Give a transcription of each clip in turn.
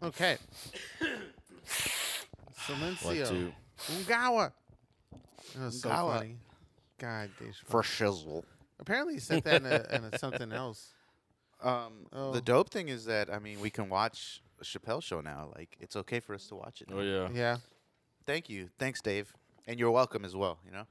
Okay. What Silencio. do? Ungawa. That was so Ungawa. funny. God, they sh- For shizzle. apparently he said that in, a, in a something else. Um, Oh. The dope thing is that I mean we can watch Chappelle show now. Like it's okay for us to watch it. Oh yeah. Yeah. Thank you, thanks, Dave, and you're welcome as well. You know,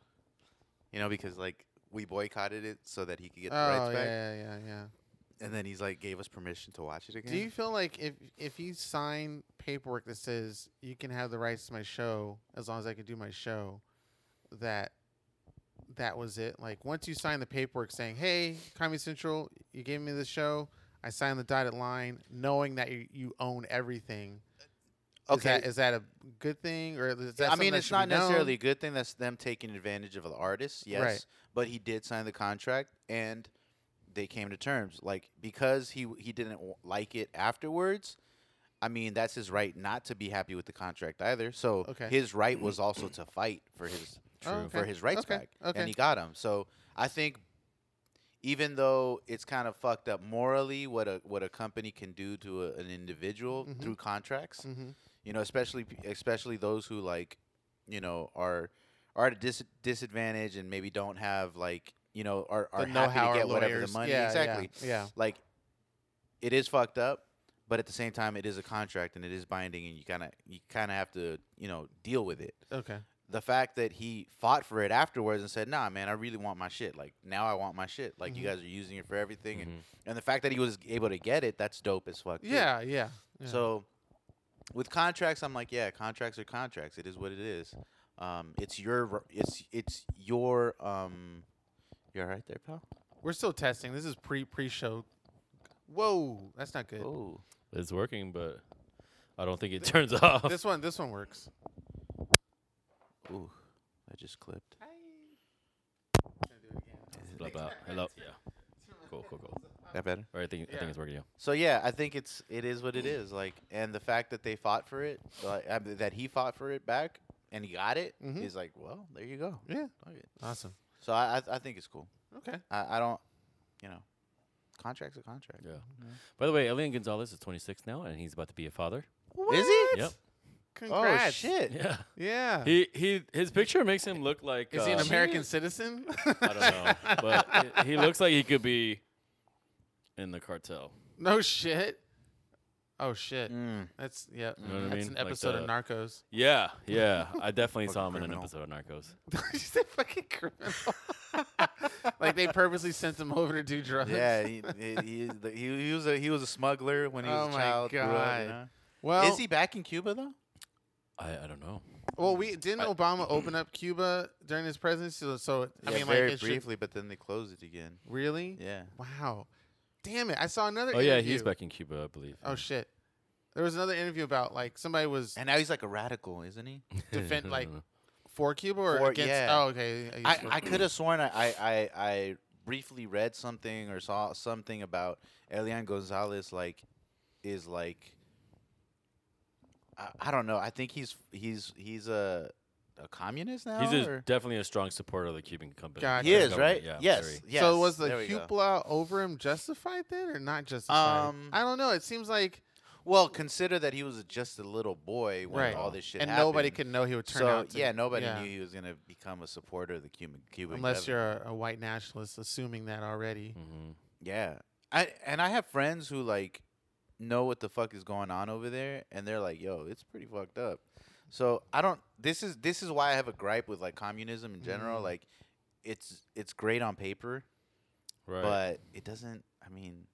you know because like we boycotted it so that he could get the Oh yeah, rights back, yeah, yeah. and then he's like gave us permission to watch it again. Do you feel like if if you sign paperwork that says you can have the rights to my show as long as I can do my show, that that was it? Like once you sign the paperwork saying, "Hey, Comedy Central, you gave me the show," I signed the dotted line, knowing that you, you own everything. Is okay, that, is that a good thing, or is that I something mean that it's should be not necessarily a known? good thing. That's them taking advantage of the artist. Yes, but he did sign the contract and they came to terms. Like because he he didn't w- like it afterwards. I mean that's his right not to be happy with the contract either. So Okay. his right was also to fight for his Oh, okay. for his rights Okay, back, okay. and he got him. So I think even though it's kind of fucked up morally what a what a company can do to a, an individual Mhm. through contracts, Mhm. you know, especially p- especially those who like, you know, are are at a dis- disadvantage and maybe don't have like, you know, are The are know-how happy to or get whatever the lawyers. money Yeah, yeah, exactly. yeah. Like, it is fucked up, but at the same time, it is a contract and it is binding, and you kind of you kind of have to you know deal with it. Okay. The fact that he fought for it afterwards and said, "Nah, man, I really want my shit. Like now, I want my shit. Like Mm-hmm. you guys are using it for everything." And Mm-hmm. and the fact that he was able to get it, that's dope as fuck. too. Yeah. Yeah. yeah. So with contracts, I'm like, yeah, contracts are contracts. It is what it is. Um, it's your, r- it's it's your. Um, you're right there, pal. we're still testing. This is pre pre show. Whoa, that's not good. Oh, It's working, but I don't think it turns off. This one, this one works. ooh, I just clipped. Blah, blah. Hello. Yeah. Cool, cool, cool. That better. All right, I think I Yeah. think it's working. Yeah. So yeah, I think it's it is what it is. Like, and the fact that they fought for it, like, uh, that he fought for it back and he got it, is Mhm. like, well, there you go. Yeah. Fuck it. Awesome. So I I, I think it's cool. Okay. I, I don't, you know, contracts are contract. Yeah. By the way, Elian Gonzalez is 26 now, and he's about to be a father. Is he? Oh, Yep. Congrats. Oh shit. Yeah. Yeah. He he. His picture makes him look like. is he an uh, American citizen? I don't know, but i- he looks like he could be in the cartel. no shit. Oh shit. Mm. That's yeah. know what I that's mean? an Like episode the- of Narcos. Yeah, yeah. I definitely Fucking saw him in an criminal. episode of Narcos. He's a fucking criminal. like they purposely sent him over to do drugs. Yeah, he, he, he, is the- he, he was a he was a smuggler when he was Oh a my child. grew up, you God. know? Well, is he back in Cuba though? I, I don't know. well, we didn't I- Obama open up Cuba during his presidency. So, so I Yeah, mean, like, very it should- briefly, but then they closed it again. really? Yeah, Wow. Damn it! I saw another. Oh yeah, he's interview. back in Cuba, I believe. Oh shit. There was another interview about like somebody was and now he's like a radical, isn't he? defend like I dunno. for Cuba or For- against. yeah. Oh okay. I, I, guess I for- could have sworn I, I, I, I briefly read something or saw something about Elian Gonzalez like is like I, I don't know. I think he's he's he's a a communist now. He's a, or- definitely a strong supporter of the Cuban company. Gotcha. he is government, right. Yeah, I'm sure yes, he- yes. So was the there we go. hoopla over him justified then, or not justified? Um, I don't know. It seems like Well, consider that he was just a little boy when Right. all this shit and happened. nobody could know he would turn so, out. To, yeah, nobody yeah. knew he was going to become a supporter of the Cuban Cuban Unless government. you're a, a white nationalist, assuming that already. Mm. Mhm. Yeah. I and I have friends who like know what the fuck is going on over there and they're like, "Yo, it's pretty fucked up." So, I don't this is this is why I have a gripe with like communism in general, Mm. like it's it's great on paper, Right. but it doesn't, I mean,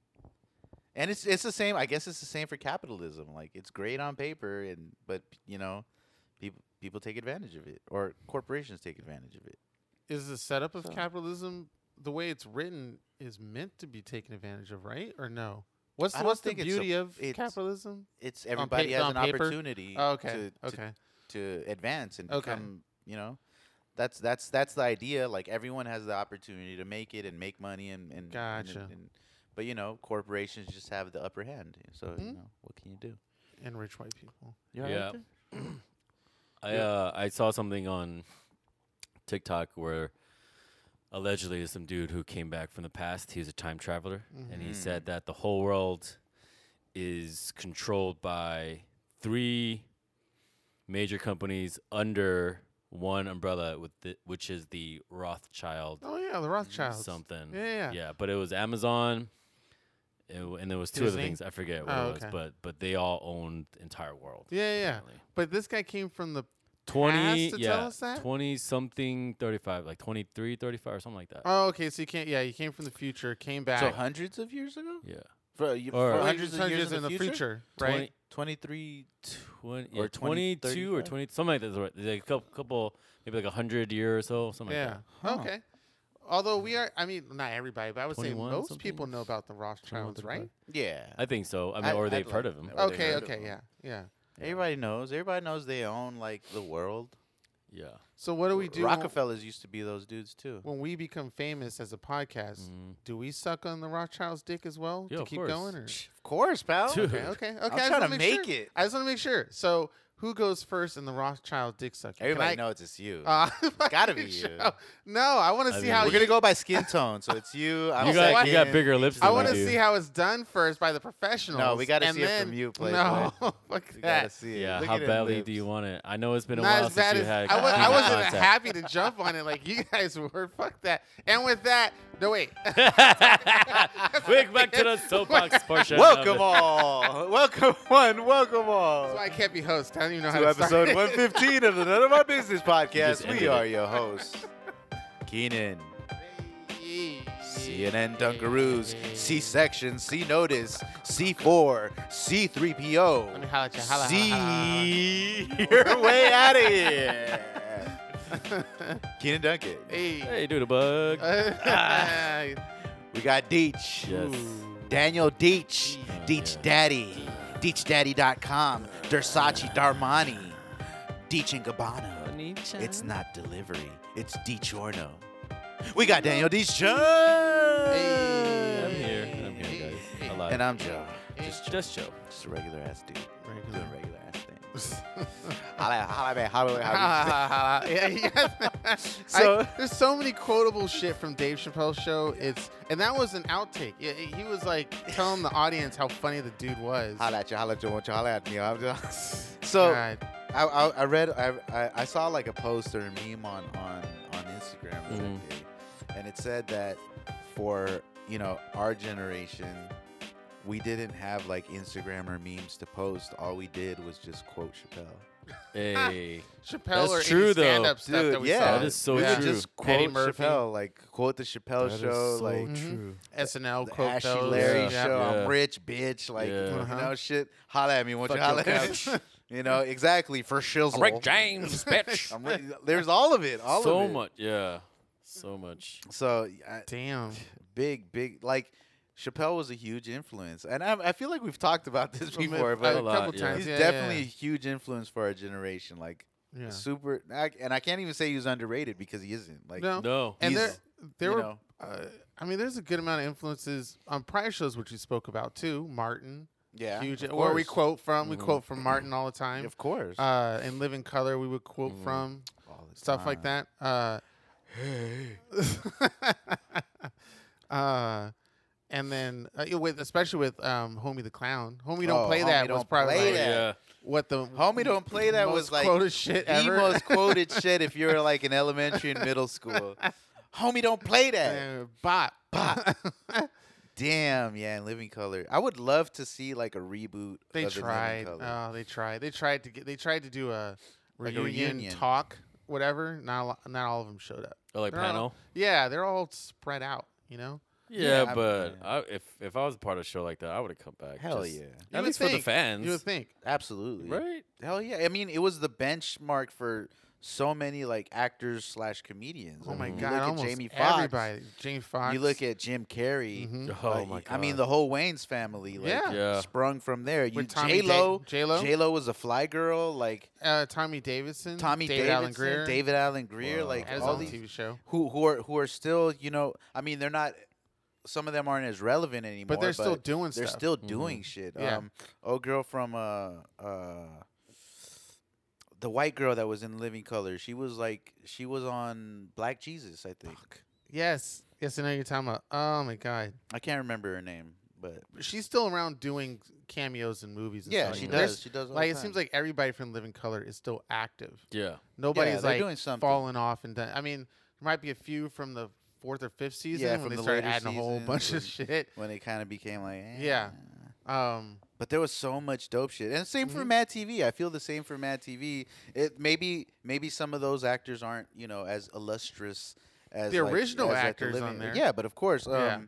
and it's it's the same, I guess it's the same for capitalism. Like it's great on paper and but you know, people people take advantage of it or corporations take advantage of it. Is the setup of So- capitalism the way it's written is meant to be taken advantage of, right? Or no? What's I the, don't what's the think it's a- beauty of it's- capitalism? It's everybody has on an paper? opportunity Oh, okay. to, to okay. to advance and Okay. become, you know, that's that's that's the idea. Like everyone has the opportunity to make it and make money and and and- Gotcha. And, but you know, corporations just have the upper hand. So you Mhm. know, what can you do? And rich white people. You all Yeah. there? I Yeah. uh, I saw something on TikTok where allegedly is some dude who came back from the past. He was a time traveler, and he Mhm. said that the whole world is controlled by three major companies under one umbrella with the, which is the Rothschild Oh yeah, the Rothschilds. something. Yeah, yeah, yeah. But it was Amazon, it w- and there was two other Disney? things I forget what Oh, it was, okay. but but they all owned the entire world. Yeah, yeah. apparently. But this guy came from the. Twenty, to tell yeah, us that? twenty something, thirty-five, like 23, 35 or something like that. Oh, okay. So you can't. Yeah, he came from the future. Came back. So hundreds of years ago? yeah, For, you, Or- for Well, hundreds, of years, in the future? right? 23 20, Or or 20, 22 or 35? 20 something like that. Right. There's like a couple, couple maybe like a 100 year or so, something yeah. like Huh. Okay. Although we are, I mean, not everybody, but I would say 21 most something? people know about the that. Rothschilds, right? Yeah. I think so. I mean, I- or I'd they've heard like of him. that. Or they've Okay, Oh, heard of okay, yeah, them. yeah. Everybody knows. Everybody knows they own like the world. Yeah. So what do we do when- Rockefellers used to be those dudes too. when we become famous as a podcast? Mhm. Do we suck on the Rothschild's dick as well Yeah, to of keep course. going? Or? Mm. Of course, pal. Dude. Okay, okay, okay. I'm I just trying wanna to make make sure. it. I just want to make sure. So who goes first in the Rothschild dick sucking? Can Everybody I- knows it's you. Uh, Gotta be sure. you. No, I want to I see mean, how We're gonna you- go by skin tone, so it's you. I'm You got, second. you got second. bigger lips I than want to do. see how it's done first by the professionals. gotta and see it from then- you, Playboy. No, fuck You gotta that. see it. Yeah, Look how at them badly lips. do you want it? I know it's been a Not while as since bad you as had. I, was, human I wasn't contact. happy to jump on it like you guys were. Fuck that. And with that, no wait. Quick, back to the soapbox portion. of Welcome the- all. welcome one. Welcome all. So I can't be host. I don't even know how to to start episode it. 115 of the None of My Business podcast. Just ended We it. are your hosts, Keenan, CNN Dunkaroos, C Section, C Notice, C4, Let C3PO. me holla at you. Holla, holla, See your way out of here. holla, Keenan Duncan. Hey. Hey, dude, a bug. We got Deech. yes. Daniel Deech. Deech yeah. Daddy. DeechDaddy.com. Dersachi Darmani. Deech and Gabbana. It's not delivery. It's DiGiorno. We got Daniel I'm DiGiorno. here. I'm here, guys. Alive. And I'm Joe. just, just Joe. Just a regular ass dude. Regular. Doing regular ass things. holla, holla, man, holla, holla. Yeah, yeah. So- I, there's so many quotable shit from Dave Chappelle's show. It's and that was an outtake. Yeah, he was like telling the audience how funny the dude was. Holla at you, holla at you, won't you holla at me. I'm just- so I, God. I, I read, I, I, I saw like a post or a meme on, on, on Instagram the other Mhm. day, and it said that for, you know, our generation, we didn't have like Instagram or memes to post. All we did was just quote Chappelle. Hey. Chappelle That's or true, any though. stand-up stuff Dude, that we yeah. saw. That is so We would true. Just quote Eddie Murphy. Chappelle, like quote the Chappelle That is show, so like Mm-hmm. true. SNL the quote Ashy those. Larry Yeah. show. Yeah. I'm rich, bitch. Like Yeah. you Uh-huh. know, shit. Holla at me, won't Fuck you? your Holla at me. couch. you know exactly for shizzle. James, bitch. I'm Rick- there's all of it. All so of it. much, yeah, so much. So I, Damn. big, big. Like Chappelle was a huge influence, and I, I feel like we've talked about this Well, before, a but. couple lot, yeah. times. He's yeah, definitely a huge influence for our generation. Like Yeah. Yeah. super, I, and I can't even say he's underrated because he isn't. Like No. No, And there, he's- there you were. know. Uh, I mean, there's a good amount of influences on prior shows which you spoke about too. Martin, yeah, huge. of Where we course. Mm-hmm. quote from, we Mhm. quote from Martin all the time. Of course. Uh, in Live in Color, we would quote Mm-hmm. Mhm. from All the stuff like time. that. Uh, uh, and then uh, yeah, with especially with um, Homie the Clown, Homie don't Oh, play Homie that was Don't probably Play like That. yeah, what the Homie Don't Play That most was like quoted shit the ever. most quoted shit if you were like in elementary and middle school. Homie Don't Play That. Uh, bop Bop. Damn, yeah, and Living Color. I would love to see like a reboot They of In tried. Living Color. Oh, they tried. They tried to get. They tried to do a Like reunion, a reunion. talk, whatever. Not a lo- not all of them showed up. or like They're all- panel. Yeah, they're all spread out. You know. Yeah, Yeah, I- but yeah. I, if if I was part of a show like that, I would have come back. Hell just- yeah. You at would least for the think- fans, You would think. Absolutely. right? Hell yeah. I mean, it was the benchmark for so many like actors slash comedians. Oh I my mean, god! You Mm-hmm. look almost at Jamie Foxx. everybody. Jamie Foxx. You look at Jim Carrey. Mhm. Oh uh, my god. I mean, the whole Wayne's family. Like, Yeah. Yeah. Sprung from there. You With Tommy J Lo. J Lo. J Lo was a fly girl, like uh, Tommy Davidson, Tommy David Davidson, Allen Greer, David Allen Greer, Wow. like as all on these TV show, who who are who are still, you know, I mean, they're not. Some of them aren't as relevant anymore, but they're still doing stuff. they're Mm-hmm. still Mhm. doing shit. Yeah. Um, oh, girl from uh uh, the white girl that was in Living Color. She was like she was on Black Jesus, I think. yes, yes, I know you're talking about. Oh my god, I can't remember her name, But she's still around doing cameos in movies. And yeah, stuff she like that. There's- does. She does. all the Like it time. seems like everybody from Living Color is still active. Yeah. Nobody's they're like doing something. fallen off and done. I mean, there might be a few from the fourth or fifth season Yeah, when from they the started later adding a whole seasons bunch of and- shit. when it kind of became like eh. Yeah. Um, But there was so much dope shit, and same for Mhm. Mad TV. I feel the same for Mad TV. It maybe maybe some of those actors aren't you know as illustrious as The like- original as, like, the actors living- on there. Yeah, but of course. Um, Yeah.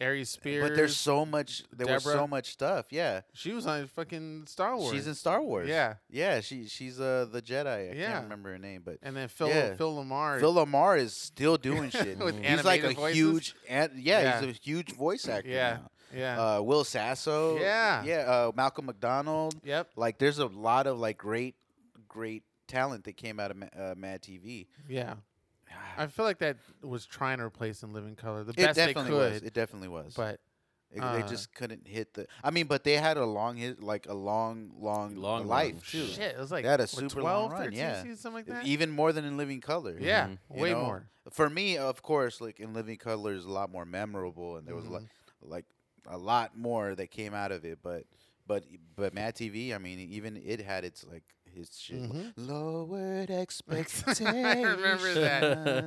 Aries Spears. But there's so much. There was Deborah. so much stuff. Yeah, she was on fucking Star Wars. she's in Star Wars. Yeah. yeah. She she's uh the Jedi. I Yeah. can't remember her name, but and then Phil Yeah. Phil Lamar. Phil Lamar is still doing shit. With he's like a animated voices? huge, an- yeah, Yeah. he's a huge voice actor. Yeah. now. yeah. Uh, Will Sasso. Yeah. yeah. Uh, Malcolm McDonald. yep. Like, there's a lot of like great, great talent that came out of Ma- uh, Mad TV. Yeah. I feel like that was trying to replace in Living Color the It best they definitely was. could, It definitely was. but It- uh, they just couldn't hit the. I mean, but they had a long hit, like a long, long, Long life run. too. shit, it was like They had a what, super 12, long run, 13 yeah. seasons, something like that. E Even more than in Living Color. yeah, Mhm. you way know? more. For me, of course, like in Living Color is a lot more memorable, and there Mm-hmm. was like, like a lot more that came out of it. But but but Mad TV, I mean, even it had its like his shit. like, Mhm. Lowered expectations. I remember that.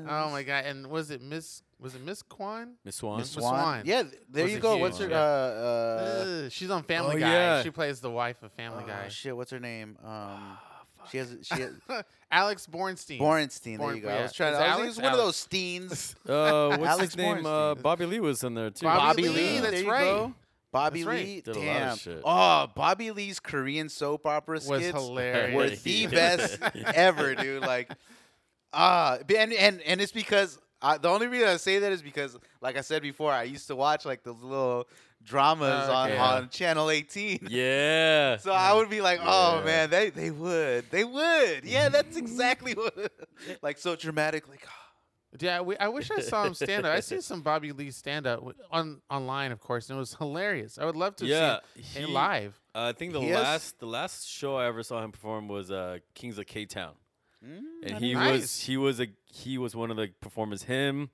Oh my god! And was it Miss? Was it Miss Kwan? Miss Swan. Miss Miss Swan. Swan. Yeah, th- there Was you a go. huge What's her? one. Uh, uh, Ugh, she's on Family oh, Guy. yeah. She plays the wife of Family oh, Guy. Ah, Shit, what's her name? Um, she has. She has Alex Bornstein. Bornstein. There Born- you go. yeah. I was trying. Is to, I was, Alex- it's one of Alex. those Steens. Uh, what's Alex his name? Uh, Bornstein. Bobby Lee was in there too. Bobby Bobby Lee, Lee. that's there you right. go. Bobby That's right. Lee. Did a lot of damn. shit. Oh, Bobby Lee's Korean soap opera skits was were hilarious. the best ever, dude. Like, ah, b- and and and it's because I, the only reason I say that is because, like I said before, I used to watch like those little dramas Oh, on okay. on Channel 18. Yeah. So I would be like, oh Yeah. man, they they would, they would, yeah, that's exactly what, like so dramatic, like. oh, Yeah, we, I wish I saw him stand up. I see some Bobby Lee stand up on online, of course, and it was hilarious. I would love to yeah. see him he- in live. I think the He has- last the last show I ever saw him perform was uh, Kings of K Town, mm, and he was Nice. he was a he was one of the performers. Him,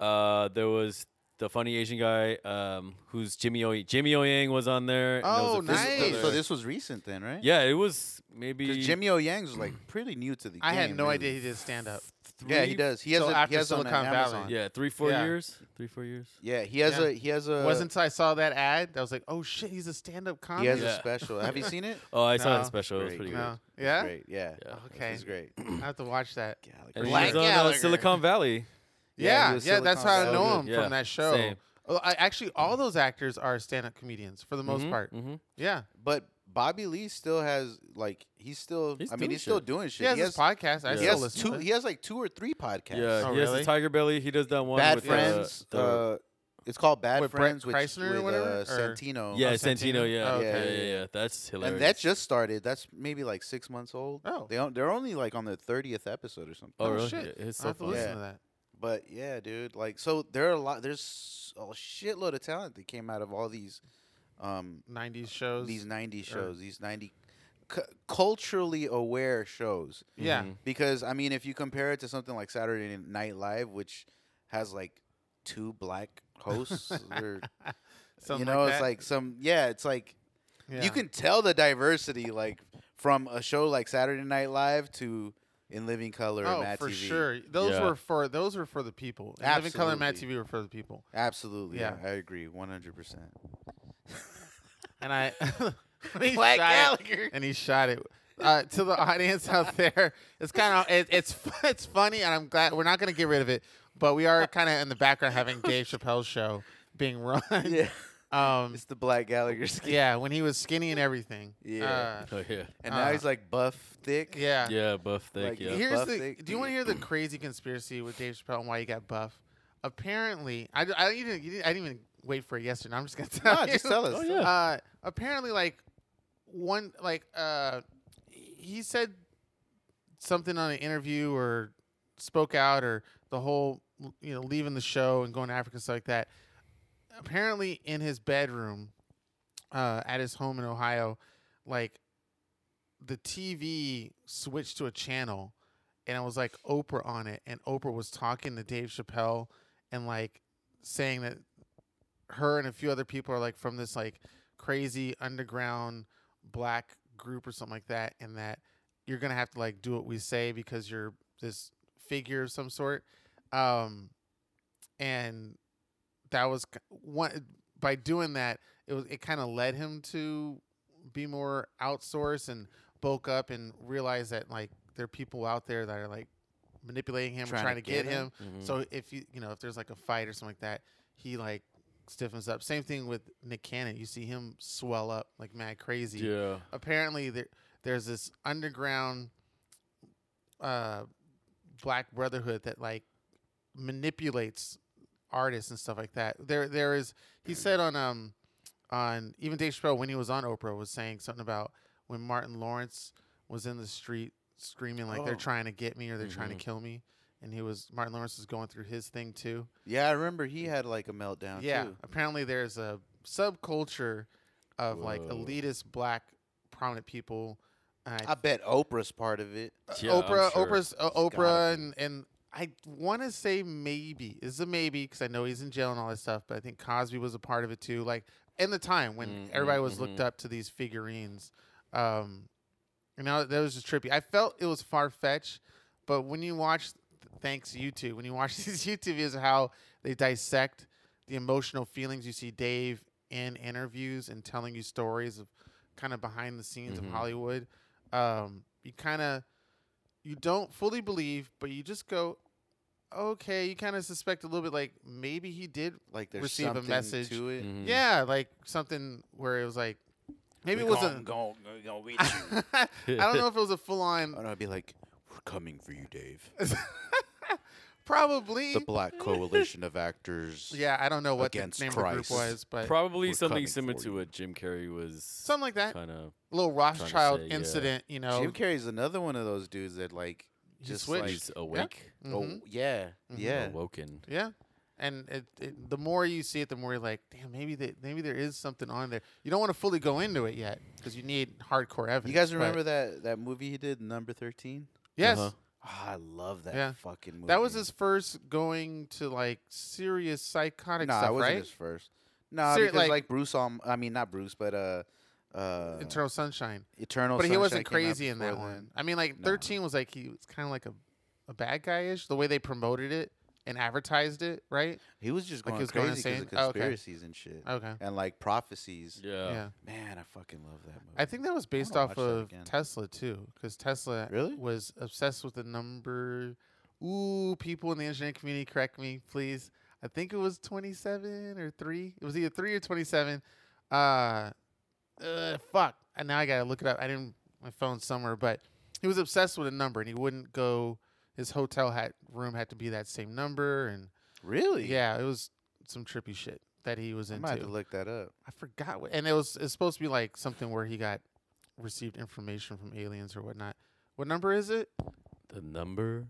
uh, there was the funny Asian guy um, who's Jimmy O Jimmy O Yang was on there. and there was Oh, a few Nice. This- other- So this was recent then, right? yeah, it was maybe Because Jimmy O Yang's was like pretty new to the game. I had no man. idea he did stand up. three, Yeah, he does. He has So a, after he has on Silicon Valley. Amazon. Yeah, three four Yeah. years, three four years. Yeah, he has Yeah. a he has a Wasn't until I saw that ad that I was like, oh shit, he's a stand up he comedy. has a Yeah. special. Have you seen it? Oh, I saw No. his special. It was Great. pretty No. It's Yeah, Oh, great. Yeah. good. Yeah. okay, It's great. I have to watch that. And he Black was on uh, Gallagher. Silicon Valley. Yeah, Yeah, he yeah, was that's how I Silicon Valley. know So him good. Yeah, from that show. same. Oh, I, actually, all Mm-hmm. those actors are stand up comedians for the most Mhm, part. mhm. Yeah, But Bobby Lee still has like he's still. He's I mean, doing he's still shit. doing shit. he has he his has, podcast. I Yeah. he still has listen. two. to it. He has like two or three podcasts. Yeah, Oh, he really? has Oh, the Tiger Belly. He does that one. Bad with, uh, Friends. the- uh, it's called Bad With Brett Friends with, Kreisner or with whatever, uh, or- Santino. yeah, Oh, Santino. Santino? Yeah, Oh, yeah, okay. yeah, yeah, That's hilarious. and that just started. That's maybe like six months old. Oh. they don't, they're only like on their thirtieth episode or something. oh, Oh, really? shit. Yeah, It's I so have to funny. listen Yeah. to that. But yeah, dude, like so there are a lot. There's a shitload of talent that came out of all these, um, 90s shows. these '90 or- shows, these '90 cu- culturally aware shows. yeah. Mhm. Because I mean, if you compare it to something like Saturday Night Live, which has like two black hosts, or, you Something know, it's that. like some yeah, it's like Yeah. you can tell the diversity like from a show like Saturday Night Live to In Living Color oh, and Mad for TV. sure. Those Yeah. were for those were for the people. And Living Color and Mad Absolutely. TV were for the people. Absolutely, yeah, Yeah. I agree, one hundred percent. And I he Black shot it- Gallagher. and he shot it. Uh, to the audience out there, it's kind of it, it's fu- it's funny, and I'm glad we're not going to get rid of it, but we are kind of in the background having Dave Chappelle's show being run. Yeah, Um, it's the Black Gallagher skin. yeah, when he was skinny and everything. Yeah. Uh, Oh yeah, and now Uh, he's like buff, thick. yeah. yeah. Buff, thank Like, you. here- Here's buff the. thing. Do you want to hear the crazy conspiracy with Dave Chappelle and why he got buff? Apparently, I, d- I didn't, even- you didn't- I didn't even wait for a yes or no. I'm just gonna tell No, you. just tell us. Oh yeah. Uh, apparently, like one, like uh, he said something on an interview or spoke out or the whole, you know, leaving the show and going to Africa stuff like that. Apparently, in his bedroom, uh, at his home in Ohio, like the TV switched to a channel and it was like Oprah on it and Oprah was talking to Dave Chappelle and like saying that her and a few other people are like from this like crazy underground black group or something like that, and that you're gonna have to like do what we say because you're this figure of some sort. Um, and that was k- one by doing that it was it kind of led him to be more outsourced and bulk up and realize that like there are people out there that are like manipulating him trying, trying to get, him. Mm-hmm. So if you you know if there's like a fight or something like that, he like stiffens up. Same thing with Nick Cannon. You see him swell up like mad crazy. yeah, Apparently there there's this underground uh black brotherhood that like manipulates artists and stuff like that. There there is he said on um on even Dave Chappelle when he was on Oprah was saying something about when Martin Lawrence was in the street screaming like they're Oh. trying to get me or they're trying to kill me and he was Martin Lawrence was going through his thing too. Yeah, I remember he had like a meltdown. yeah, too. apparently there's a subculture of like Whoa. elitist black prominent people. And I I bet Oprah's part of it. Yeah, I'm Oprah, sure. Oprah's uh, gotta Oprah, be. and and I want to say maybe this is a maybe because I know he's in jail and all that stuff, but I think Cosby was a part of it too. Like in the time when Mm, mm, everybody was looked mhm. up to these figurines, um, you know that was just trippy. I felt it was far fetched, but when you watch, thanks YouTube, when you watch these YouTube videos of how they dissect the emotional feelings you see Dave in interviews and telling you stories of kind of behind the scenes Mhm. of Hollywood. Um, you kind of you don't fully believe, but you just go, okay. You kind of suspect a little bit, like maybe he did. Like there's Receive a something message. to it. Mhm. Yeah, like something where it was like maybe We it wasn't. gon- gon- gon- we- I don't know if it was a full And on. I'd be like, "We're coming for you, Dave." Probably. The Black Coalition of Actors. yeah, I don't know what the name Against of the Christ. group was, but probably We're something coming similar for to you. what Jim Carrey was something like that. kind of. Little Rothschild say, yeah. incident, you know. Jim Carrey's another one of those dudes that like He just switched. like He's awake, Mhm. oh yeah Mhm. yeah awoken. Yeah, and it, it, the more you see it, the more you're like, damn, maybe they, maybe there is something on there. You don't want to fully go into it yet because you need hardcore evidence. You guys but- remember that that movie he did, Number Thirteen? Ah, Yes, Uh-huh. I love that Yeah. fucking movie. that was his first going to like serious psychotic No, it stuff, wasn't right? his first. No, Seri- because like- like, Bruce, um, I mean not Bruce, but uh, uh, Eternal Sunshine, Eternal. but he Sunshine wasn't came out crazy in that before one. I mean, like No. thirteen was like he was kind of like a, a bad guy ish. The way they promoted it and advertised it, right? He was just Like going he was going crazy because of insane? Oh, okay. conspiracies and shit, Okay, and like prophecies. Yeah. yeah. Man, I fucking love that movie. I think that was based wanna off watch that of again. Tesla too, because Tesla Really? was obsessed with the number. Ooh, people in the engineering community, correct me, please. I think it was 27 or three. It was either three or 27. Uh, uh fuck. And now I gotta look it up. I didn't my phone somewhere, but he was obsessed with a number, and he wouldn't go. His hotel had room had to be that same number, and really. yeah, it was some trippy shit that he was I into. might have to look that up. I forgot what, and it was it's supposed to be like something where he got received information from aliens or whatnot. What number is it? The number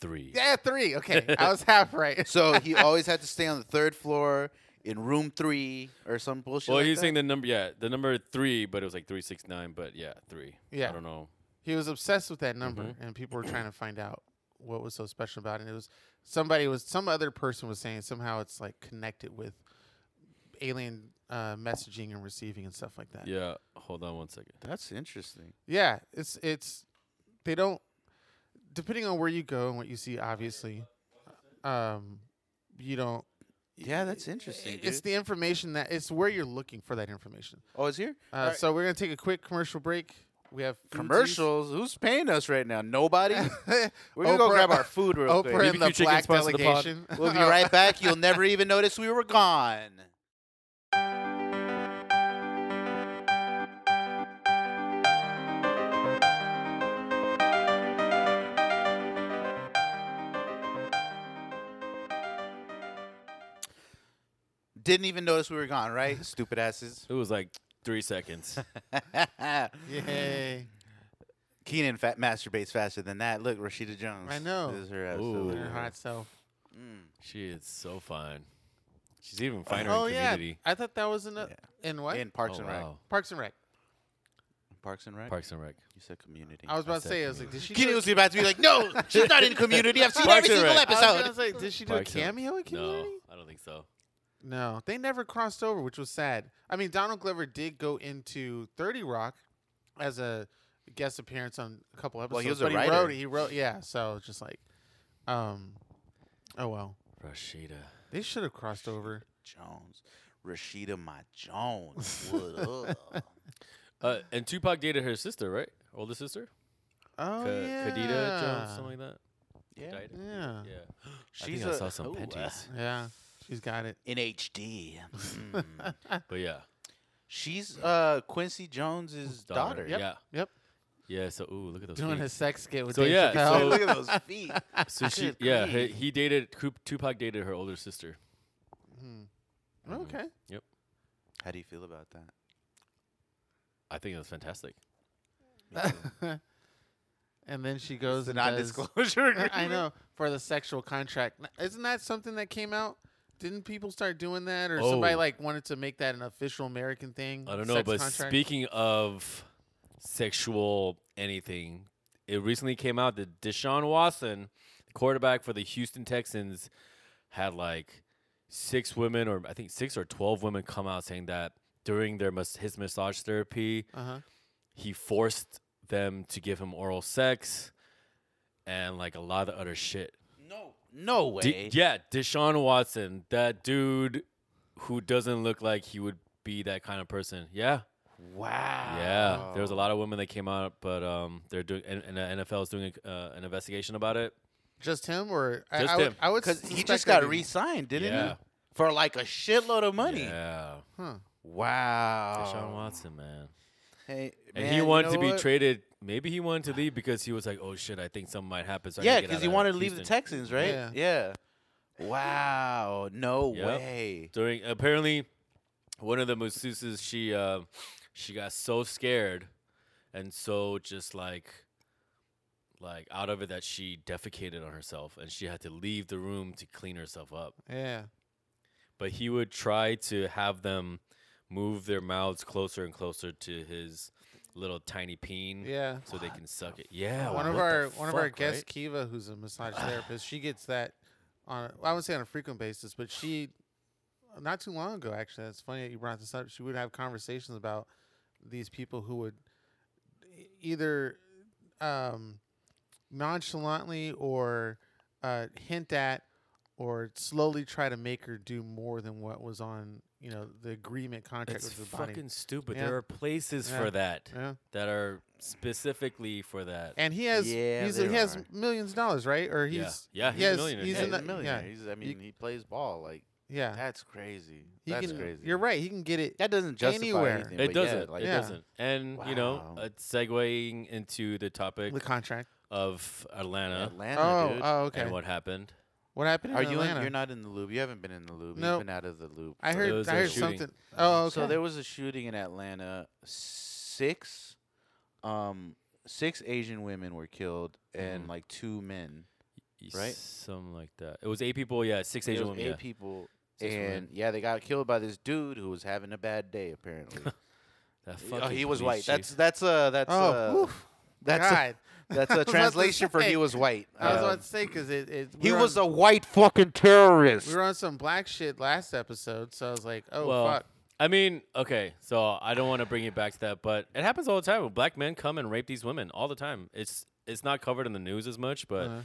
three. Yeah, three. Okay, I was half right. So he always had to stay on the third floor in room three or some bullshit. Well, like he's that? saying the number. Yeah, the number three, but it was like three six nine. But yeah, three. Yeah. I don't know. He was obsessed with that number, and people were trying to find out what was so special about it. And it was somebody was some other person was saying somehow it's like connected with alien uh, messaging and receiving and stuff like that. Yeah. Hold on one second. that's interesting. Yeah, it's it's they don't depending on where you go and what you see. Obviously, um, you don't. Yeah, that's interesting, It's dude. the information that it's where you're looking for that information. Oh, it's here. Uh, All right. So we're gonna take a quick commercial break. We have Fugees. commercials. Who's paying us right now? Nobody. We're gonna go Oprah- grab our food real Oprah quick. and the BBQ chicken Black sponsor the pod. delegation. We'll be right back. You'll never even notice we were gone. Didn't even notice we were gone, right? Stupid asses. It was like three seconds. Yay! Keenan fa- masturbates faster than that. Look, Rashida Jones. I know. This is her ass. Ooh. Your hot self. Mm. she is so fine. She's even finer oh in yeah, Community. I thought that was in a, in what In Parks oh, and Rec. wow. Parks and Rec. Parks and Rec. Parks and Rec. You said community. I was about to said say, I was like, did she? Keenan do a- was about to be like, no, she's not in community. I've seen Parks every and single Rec. I was gonna episode. say, did she do a Parks and- cameo in Community? No, I don't think so. No, they never crossed over, which was sad. I mean, Donald Glover did go into Thirty Rock as a guest appearance on a couple episodes. Well, he was a but he writer. wrote. He wrote. Yeah. So it's just like, um, oh well, Rashida. they should have crossed over. Jones, Rashida, my Jones. What up? Uh, and Tupac dated her sister, right? Older sister? Oh Ka- yeah. Khadija Jones, something like that. Yeah, Died. Yeah. Yeah. she's I think I a- saw some ooh, uh, panties. Yeah. She's got it. in HD. Mm. But yeah. she's uh, Quincy Jones's daughter. Yep. Yeah. Yep. Yeah, so ooh, look at those. Doing feet. a sex skit with So, Dave yeah, Chappelle. so- Oh, look at those feet. So she Good yeah, he, grief. he dated Coop, Tupac dated her older sister. Mhm. Mhm. Okay. How do you feel about that? I think it was fantastic. and then she goes and does- non-disclosure I know for the sexual contract. N- Isn't that something that came out? Didn't people start doing that, or somebody Oh. like wanted to make that an official American thing? I don't know, sex but contract? speaking of sexual anything, it recently came out that Deshaun Watson, the quarterback for the Houston Texans, had like six women, or I think six or twelve women, come out saying that during their mas- his massage therapy, uh-huh. he forced them to give him oral sex, and like a lot of other shit. No, no way. D- yeah, Deshaun Watson, that dude who doesn't look like he would be that kind of person. Yeah. Wow. Yeah, there was a lot of women that came out, but um, they're doing and, and the NFL is doing a, uh, an investigation about it. just him, or I, Just I would, him. I would Because he suspect just that'd got be- re-signed, didn't Yeah. he? For like a shitload of money. Yeah, Huh. Wow. Deshaun Watson, man, Hey, and man, he you wanted know to be what? traded. Maybe he wanted to leave because he was like, "Oh shit, I think something might happen." So I Yeah, because because he wanted to leave the Texans, right? Yeah. Yeah. Wow. No Yep. way. During apparently, one of the masseuses, she uh, she got so scared and so just like like out of it that she defecated on herself and she had to leave the room to clean herself up. Yeah. but he would try to have them move their mouths closer and closer to his little tiny peen Yeah. so they can suck it. Yeah, one of what the our one of our fuck, guests, right? Kiva, who's a massage therapist, she gets that on a- well, I would say on a frequent basis, but she not too long ago actually. That's funny that you brought this up. She would have conversations about these people who would e- either um, nonchalantly or uh, hint at or slowly try to make her do more than what was on you know the agreement contract It's with the body. fucking stupid. Yeah. There are places Yeah. for that Yeah. that are specifically for that. And he has Yeah, he's a, there he has are. millions of dollars, right? Or he's Yeah. Yeah, he he's a has- millionaire. He's yeah, in he's a the- millionaire. He's, I mean, You- he plays ball. Like Yeah, yeah. that's crazy. He that's can- crazy. You're right. He can get it. That doesn't justify Anywhere. anything. it but yeah, doesn't. like, it Yeah. doesn't. And you know, Wow. uh, segueing into the topic The contract. of Atlanta, Atlanta, Oh, dude. oh, okay. and What, what happened. happened in Are you Atlanta? in, you're not in the loop. You haven't been in the loop. Nope. You've been out of the loop. I for- It was heard. a I heard shooting. something. Oh, okay. So there was a shooting in Atlanta. Six, um, six Asian women were killed, and Mhm. like two men. Right? Something like that. It was eight people. Yeah, six It Asian was women. eight yeah. people, Six women. and yeah, they got killed by this dude who was having a bad day. Apparently, That oh, fucking he was police white. That's chief. that's uh that's uh, oh, oof, that's a, God. that's a about to translation for say. he was white. I was Um, about to say because it, it. we he were was on- a white fucking terrorist. We were on some black shit last episode, so I was like, oh Well, fuck. I mean, okay, so I don't want to bring it back to that, but it happens all the time. When black men come and rape these women all the time. It's it's not covered in the news as much, but Uh-huh.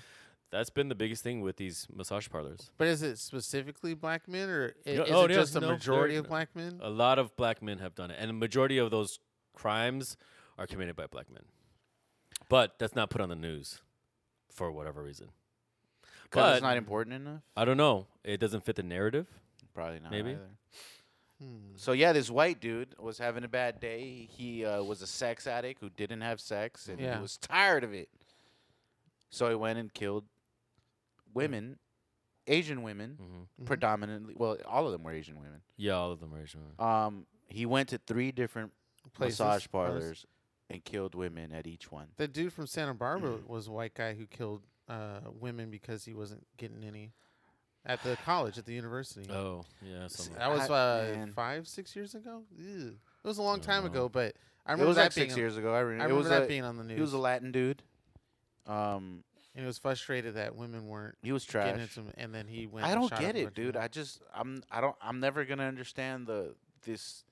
that's been the biggest thing with these massage parlors. But is it specifically black men, or i- is Yeah, oh, it yeah, just a no, majority there- of black men? uh, A lot of black men have done it, and the majority of those crimes are committed by black men. But that's not put on the news for whatever reason. 'Cause but- it's not important enough. I don't know. It doesn't fit the narrative. Probably not. Maybe. either. Hmm. So yeah, this white dude was having a bad day. He uh, was a sex addict who didn't have sex, and Yeah. he was tired of it. So he went and killed women, Asian women, Mm-hmm. Mhm. predominantly. Well, all of them were Asian women. Yeah, all of them are Asian women. Um, he went to three different Places, massage bars. parlors and killed women at each one. The dude from Santa Barbara was a white guy who killed uh, women because he wasn't getting any at the college at the university. Oh, yeah. See, Something. like that was I- uh, man. five, six years ago. Ew. It was a long I time know. ago, but I It remember was that like being six on- years ago. I I remember. remember it was that a, being on the news. He was a Latin dude. Um, and he was frustrated that women weren't He was getting trash. into him, and then he went. I and don't shot get up a it, bunch of dude. men. I just I'm I don't I'm never gonna understand the this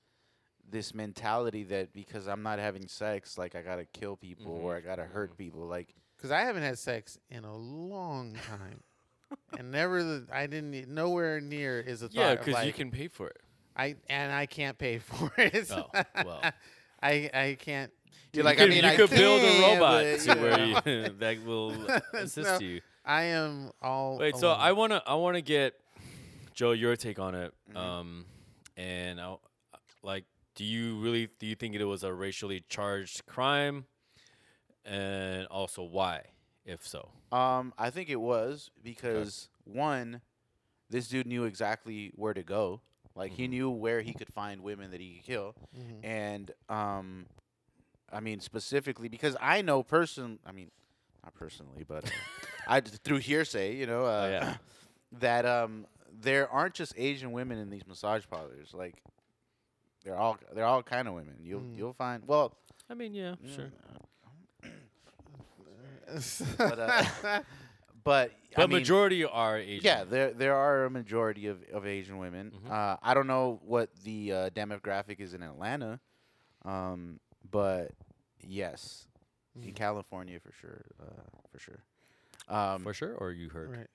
this mentality that because I'm not having sex, like I gotta kill people Mm-hmm. Mhm, or I gotta mhm. hurt people. Like because I haven't had sex in a long time, and never the, I didn't e, nowhere near is a thought. Yeah, of, because you like, can pay for it. I and I can't pay for it. Oh, well. I I can't. you're You like could, I mean you I could build a can, robot but, to you know. where you, that will assist No. you. I am all. Wait, so alone. I wanna I wanna get Joe your take on it. Mhm. Um, and I, like, do you really do you think it was a racially charged crime, and also why, if so? Um, I think it was because one, this dude knew exactly where to go. Like he Mm-hmm. Mhm. knew where he could find women that he could kill, Mhm. and um, I mean specifically because I know person. I mean, not personally, but uh, I d- through hearsay, you know, uh, Oh, yeah. that um, there aren't just Asian women in these massage parlors. Like they're all they're all kind of women. You'll Mm. you'll find well, I mean, yeah, Hmm. sure. mm, Mm-hmm. But, uh, but But I mean, majority are Asian. Yeah, there there are a majority of, of Asian women. Mhm. Uh, I don't know what the uh, demographic is in Atlanta, um, but yes, in Mm-hmm. Mm. California for sure, uh, for sure. Um, for sure. Or you heard? right.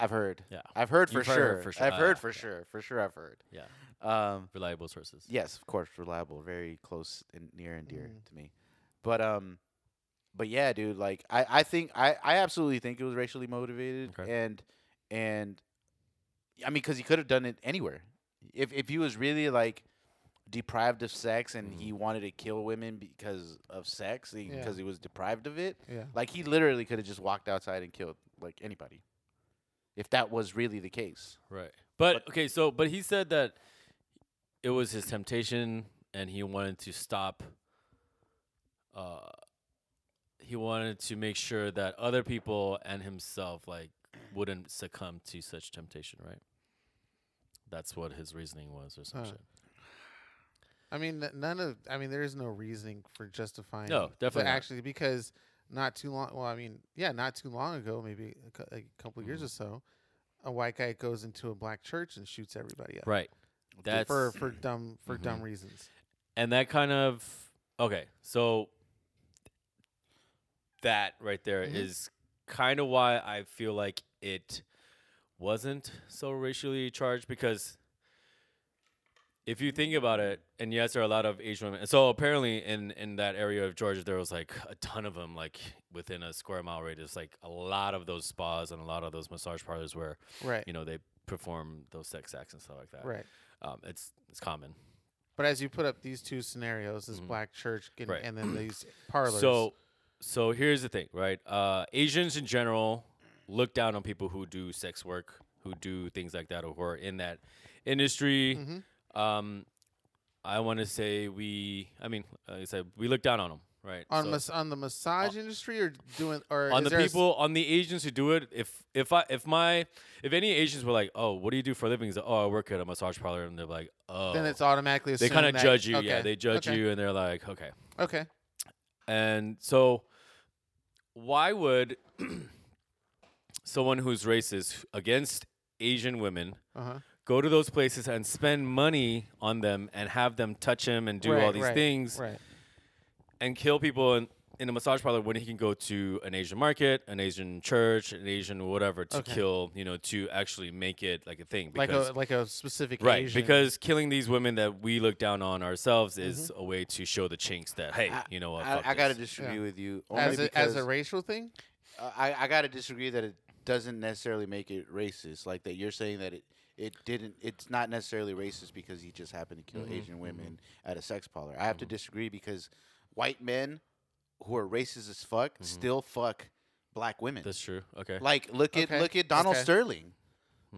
I've heard. Yeah. I've heard for You've sure. heard for sure. I've Ah, heard yeah, for yeah. sure. For sure, I've heard. Yeah. Um, Reliable sources. yes, of course, reliable, very close and near and dear Mhm. to me. But um, but yeah, dude, like I I think I I absolutely think it was racially motivated Okay. and and I mean because he could have done it anywhere if if he was really like deprived of sex and Mhm. he wanted to kill women because of sex because Mm-hmm. Yeah. he was deprived of it Yeah. like he literally could have just walked outside and killed like anybody if that was really the case Right. But, But- okay, so but he said that it was his temptation and he wanted to stop uh he wanted to make sure that other people and himself like wouldn't succumb to such temptation, right? That's what his reasoning was or some Uh, shit. I mean, n- none of. I mean, there is no reasoning for justifying. No, the definitely not. Actually, because not too long. Well, I mean, yeah, not too long ago, maybe a, cou- a couple years Mm-hmm. or so, a white guy goes into a black church and shoots everybody up. Right. That's for for dumb for Mhm. dumb reasons. and that kind of okay so that right there is Mhm. kind of why i feel like it wasn't so racially charged because if you think about it and yes there are a lot of asian women so apparently in in that area of georgia there was like a ton of them like within a square mile radius like a lot of those spas and a lot of those massage parlors where Right. you know they perform those sex acts and stuff like that Right. um, it's it's common But as you put up these two scenarios, this black church getting, Mm-hmm. Right. and then these parlors. So, so here's the thing, right? Uh, Asians in general look down on people who do sex work, who do things like that, or who are in that industry. Mhm. Um, I want to say we, I mean, like I said, we look down on them, right? on So- mas- on the massage industry or doing or on is the there a s- people, on the Asians who do it. If if I if my if any Asians were like, oh, what do you do for a living? He's like, oh, I work at a massage parlor, and they're like, oh, then it's automatically they kind of assumed that- judge you. Yeah, okay, they judge okay, you, and they're like, okay. Okay. And so, why would someone who's racist against Asian women Uh huh. go to those places and spend money on them and have them touch him and do all Right, these right, things Right. and kill people in, in a massage parlor when he can go to an Asian market, an Asian church, an Asian whatever to Okay. kill, you know, to actually make it like a thing? Like because- a like a specific Right, Asian. because killing these women that we look down on ourselves is Mm-hmm. a way to show the chinks that hey, I- you know what? I, fuck I gotta this. disagree Yeah. with you only as a, as a because- racial thing. Uh, I, I gotta disagree that it doesn't necessarily make it racist. Like that you're saying that it it didn't. It's not necessarily racist because he just happened to kill Mhm, Asian women at a sex parlor. I have Mm-hmm. to disagree because white men who are racist as fuck still fuck black women. Mm-hmm. That's true. Okay. Like look at Okay, look at Donald okay. Sterling.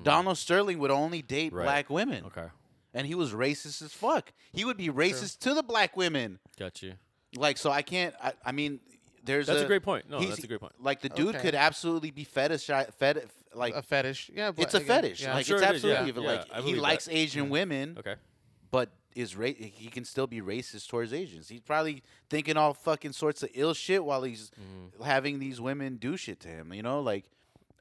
Donald Sterling would only date Hmm. Right. black women, Okay. and he was racist as fuck. He would be racist to the black women. Got you. Like so, I can't. I, I mean, there's That's a, a great point. No, he's- that's a great point. Like the dude Okay. could absolutely be fetish, fet, like a fetish. Yeah. but it's a again, fetish. Yeah. Like Sure it's it is, yeah, absolutely yeah, like I he believe likes that. Asian women, Okay. but is ra- he can still be racist towards Asians. He's probably thinking all fucking sorts of ill shit while he's Mm-hmm. having these women do shit to him. You know, like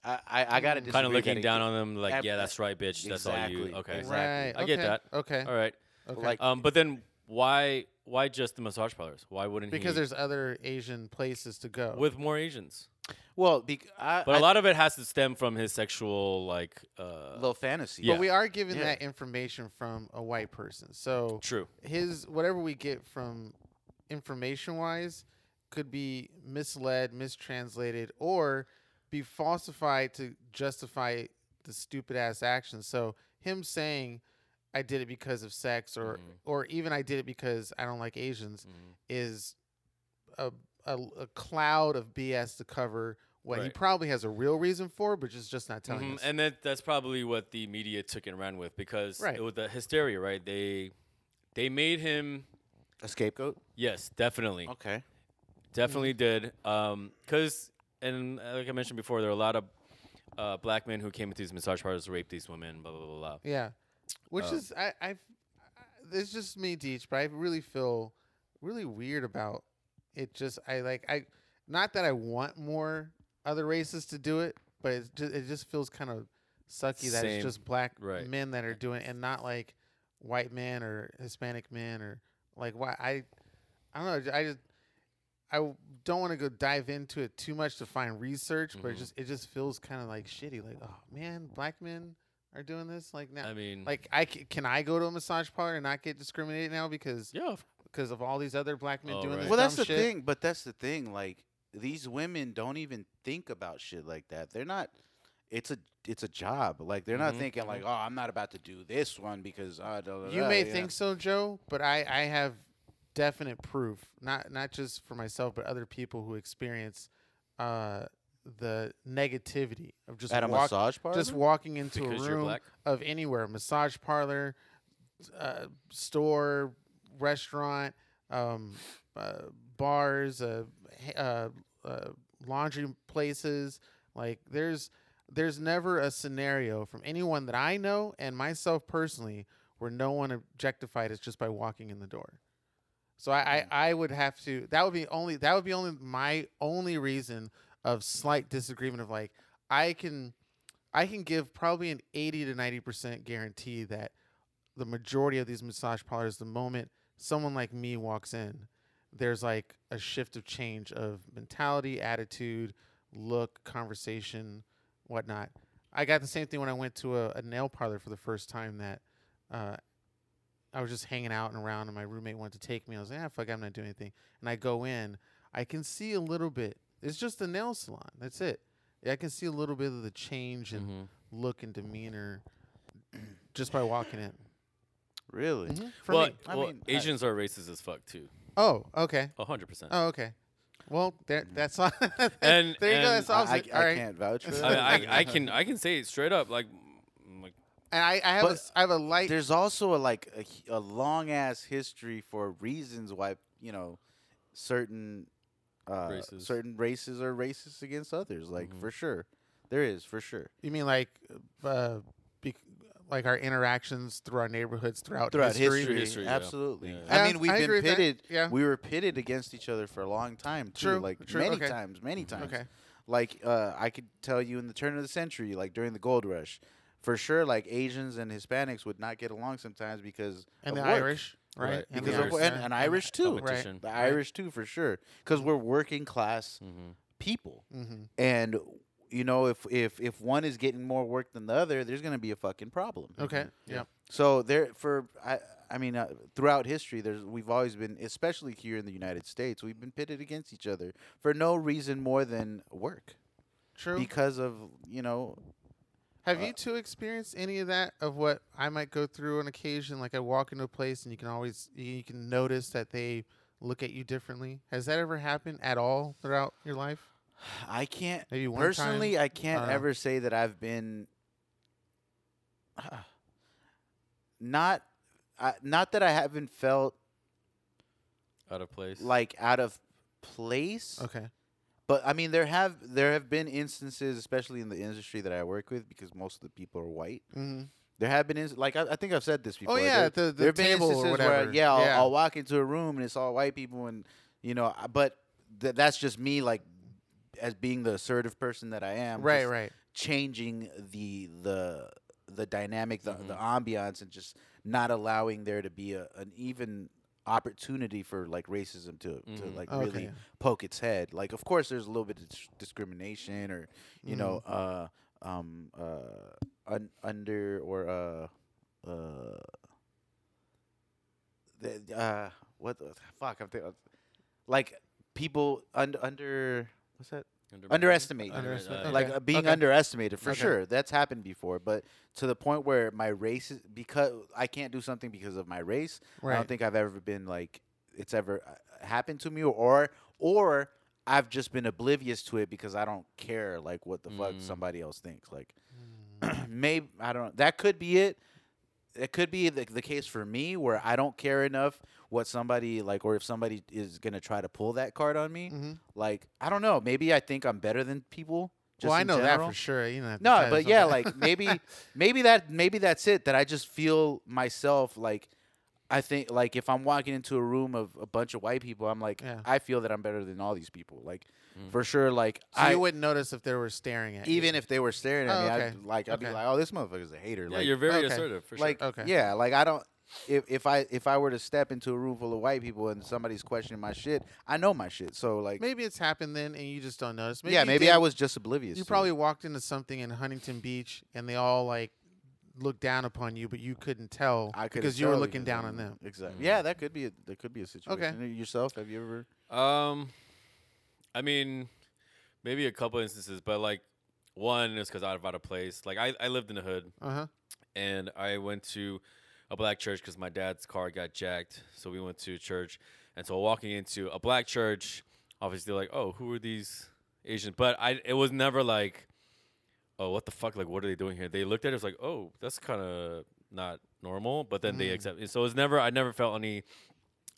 I I, I gotta Kind disagree of that looking it- down on them, like, ab- yeah, that's right, bitch. That's all you. Exactly, Okay. exactly. I get that. Okay. All right. Okay. Like Um, but then why why just the massage parlors? Why wouldn't because he there's other Asian places to go. with more Asians? well, bec- I, But I- a lot of it has to stem from his sexual like uh little fantasy. but yeah. we are given Yeah. that information from a white person. So true. his whatever we get from information wise could be misled, mistranslated, or be falsified to justify the stupid ass action. So him saying I did it because of sex or or even I did it because I don't like Asians Mm-hmm. Mm-hmm. is a, a, a cloud of BS to cover what he Right. probably has a real reason for, but just just not telling Mhm, us. And that that's probably what the media took and ran with because Right. it was the hysteria, right? They they made him a scapegoat. yes, definitely. Okay. Definitely did. Um 'cause cuz and uh, like I mentioned before, there are a lot of uh, black men who came into these massage parlors to rape these women, blah blah blah. blah. Yeah, which Um, is I I it's just me, Deech, but I really feel really weird about it. Just I like I not that I want more other races to do it, but it just, it just feels kind of sucky that Same. it's just black Right. men that are doing it and not like white men or Hispanic men or like why I I don't know I just. I w- don't want to go dive into it too much to find research, but it Mhm. just it just feels kind of like shitty. Like, oh man, black men are doing this. Like now, I mean, like I c- can I go to a massage parlor and not get discriminated now because yeah, of- because of all these other black men Oh, doing right. this. Well, that's dumb the shit? thing. But that's the thing. Like these women don't even think about shit like that. They're not. It's a it's a job. Like they're not Mm-hmm, Mhm, thinking like, oh, I'm not about to do this one because uh, da, da, You da," may know? think so, Joe, but I I have definite proof. Not not just for myself, but other people who experience uh, the negativity of just at a walk- massage parlor. just walking into Because a you're room black? of anywhere massage parlor uh, store restaurant um, uh, bars uh, h- uh, uh, laundry places like there's there's never a scenario from anyone that i know and myself personally where no one objectified is just by walking in the door so I, I, I would have to that would be only that would be only my only reason of slight disagreement of like I can I can give probably an 80 to 90% guarantee that the majority of these massage parlors, the moment someone like me walks in, there's like a shift of change of mentality, attitude, look, conversation, whatnot. I got the same thing when I went to a, a nail parlor for the first time that uh, I was just hanging out and around, and my roommate wanted to take me. I was like, ah, fuck, I'm not doing anything. And I go in, I can see a little bit. It's just a nail salon. That's it. I can see a little bit of the change in Mhm. look and demeanor just by walking in. really. For well, me. I well, mean, I- Asians are racist as fuck too. Oh, okay. A hundred percent. Oh, okay. Well, there, that's all. there And- you go. and That's I, all. Mm-hmm. I, right. I can't vouch for that. I, mean, I, I can I can say it straight up like mm, like And I, I have a, But s- I have a light. There's also a like a, h- a long ass history for reasons why you know certain uh, Races. certain races are racist against others. Like Mm-hmm. Mhm. for sure, there is for sure. You mean like, uh, bec- like our interactions through our neighborhoods throughout, throughout history, Through history, yeah. absolutely. Yeah. Yeah, I mean, we've I agree with been that. pitted. Yeah. we were pitted against each other for a long time too. True, like true, many okay. times, many times. Okay. Like uh, I could tell you in the turn of the century, like during the gold rush, for sure, like Asians and Hispanics would not get along sometimes because And the of work. Irish, right? Right. And the because the of, Irish and, there. and Irish too, Right. competition. the Irish too for sure, because we're working class Mhm. people, Mhm. and you know if if if one is getting more work than the other, there's gonna be a fucking problem. Okay. Mm-hmm. Yeah. So there, for I, I mean, uh, throughout history, there's we've always been, especially here in the United States, we've been pitted against each other for no reason more than work, True. because of you know, Have Uh, you two experienced any of that of what I might go through on occasion? Like I walk into a place and you can always you you can notice that they look at you differently. Has that ever happened at all throughout your life? I can't Maybe one Uh-huh. personally, I can't dunno. ever say that I've been not, I, not that I haven't felt out of place. like out of place. time. Okay. But I mean, there have there have been instances, especially in the industry that I work with, because most of the people are white. Mm-hmm. There have been ins- like I, I think I've said this before. Oh, yeah, there, the- the there have been table or instances whatever. Where, yeah, I'll, Yeah. I'll walk into a room and it's all white people, and you know, I- but th- that's just me, like as being the assertive person that I am. right, just right. Changing the the the dynamic, the the Mm-hmm. ambiance, and just not allowing there to be a, an even opportunity for like racism to to Mhm. like Okay. really poke its head. Like, of course, there's a little bit of dis- discrimination or you Mm-hmm. know, uh, um, uh, un- under or uh, uh, the, uh, what the fuck? I'm thinking, like people un- under what's that? Underestimate. Underestimate. uh, Okay. Like uh, being okay. underestimated for Okay. sure. That's happened before, but to the point where my race is because I can't do something because of my race. I Right. don't think I've ever been like it's ever uh, happened to me or or I've just been oblivious to it because I don't care like what the fuck Mm. somebody else thinks. Like maybe I don't. That could be it. It could be the, the case for me where I don't care enough what somebody like or if somebody is gonna try to pull that card on me. Mm-hmm. Like I don't know. Maybe I think I'm better than people. Just Well, I in know that general. for sure. You know. No, but yeah, like maybe maybe that maybe that's it. That I just feel myself like I think like if I'm walking into a room of a bunch of white people, I'm like Yeah. I feel that I'm better than all these people. Like Mm. for sure, like So I you wouldn't notice if they were staring at you. even if they were staring at Oh, me, okay. I'd like I'd be Okay. like, oh, this motherfucker's a hater. Yeah, like, you're very okay. assertive for like sure. Okay. yeah, like I don't. If, if I if I were to step into a room full of white people and somebody's questioning my shit, I know my shit. So like, maybe it's happened then, and you just don't notice. yeah, you maybe did- I was just oblivious. You to it. probably walked into something in Huntington Beach, and they all like looked down upon you, but you couldn't tell I couldn't because you were tell looking because down I'm- on them. Exactly. Mm. Yeah, that could be a, that could be a situation. Yourself, have you ever? Um, I mean, maybe a couple instances, but like one is because I was out of place. Like I, I lived in the hood Uh huh. and I went to a black church because my dad's car got jacked. So we went to church, and so walking into a black church, obviously like, oh, who are these Asians? But I, it was never like, oh, what the fuck? Like, what are they doing here? They looked at it was like, oh, that's kind of not normal. But then they Mm. accept it. So it's never, I never felt any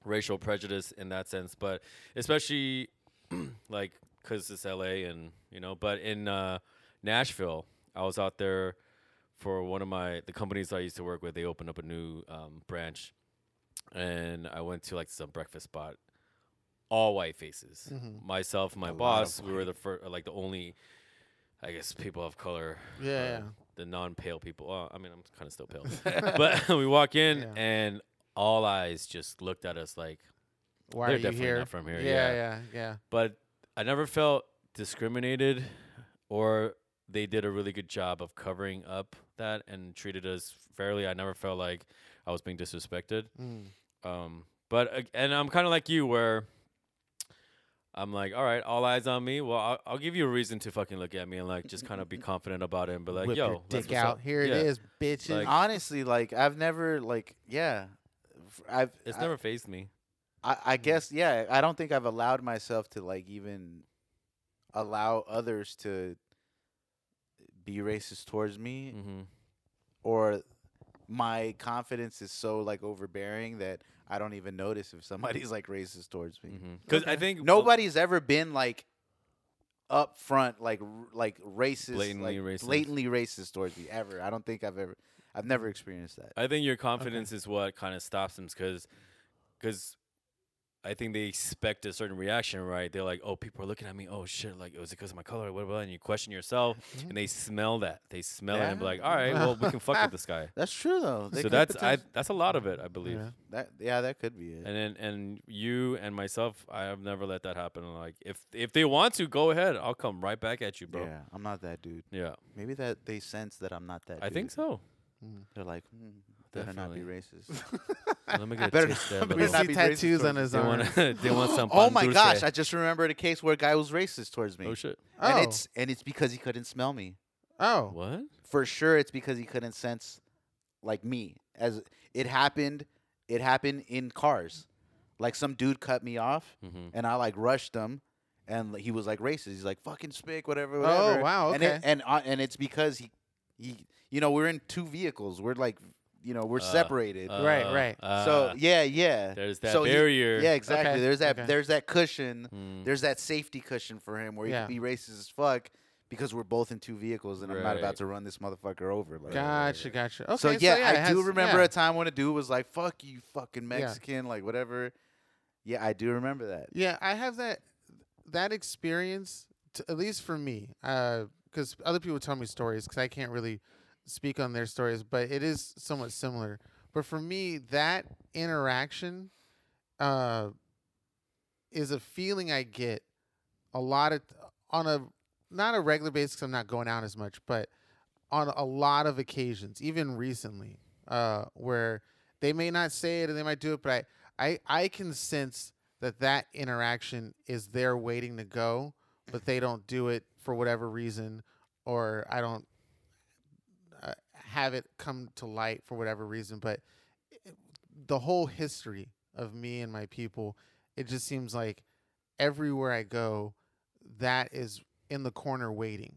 racial prejudice in that sense. But especially like because it's LA and you know, but in uh, Nashville, I was out there for one of my the companies I used to work with. They opened up a new um, branch, and I went to like some breakfast spot, all white faces. Mhm. Myself, my A lot of boss, we white. were the first, like the only, I guess, people of color. Yeah, uh, yeah. The non-pale people. Well, I mean, I'm kind of still pale, but we walk in Yeah. and all eyes just looked at us like Why They're are you definitely here? not from here, Yeah, yeah. yeah, yeah. but I never felt discriminated or they did a really good job of covering up that and treated us fairly. I never felt like I was being disrespected. Mm. Um, but ag- and I'm kind of like you where I'm like, all right, all eyes on me. Well, I'll, I'll give you a reason to fucking look at me and like just kind of be confident about it and be like, Whip yo, your that's dick what's out. up. Here Yeah. it is, bitches. Like- Honestly, like I've never like yeah, f- I've It's I- never phased me. I, I guess yeah. I don't think I've allowed myself to like even allow others to be racist towards me, hmm or my confidence is so like overbearing that I don't even notice if somebody's like racist towards me. Because Mm-hmm. I Okay. think nobody's ever been like up front like r- like racist Blatantly like, racist. blatantly racist towards me ever i don't think i've ever i've never experienced that I think your confidence is what kind of stops them because I think they expect a certain reaction, right? They're like, oh, people are looking at me. Oh, shit. Like, was it because of my color? What about? And you question yourself and they smell that. They smell it and be Mm-hmm. Yeah. like, all right, well, we can fuck with this guy. that's true though They so could that's I, potent- that's a lot of it, I believe. Yeah. that yeah that could be it And then and you and myself, I have never let that happen. Like if if they want to, go ahead. I'll come right back at you, bro. Yeah. yeah i'm not that dude maybe that they sense that i'm not that I dude. think so. they're like hmm, better not be racist Let me get a Better- taste of that. better we little- not see be racist tattoos on towards his They arm. want they want some. oh pan my dulce. gosh i just remembered a case where a guy was racist towards me Oh shit. and Oh. it's and it's because he couldn't smell me Oh, What? for sure it's because he couldn't sense like me as it happened it happened in cars like some dude cut me off Mm-hmm. and i like rushed him and he was like racist he's like fucking spick whatever Oh, whatever wow, and it, okay. and uh, and it's because he he you know we're in two vehicles we're like you know we're Uh, ah, separated Right, right. so yeah yeah there's that so he- barrier. yeah exactly Okay, there's that okay. there's that cushion Mm. there's that safety cushion for him where he Mm-hmm. Yeah. could be racist as fuck because we're both in two vehicles and I'm not about Right. to run this motherfucker over. Like, uh, Gotcha, gotcha. Okay, so yeah, I it has- do remember yeah. a time when a dude was like, "Fuck you, fucking Mexican," like whatever. Yeah, I do remember that. Yeah, I have that that experience, t- at least for me, because other people tell me stories because I can't really speak on their stories, but it is somewhat similar. But for me, that interaction uh, is a feeling I get a lot of on a not a regular basis. 'cause I'm not going out as much, but on a lot of occasions, even recently, uh, where they may not say it and they might do it, but I, I, I can sense that that interaction is there waiting to go, but they don't do it for whatever reason, or I don't uh, have it come to light for whatever reason. But it- the whole history of me and my people, it just seems like everywhere I go, that is in the corner waiting.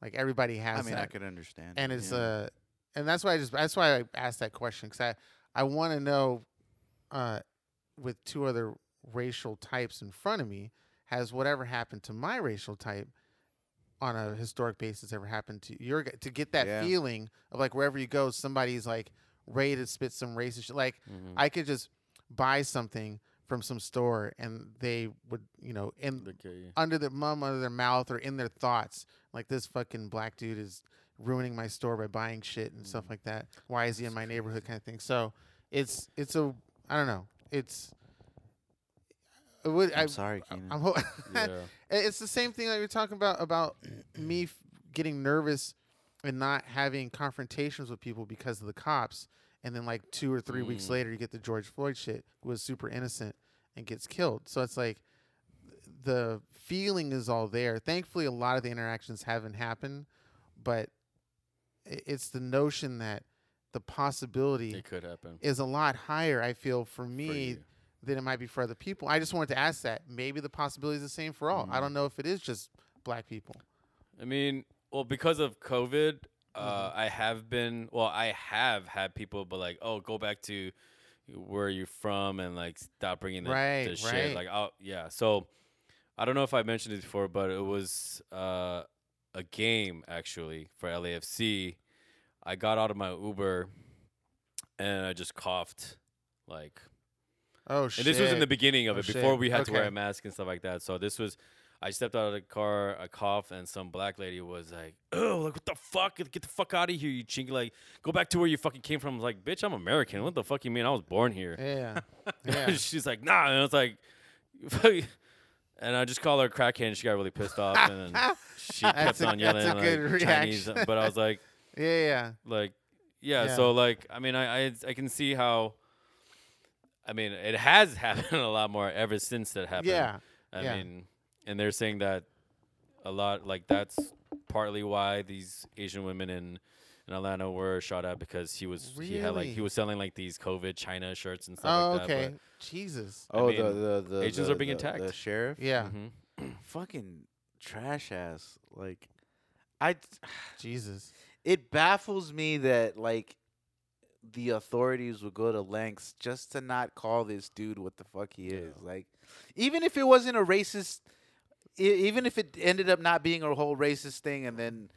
Like everybody has. I mean, that I could understand. and it, it's yeah. uh and that's why I just that's why I asked that question because I I want to know uh with two other racial types in front of me has whatever happened to my racial type on a historic basis ever happened to your g- to get that Yeah. feeling of like wherever you go somebody's like ready to spit some racist shit like Mm-hmm. I could just buy something from some store and they would you know and under their mum under their mouth or in their thoughts like this fucking black dude is ruining my store by buying shit and Mm. stuff like that why is he in my neighborhood kind of thing so it's it's a i don't know it's it would I'm i sorry, Keenan. I'm ho- Yeah. it's the same thing that you're talking about about me f- getting nervous and not having confrontations with people because of the cops and then like two or three weeks Mm. later you get the george floyd shit who was super innocent and gets killed so it's like the feeling is all there thankfully a lot of the interactions haven't happened but i- it's the notion that the possibility It could happen. is a lot higher i feel for for me you. than it might be for other people. I just wanted to ask that. Maybe the possibility is the same for all. I don't know if it is just black people. I mean, well, because of COVID, uh, Mm-hmm. I have been. Well, I have had people, but like, oh, go back to where you're from and like stop bringing the, Right, the right. shit. Like, oh, yeah. So I don't know if I mentioned it before, but it was uh, a game actually for LAFC. I got out of my Uber and I just coughed, like Oh shit! and this was in the beginning of Oh, it, before shit. we had to wear Okay. a mask and stuff like that. So this was, I stepped out of the car, I coughed, and some black lady was like, "Oh, like what the fuck? Get the fuck out of here, you chink! Like go back to where you fucking came from." I was like, "Bitch, I'm American. What the fuck you mean? I was born here." yeah, yeah. She's like, "Nah," and I was like, and I just called her a crackhead, and she got really pissed off, and then she That's kept a- on yelling that's a good like Chinese. reaction. But I was like yeah, yeah, like yeah, Yeah. so like i mean I, I i can see how i mean it has happened a lot more ever since that happened yeah, i yeah. mean and they're saying that a lot like that's partly why these asian women in in Atlanta were shot at because he was he had like Really? he was selling like these COVID China shirts and stuff Oh, like that. okay. Jesus. I oh, mean, the, the the Asians the- are being the- The attacked. sheriff, But, Yeah, Mhm. fucking trash ass. Like, I Jesus. it baffles me that like the authorities would go to lengths just to not call this dude what the fuck he is. Like, even if it wasn't a racist, e- even if it ended up not being a whole racist thing, and then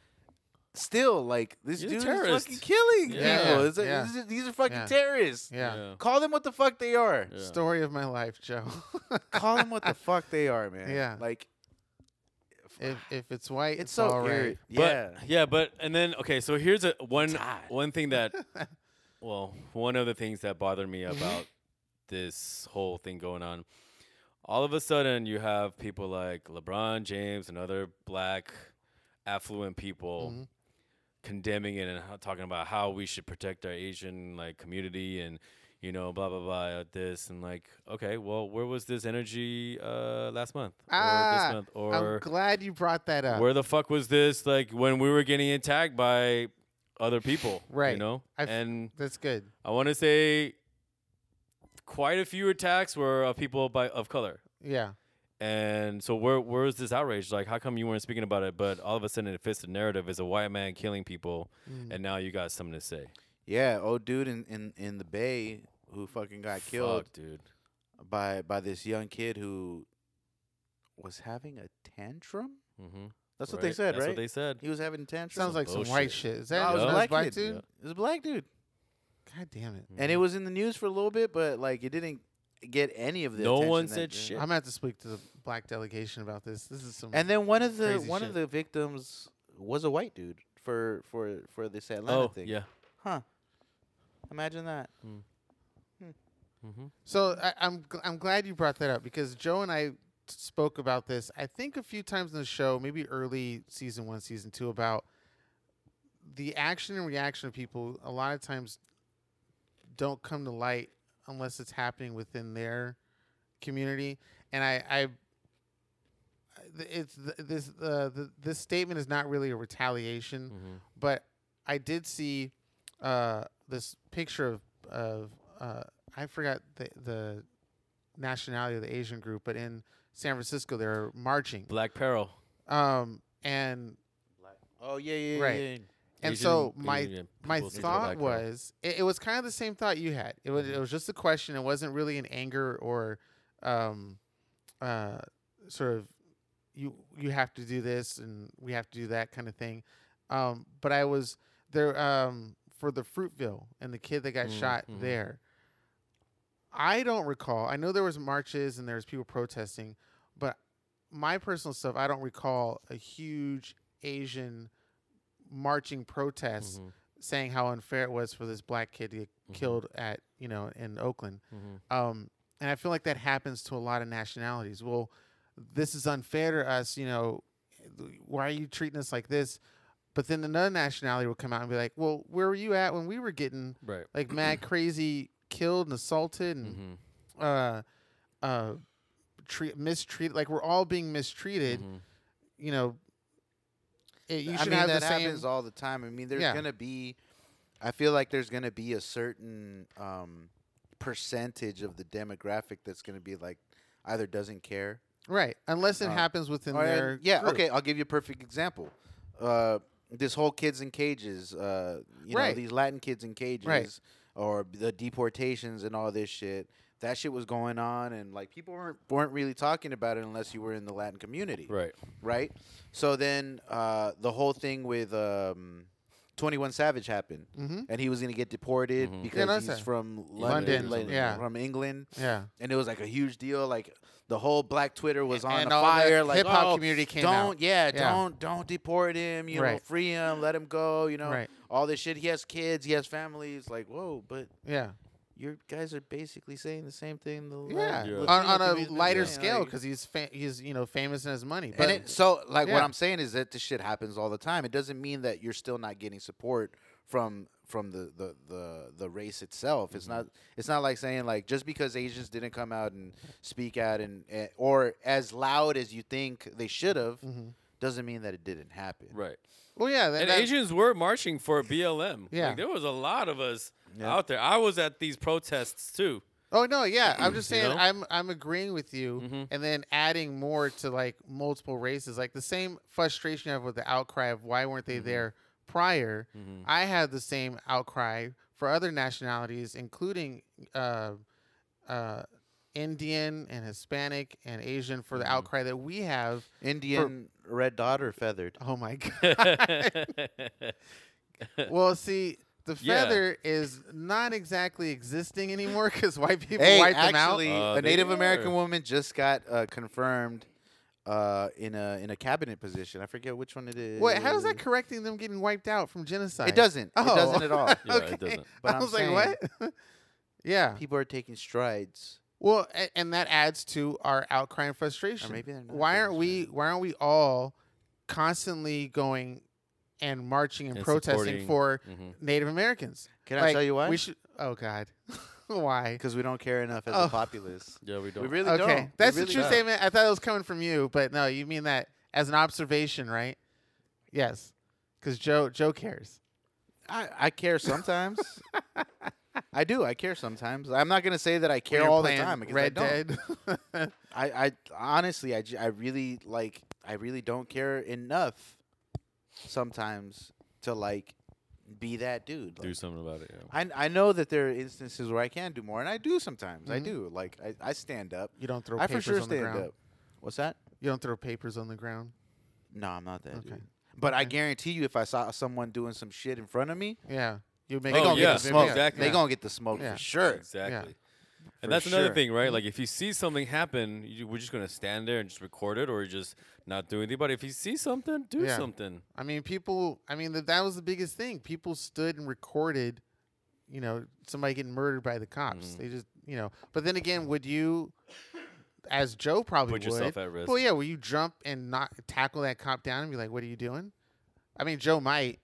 still like this He's a dude is terrorist. fucking killing Yeah. people. It's like, Yeah. this is- these are fucking Yeah. terrorists. Yeah. Call them what the fuck they are. Yeah. Story of my life, Joe. Call them what the fuck they are, man. Yeah. like if if it's white, it's, it's, so all right. irri- But Yeah, yeah. but and then okay, so here's a one Todd. one thing that well, one of the things that bothered me Mm-hmm. about this whole thing going on. All of a sudden you have people like LeBron James and other black affluent people Mhm. condemning it and how, talking about how we should protect our Asian like community and you know blah blah blah uh, this and like okay well where was this energy uh last month or Ah, this month or I'm glad you brought that up. where the fuck was this like when we were getting attacked by other people you Right. know I f- and That's good. i want to say quite a few attacks were of people by of color Yeah, and so where where's this outrage like how come you weren't speaking about it but all of a sudden it fits the narrative is a white man killing people Mm. Mm-hmm. and now you got something to say yeah. Old dude in in in the Bay who fucking got killed. Fuck, dude by by this young kid who was having a tantrum mm-hmm. That's what they said, That's right? what they said. he was having tantrums. Sounds like some white bullshit. shit. Is no, that it was a Yeah. another black, black kid. dude? It was a black dude, God damn it! and it was in the news for a little bit, but like it didn't get any of the. No attention one that- said yeah. shit. I'm gonna have to speak to the black delegation about this. This is some. And then one of the Crazy one shit. of the victims was a white dude for for for this Atlanta Oh, thing. yeah. Huh. Imagine that. Mm-hmm. so I, I'm gl- I'm glad you brought that up because Joe and I spoke about this. I think a few times in the show, maybe early season one, season two, about the action and reaction of people. A lot of times don't come to light unless it's happening within their community. And I, I it's th- this uh, the, this statement is not really a retaliation. Mm-hmm. but I did see uh, this picture of of uh, I forgot the the nationality of the Asian group, but in San Francisco they're marching, Black Peril. um, and Oh yeah, yeah, Right. yeah. and Asian- Mm-hmm. so Asian, my yeah, my peoples, thought Black Peril. was it, it was kind of the same thought you had. It was it was just a question. It wasn't really an anger or um, uh, sort of you you have to do this and we have to do that kind of thing. Um, but I was there um, for the Fruitville and the kid that got Mm, shot mhm. there. I don't recall. I know there was marches and there was people protesting, but my personal stuff, I don't recall a huge Asian marching protest Mhm, saying how unfair it was for this black kid to get Mhm. Mm-hmm. killed at you know in Oakland. mhm. Um, and I feel like that happens to a lot of nationalities. Well, this is unfair to us. You know, why are you treating us like this? But then another nationality will come out and be like, "Well, where were you at when we were getting Right. like mad crazy killed and assaulted and Mm-hmm. uh, uh, treat mistreated? Like we're all being mistreated. Mm-hmm. You know, it, you Mm-hmm. I should mean, have that the same. happens all the time. I mean, there's Yeah. gonna be. I feel like there's gonna be a certain um, percentage of the demographic that's gonna be like either doesn't care Right, unless it Uh, happens within Or, uh, their yeah. group. Okay, I'll give you a perfect example. Uh, this whole kids in cages, uh, you Right. know, these Latin kids in cages, or the deportations and all this shit. That shit was going on, and like people weren't weren't really talking about it unless you were in the Latin community, Right. right? So then uh, the whole thing with um, Twenty One Savage happened, Mm-hmm. and he was gonna get deported Mhm. Yeah, because no, he's that's a- from London, London, London, yeah. from England, Yeah. and it was like a huge deal. Like the whole Black Twitter was on And the all the fire. like hip-hop "Oh, community came don't, out." Yeah, Yeah. don't don't deport him. You know, Right. free him, let him go. You know, Right. all this shit. He has kids. He has families. Like whoa, but Yeah. your guys are basically saying the same thing. The Lat- Yeah. Yeah. Latino On, on a community- lighter yeah, scale like- because he's fa- he's you know famous in his money. But and it, so, like, Yeah. what I'm saying is that this shit happens all the time. It doesn't mean that you're still not getting support from from the the the, the race itself. It's Mm-hmm. not it's not like saying like just because Asians didn't come out and speak out and, and or as loud as you think they should have Mhm. doesn't mean that it didn't happen. Right. well, yeah, that, And that- Asians were marching for BLM. Yeah. Like, there was a lot of us Yeah. out there. I was at these protests too. Oh no, yeah. I'm just You saying. know? I'm I'm agreeing with you, Mm-hmm. Mhm. and then adding more to like multiple races, like the same frustration I have with the outcry of why weren't they there prior. Mhm. I had the same outcry for other nationalities, including uh, uh, Indian and Hispanic and Asian, for the outcry that we have. Indian red dot or feathered. Oh my god. Well, see, the Yeah. feather is not exactly existing anymore because white people Hey, wipe them out. actually, Uh, a they Native American are. woman just got uh, confirmed uh, in a in a cabinet position. I forget which one it is. Wait, how is that correcting them getting wiped out from genocide? It doesn't. Oh. It doesn't at all. Yeah, it doesn't. But I I'm was saying- like, what? yeah. people are taking strides. Well, and, and that adds to our outcry and frustration. maybe they're not why doing aren't we? shit. Why aren't we all constantly going and marching and, And protesting supporting- for Mhm. Native Americans? Can I Like, tell you why? We should. Oh God, why? Because we don't care enough as Oh. a populace. Yeah, we don't. We really Okay, don't. We that's the really true don't. statement. I thought it was coming from you, but no, you mean that as an observation, right? Yes, because Joe Joe cares. I, I care sometimes. I do. I care sometimes. I'm not gonna say that I When care you're all the playing time. because I Red don't. Dead. I, I honestly, I, j- I really like. I really don't care enough sometimes to like be that dude. Like, do something about it. Yeah. I, I know that there are instances where I can do more, and I do sometimes. I Mhm. do. Like I, I stand up. you don't throw I for papers sure on the stand ground. up. What's that? You don't throw papers on the ground. No, I'm not that Okay. dude. But I Okay. guarantee you, if I saw someone doing some shit in front of me, Yeah. You make They it gonna look get like a the video. Oh, smoke. Exactly. They Yeah. gonna get the smoke Yeah. for sure. Exactly. For And that's another sure. Mm-hmm. thing, right? Like if you see something happen, you, we're just gonna stand there and just record it, or just not do anything. But if you see something, do Yeah. something. I mean, people. I mean, that that was the biggest thing. People stood and recorded, you know, somebody getting murdered by the cops. Mhm. They just, you know. But then again, would you, as Joe probably Put would, yourself at risk. well, yeah, will you jump and not tackle that cop down and be like, "What are you doing?" I mean, Joe might,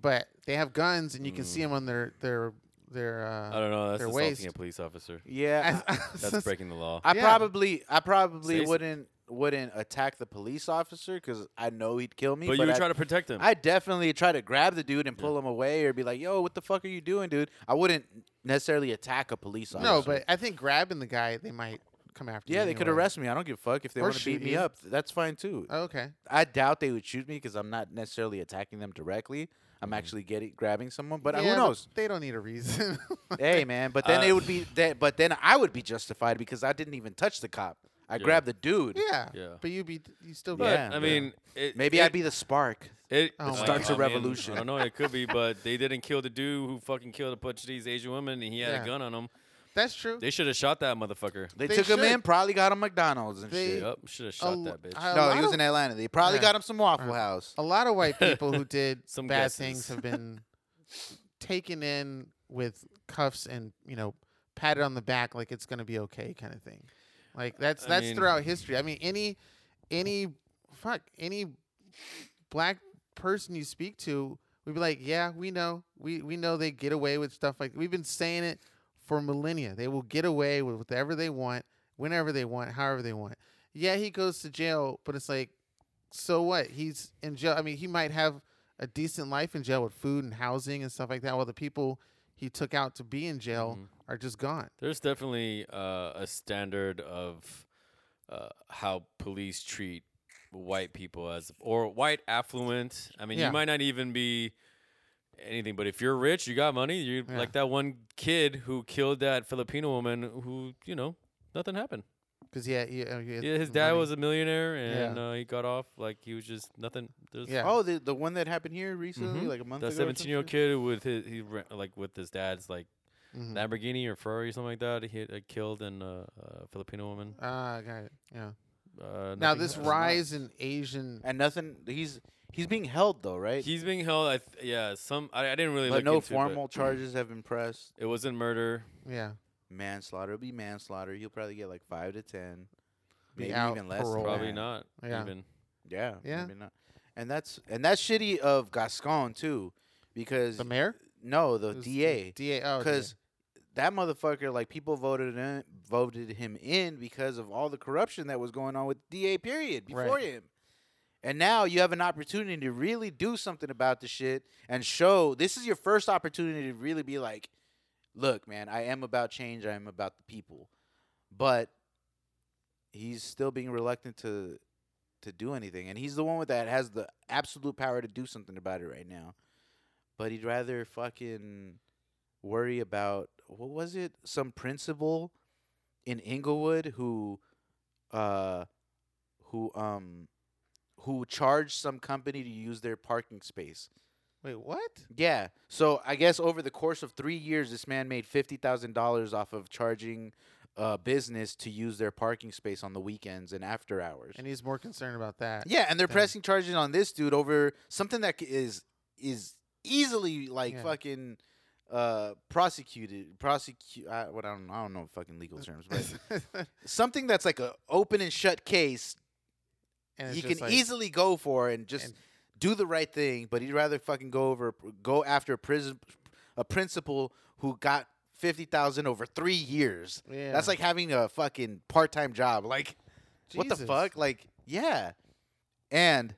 but they have guns and you can see them on their their their. Uh, Mm. I don't know. That's their assaulting waist. a police officer. Yeah, I- That's breaking the law. I Yeah. probably, I Say probably some- wouldn't wouldn't attack the police officer because I know he'd kill me. But you were I, trying to protect him. I definitely try to grab the dude and pull him away or be like, "Yo, what the fuck are you doing, dude?" I wouldn't necessarily attack a police officer. No, but I think grabbing the guy, they might come after. yeah, you they could anyway. arrest me. I don't give a fuck if they Or want to shoot beat me you. up. That's fine too. Oh, okay. I doubt they would shoot me because I'm not necessarily attacking them directly. Mm-hmm. I'm actually getting grabbing someone, but uh, Yeah, who knows? They don't need a reason. hey man but then Uh, it would be that but then i would be justified because i didn't even touch the cop i Yeah. grabbed the dude yeah. Yeah. But you'd be you still be But Yeah, I yeah. mean, it, maybe it, i'd be the spark It, Oh my starts I a mean, revolution. I don't know. It could be, but they didn't kill the dude who fucking killed a bunch of these Asian women, and he had Yeah. a gun on him. That's true. They should have shot that motherfucker. they, They took him should. in probably got him mcdonald's and They- shit Yep, should have shot l- that bitch. I- A no lot he was of- in atlanta they probably Yeah. got him some waffle Uh, house a lot of white people who did Some bad guesses. things have been taken in with cuffs and you know patted on the back like it's going to be okay kind of thing like that's Uh, I that's mean- throughout history i mean any any fuck any black person you speak to would be like yeah we know we we know they get away with stuff like we've been saying it for millennia they will get away with whatever they want whenever they want however they want yeah he goes to jail but it's like so what he's in jail i mean he might have a decent life in jail with food and housing and stuff like that while the people he took out to be in jail Mhm. are just gone There's definitely uh, a standard of uh, how police treat white people as or white affluent. I mean, Yeah. you might not even be anything, but if you're rich, you got money. You are Yeah. like that one kid who killed that Filipino woman who you know nothing happened. because yeah, he, uh, he had Yeah, his dad money. was a millionaire, and Yeah. uh, he got off like he was just nothing. There's Yeah. Mm-hmm. oh the, the one that happened here recently Mhm. like a month that ago or some 17 year old shit? kid with his he ra- like with his dad's like Mhm. Lamborghini or Ferrari or something like that. He had, uh, killed an uh, uh, Filipino woman. ah got it yeah Uh, now nothing this happened. ri- rise in asian and nothing he's he's being held though right He's being held. I th- yeah, some I, I didn't really but look no into it, formal charges have been pressed It wasn't murder. yeah manslaughter will be manslaughter he'll probably get like five to ten Be maybe out, even less than parole. Probably that. not. Oh, Yeah. Even Yeah. Yeah. Maybe not. And that's and that's shitty of Gascon too, because the mayor no, the It was the DA, da oh because that motherfucker, like people voted in, voted him in because of all the corruption that was going on with DA. Period Right. before him. And now you have an opportunity to really do something about the shit and show this is your first opportunity to really be like, look, man, I am about change. I am about the people. But he's still being reluctant to to do anything. And he's the one with that has the absolute power to do something about it right now. But he'd rather fucking worry about what was it? Some principal in Inglewood who uh who um who charged some company to use their parking space. wait what Yeah. So I guess over the course of three years, this man made fifty thousand dollars off of charging a business to use their parking space on the weekends and after hours. and he's more concerned about that yeah, and they're Damn. pressing charges on this dude over something that c- is is easily like Yeah. fucking uh prosecuted prosecute I, what I don't I don't know fucking legal terms but something that's like a open and shut case and it's he just can like, easily go for and just And- do the right thing, but he'd rather fucking go over go after a prison a principal who got fifty thousand over three years. yeah. That's like having a fucking part time job. Like what the Jesus. fuck? Like yeah. And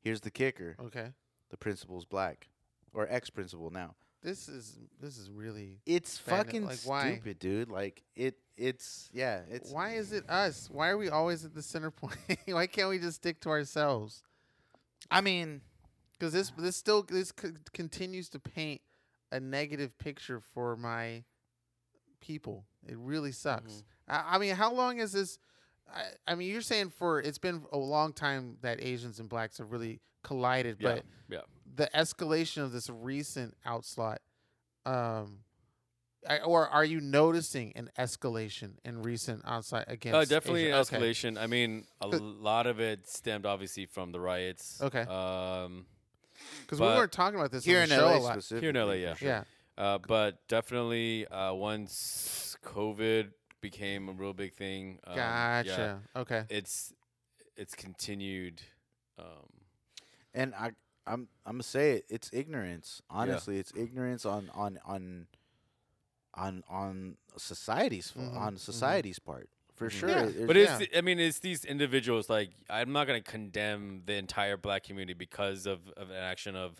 here's the kicker: okay the principal's black or ex principal now. this is this is really It's Fan- fucking like, why? stupid, dude. Like it. It's yeah. It's why is it us why are we always at the center point why can't we just stick to ourselves I mean. because this this still this c- continues to paint a negative picture Mm-hmm. for my people. It really sucks. I, I mean, how long is this? I, I mean, you're saying for it's been a long time that Asians and blacks have really collided, Yeah, but yeah. the escalation of this recent outslot, um, I, or are you noticing an escalation in recent outslot against? Uh, definitely Asian? an Okay. escalation. I mean, a Good. lot of it stemmed obviously from the riots. Okay. Um, Because we But weren't talking about this Here on in the show a LA, lot. specifically. Here in LA, for yeah. sure. Yeah, Uh, but definitely, uh, once COVID became a real big thing, um, yeah, gotcha. Okay, it's it's continued. Um, And I, I'm, I'm gonna say it. It's ignorance. Honestly, it's ignorance on, on, on, on, on society's fa- Mhm, on mhm. society's part for sure. Mm-hmm. Yeah. There's- but it's yeah. the- I mean it's these individuals. Like I'm not gonna condemn the entire black community because of of an action of,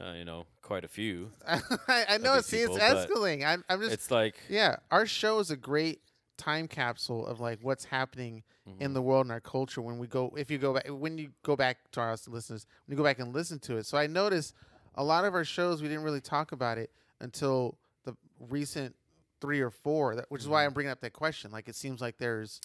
uh, you know, quite a few. I, I know it these seems people, but escalating. I'm, I'm just It's like Yeah, our show is a great time capsule of like what's happening mm-hmm. in Mm. the world and our culture when we go if you go back when you go back to our listeners when you go back and listen to it. So I noticed a lot of our shows we didn't really talk about it until the recent three or four, that, which is why I'm bringing up that question. Like it seems like there's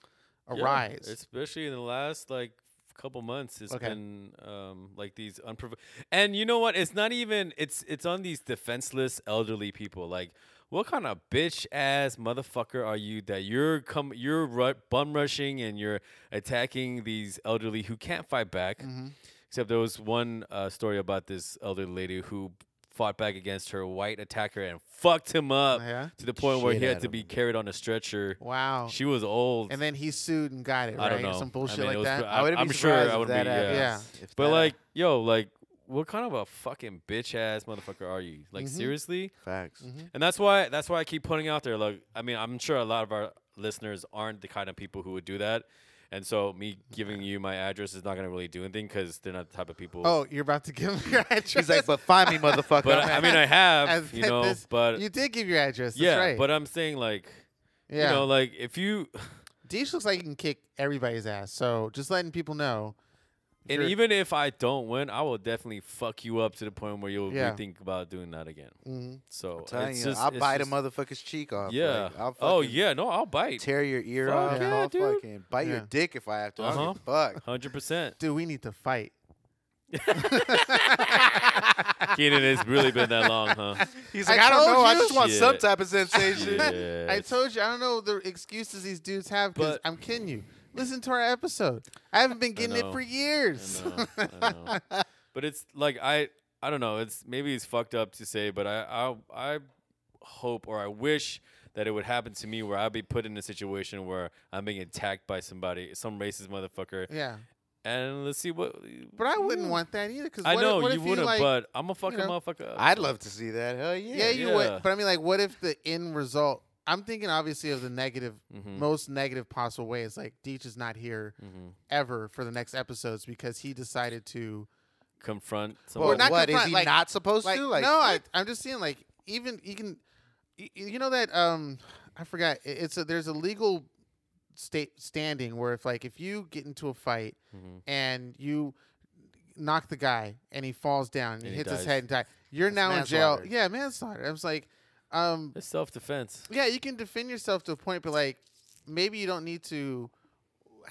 a Mm-hmm. Yeah, rise. especially in the last like couple months. It's Okay. been um, like these unprov. And you know what? It's not even. It's it's on these defenseless elderly people. Like, what kind of bitch ass motherfucker are you that you're come you're ru- bum rushing and you're attacking these elderly who can't fight back. Mm-hmm. Except there was one uh, story about this elderly lady who fought back against her white attacker and fucked him up Yeah? to the point where Shit he had at to him. be carried on a stretcher. Wow. She was old. and then he sued and got it, I right? don't know. Some bullshit I mean, it like was, that. I, wouldn't am be sure surprised I if would be. that Yeah. happens. Yeah. If But that like, yo, like, what kind of a fucking bitch ass motherfucker are you? Like, Mhm. seriously? Facts. Mm-hmm. And that's why that's why I keep putting out there. Like, I mean, I'm sure a lot of our listeners aren't the kind of people who would do that. And so, me giving you my address is not gonna really do anything because they're not the type of people. oh, you're about to give me your address. He's like, but find me, motherfucker. but I mean, I have, As you if know. this- But you did give your address. That's yeah, right. but I'm saying like, yeah. you know, like if you Deesh looks like he can kick everybody's ass. So just letting people know. if and you're- even if I don't win, I will definitely fuck you up to the point where you'll Yeah. rethink about doing that again. Mhm. So telling it's you, just- I'll it's bite just- a motherfucker's cheek off. Yeah. Like, I'll oh fucking yeah. No, I'll bite. Tear your ear Fuck off. yeah, I'll dude. fucking bite your Yeah. dick if I have to. Uh-huh. Uh-huh. Fuck. Hundred percent. dude, we need to fight. Keenan, it's really been that long, huh? He's like, I don't know, I just want some type of I Yes. told you, I don't know the excuses these dudes have because But- I'm kidding you. Listen to our episode. I haven't been getting it know. for I years. I know, I know. But it's like I I don't know. It's maybe it's fucked up to say, but I I I hope or I wish that it would happen to me where I'd be put in a situation where I'm being attacked by somebody, some racist motherfucker, yeah. and let's see what. But I wouldn't want that either because Mm. I know what you if wouldn't, like, but I'm a fucking know, motherfucker. up. I'd love to see that. Hell yeah. yeah, you yeah. would. But I mean, like, what if the end result? I'm thinking obviously of the negative, Mm. Mm-hmm. most negative possible way. It's like Deech is not here ever for the next episodes because he decided to confront. Well, Somebody. not what is confront, he like- not supposed like, to? Like, no, I, I'm just saying like even you can, y- y- you know that um, I forgot. i- It's a, there's a legal state standing where if like if you get into a fight Mm-hmm. and you knock the guy and he falls down and, And he hits his dies. head and die, you're That's now in jail. manslaughter. Yeah, manslaughter. I was like, um, It's self defense. yeah, you can defend yourself to a point, but like maybe you don't need to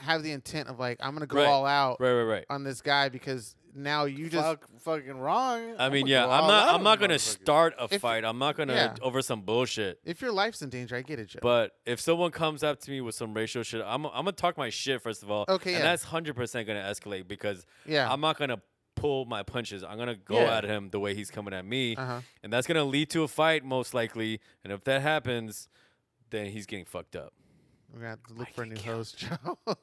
have the intent of like I'm gonna go Right. all out Right, right, right. on this guy because now you just Fuck, fucking wrong. I mean, I'ma yeah, go I'm all out not. on I'm not gonna motherfuckers. start a If- fight. I'm not gonna yeah. over some bullshit. if your life's in danger, I get it, Joe. But if someone comes up to me with some racial shit, I'm, I'm gonna talk my shit first of all. Okay, and yeah. that's hundred percent gonna escalate because Yeah. I'm not gonna pull my punches. I'm gonna go Yeah. at him the way he's coming at me, Uh-huh. and that's gonna lead to a fight most likely. And if that happens, then he's getting fucked up. We're gonna have to look for a new host, Joe. we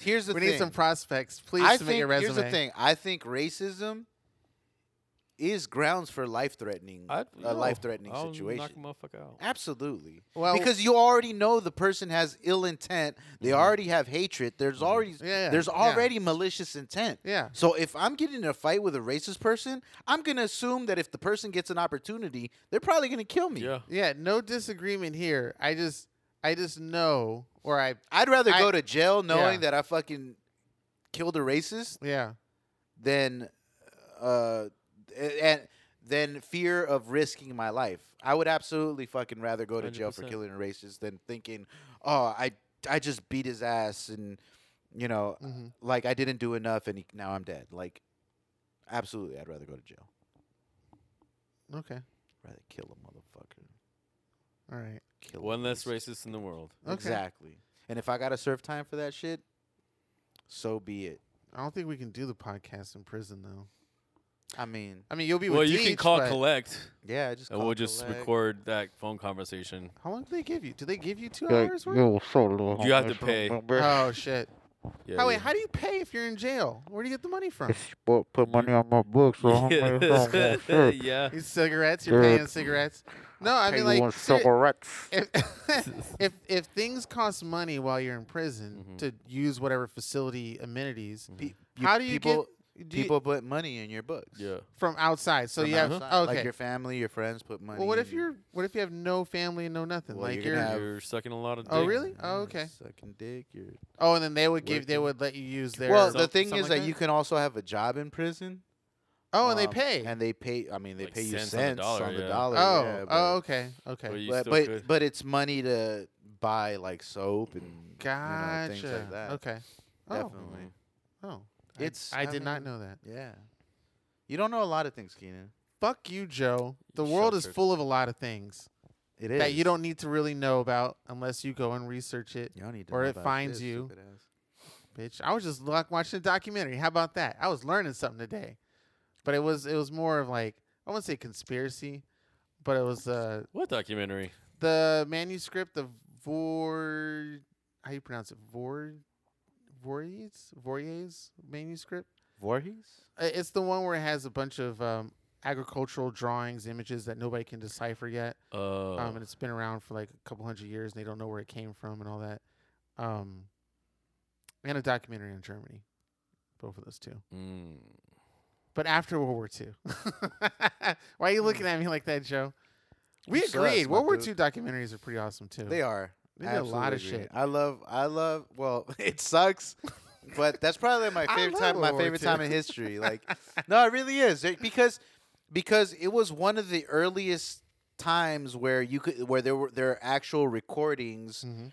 Here's the thing. need some prospects. Please I submit your think- resume. Here's the thing. I think racism is grounds for life threatening I, a life threatening I'll situation. Knock a motherfucker out. Absolutely. Well- because you already know the person has ill intent. They already have hatred. There's already Mm-hmm. Yeah, there's yeah. already malicious intent. Yeah. So if I'm getting in a fight with a racist person, I'm gonna assume that if the person gets an opportunity, they're probably gonna kill me. Yeah. Yeah, no disagreement here. I just, I just know, or I, I'd rather I- go to jail knowing Yeah. that I fucking killed a racist yeah, than uh a- and than fear of risking my life. I would absolutely fucking rather go to jail for 100%. killing a racist than thinking, oh, I I just beat his ass and you know hmm like I didn't do enough and he, now I'm dead. Like absolutely I'd rather go to jail. Okay. rather kill a motherfucker. All right. Kill a One less racist. racist in the world. Okay. Exactly. And if I got to serve time for that shit, so be it. I don't think we can do the podcast in prison though. I mean, I mean, you'll be Well, with you can Deej, call but collect, yeah, I just and call we'll just collect. record that phone conversation. How long do they give you? Do they give you two Yeah, hours worth? you're so low. You have to pay. Oh shit! Yeah, oh wait, yeah. how do you pay if you're in jail? Where do you get the money from? But put money on my books, so I'm gonna yeah. shit. yeah. These cigarettes? You're paying Yeah. cigarettes? No, I Pay mean you one like seri- cigarettes. if, if if things cost money while you're in prison Mm-hmm. Mhm. to use whatever facility amenities, Mhm. pe- You- how do you people, get do you- people put money in your books? Yeah. from outside? So From you have oh, outside, okay. like your family, your friends put money. well, what in if your- you're what if you have no family and no nothing? Well, like you're you're, gonna have- You're sucking a lot of. oh dick. really? Oh Yeah, okay. Sucking dick. You're Oh, and then they would give they Working. would let you use their well, Some- the thing something is like that, that? you can also have a job in prison. oh, and they um, pay. And they pay. I mean, they Like pay you cents cents on the dollar, yeah. oh, yeah, but- oh okay okay. Well, you but still but, could. but it's money to buy like soap and you know, gotcha. things like that. Okay. Oh Definitely. Mm-hmm. oh. I- It's- I, I did not mean- know that. Yeah. You don't know a lot of things, Keenan. Fuck you, Joe. The You world is sheltered. full of a lot of things It is that you don't need to really know about unless you go and research it. You don't need to or know it about finds shit, you. stupid ass. bitch. I was just luck watching a documentary. How about that? I was learning something today, but it was it was more of like I wouldn't say conspiracy, but it was uh What documentary? the manuscript of Vor how you pronounce it Vor Vorier's Vorier's manuscript. Voorhees. Uh, It's the one where it has a bunch of um, agricultural drawings, images that nobody can decipher yet. Uh, Oh. Um, and it's been around for like a couple hundred years, and they don't know where it came from and all that. Um, and a documentary on Germany, both of those two. mm. But after World War II, why are you Hmm. looking at me like that, Joe? We Sus, agreed. my World War dude. II documentaries are pretty awesome too. They are. They did a lot of Absolutely agree. shit. I love. I love. Well, it sucks, but that's probably my I favorite love time. My World War favorite II. time in history. Like, no, it really is It- because because it was one of the earliest times where you could where there were there are actual recordings hmm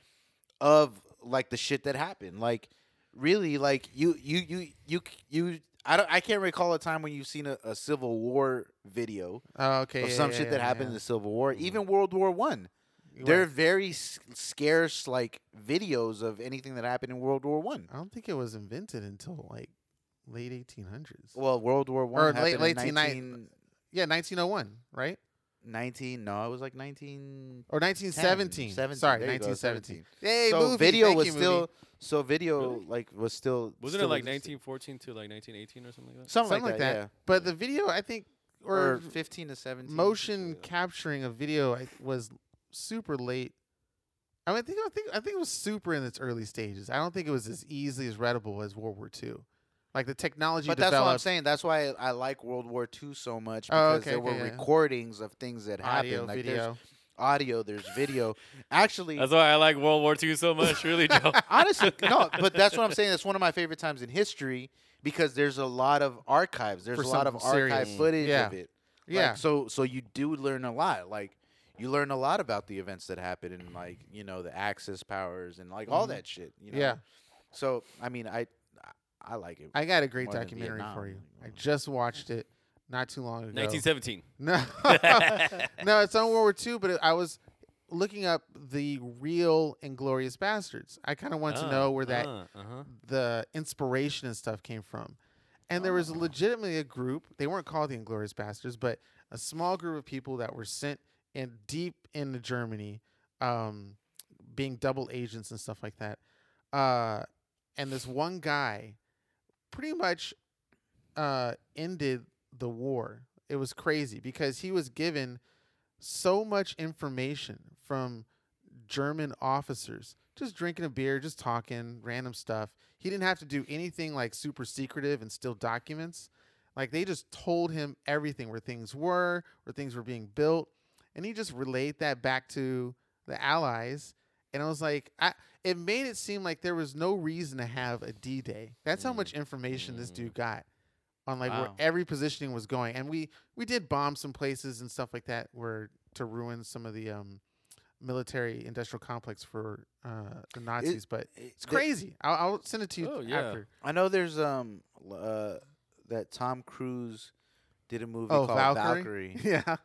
of like the shit that happened. Like, really, like you you you you you. I don't. I can't recall a time when you've seen a, a Civil War video Oh, okay. of yeah, some yeah, shit that yeah, happened in yeah. the Civil War, Mhm. even World War One. You're They're right. very s- scarce, like videos of anything that happened in World War One. I don't think it was invented until like late 1800s. Well, World War One Or happened late- in late teen- 19, yeah, 1901, right? 19 No, it was like nineteen. Or 1917. 17, Sorry, there you go, 1917. 17. Yay, so movie. video Thank was you, movie. still. So video Really? like was still. Wasn't it still like existed. 1914 to like 1918 or something like that? Something, something like that. But the video, I think, yeah. Or, or, fifteen to seventeen. motion something like that. capturing of video I, was super late. I mean, I think I think I think it was super in its early stages. I don't think it was as easily as readable as World War II. Like the technology But that's developed. what I'm saying. That's why I, I like World War Two so much Oh, because okay, there okay, were yeah. recordings of things that happened. Audio, like there's video. audio, there's video. Actually, That's why I like World War II so much, really, Joe. Honestly, no, but that's what I'm saying. That's one of my favorite times in history because there's a lot of archives. There's For a lot of something serious. archive footage Yeah. of it. Like, Yeah. so so you do learn a lot. Like you learn a lot about the events that happen and like you know the Axis powers and like all Mhm. that shit. You know? Yeah. So I mean I I- I like it. I got a great More than documentary for Vietnam. you. I just watched it not too long ago. 1917. No, no, it's on World War II, but I was looking up the real Inglorious Bastards. I kind of want to know where that Uh, uh-huh. the inspiration and stuff came from. And there was Oh. legitimately a group, they weren't called the Inglorious Bastards, but a small group of people that were sent in deep into Germany, um, being double agents and stuff like that. Uh, and this one guy pretty much uh, ended the war. It was crazy because he was given so much information from German officers just drinking a beer, just talking random stuff. He didn't have to do anything like super secretive and steal documents. Like they just told him everything where things were, where things were being built, and he just relayed that back to the allies. And I was like, I, it made it seem like there was no reason to have a D Day. That's how Mm. much information this Mm. dude got on like where Wow. every positioning was going. And we we did bomb some places and stuff like that where to ruin some of the um military industrial complex for uh, the Nazis, but it's They- crazy. I'll, I'll send it to you Oh, yeah. after. I know there's um l- uh that Tom Cruise did a movie Oh, called Valkyrie? Valkyrie, Yeah,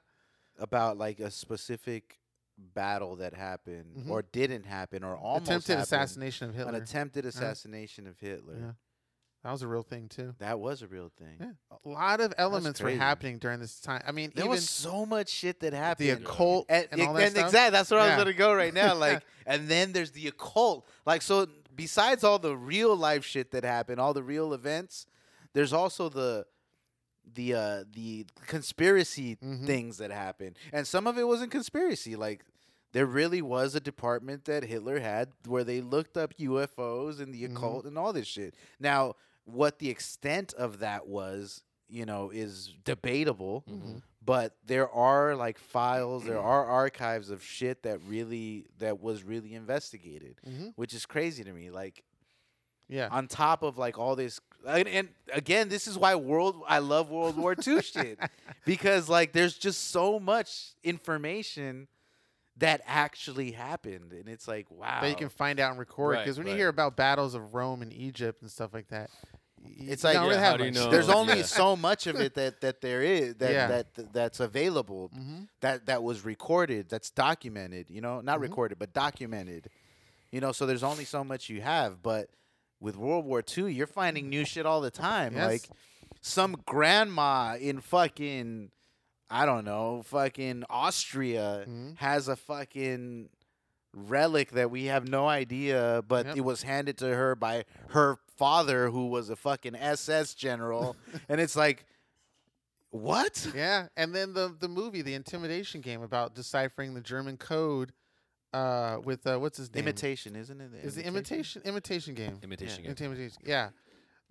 about like a specific battle that happened Mhm. or didn't happen or almost attempted happened, assassination of Hitler. Uh-huh. An attempted assassination of Hitler. Yeah. that was a real thing too. That was a real thing. Yeah. A lot of elements were Oh, crazy. happening during this time. I mean, There even was so much shit that the happened. occult And, and all that stuff. exactly that's where I Yeah. was gonna go right now. Like, and then there's the occult. Like, so besides all the real life shit that happened, all the real events, there's also the the uh the conspiracy Mhm. things that happened, and some of it wasn't conspiracy. Like, there really was a department that Hitler had where they looked up UFOs and the Mhm. occult and all this shit. Now, what the extent of that was, you know, is Mm. debatable Mm-hmm. Mhm. but there are like files there are archives of shit that really that was really investigated Mhm. which is crazy to me like yeah, on top of like all this and, and again this is why world i love world war ii shit because like there's just so much information that actually happened and it's like wow that you can find out and record. Right, Because when you right. hear about battles of Rome and Egypt and stuff like that, y- It's you like, don't really yeah, have how do you much. know? there's only yeah. so much of it that that there is that Yeah. that, that's available Mhm. that that was recorded that's documented you know not Mhm. recorded but documented you know so there's only so much you have but with world war ii you're finding new shit all the time Yes. like some grandma in fucking i don't know fucking austria Mhm. has a fucking relic that we have no idea but Yep. it was handed to her by her father who was a fucking ss general and it's like what Yeah, and then the the movie, the intimidation game about deciphering the German code, uh, with uh, what's his name? imitation isn't it Is the imitation imitation game? Imitation game. Intimidation. Yeah,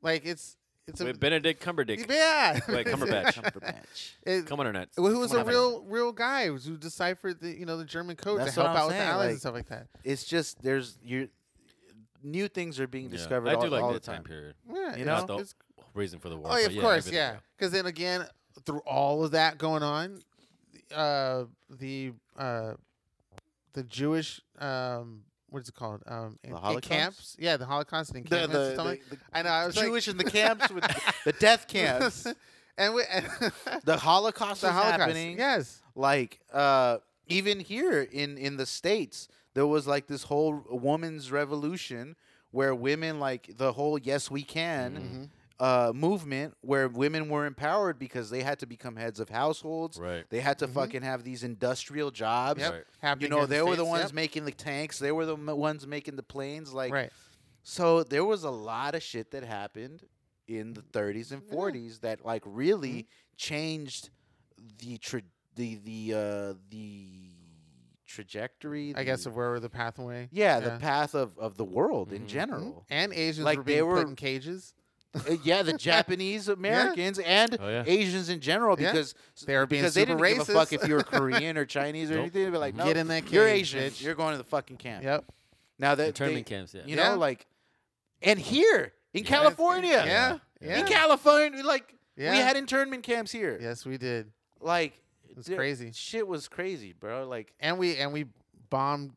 like it's it's a With Benedict Cumberdick. yeah. Wait, Cumberbatch. Cumberbatch. It- Come on, Internet. well, who was a Cumberbatch. real real guy who deciphered the you know the German code That's to what help I'm out with the saying, Allies like- and stuff like that. It's just there's you new things are being Yeah. discovered I all, do like all that the time. time period. Yeah, You it's- know? it's, Not the- Reason for the war. oh, yeah, but of course, everything, yeah. Because then again, through all of that going on, uh, the uh, the Jewish um, what's it called? Um, en- Holocaust? encamps. Yeah, the Holocaust and encampments. and stuff like- I know. I was like- Jewish in the camps with the death camps. and we, The Holocaust the is Holocaust. happening. Yes. Like uh, even here in in the states, there was like this whole woman's revolution where women like the whole "Yes We Can" Mm-hmm. Mhm. uh, movement, where women were empowered because they had to become heads of households. Right. They had to Mhm. fucking have these industrial jobs. Yep. Right. Happening here You know, in the they were the States, ones yep. making the tanks. They were the m- ones making the planes. Like, right. so there was a lot of shit that happened in the 30s and Yeah. Mm-hmm. 40s that like really changed the tra- the the uh, the trajectory. I guess the- of Mm-hmm. where were the pathway. Hmm? yeah, the path of of the world Mhm. in Mhm. general. And Asians Like, were they being were- put in cages. Uh, yeah, the Japanese Americans and Oh, yeah. Asians in general Yeah. because They were being because they super didn't racist. give a fuck if you were Korean or Chinese or Nope. anything. They'd be like, Mhm. no, Get in that you're cage, Asian. bitch." You're going to the fucking camp. Yep. Now that Internment they, camps. Yeah. you Yeah. know, like, and here in Yeah. California, Yeah. Yeah. Yeah. in California, like yeah. we had internment camps here. yes, we did. Like, It was dude, crazy. Shit was crazy, bro. Like, And we and we bombed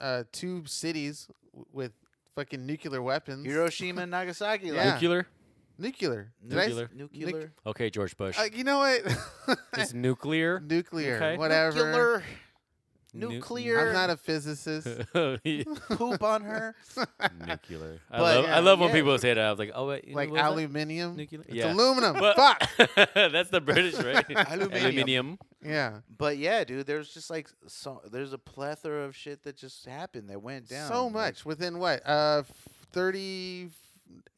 uh, two cities w- with fucking nuclear weapons. Hiroshima and Nagasaki, Mm. Yeah. like Nuclear. nuclear. Did I s- Nuclear. nuclear, Okay, George Bush. uh, you know what? it's nuclear. nuclear. Okay. Whatever. nuclear, Nu- nuclear. I'm not a physicist. poop on her. nuclear. I But, love, yeah, I love when yeah. people say that. I was like, oh, wait, like what was that? aluminium. Nuclear? It's Yeah. aluminum. But- Fuck. That's the British, right? Aluminium. Aluminium. Yeah. But yeah, dude, there's just like so there's a plethora of shit that just happened that went down. So like, much within what? Uh, thirty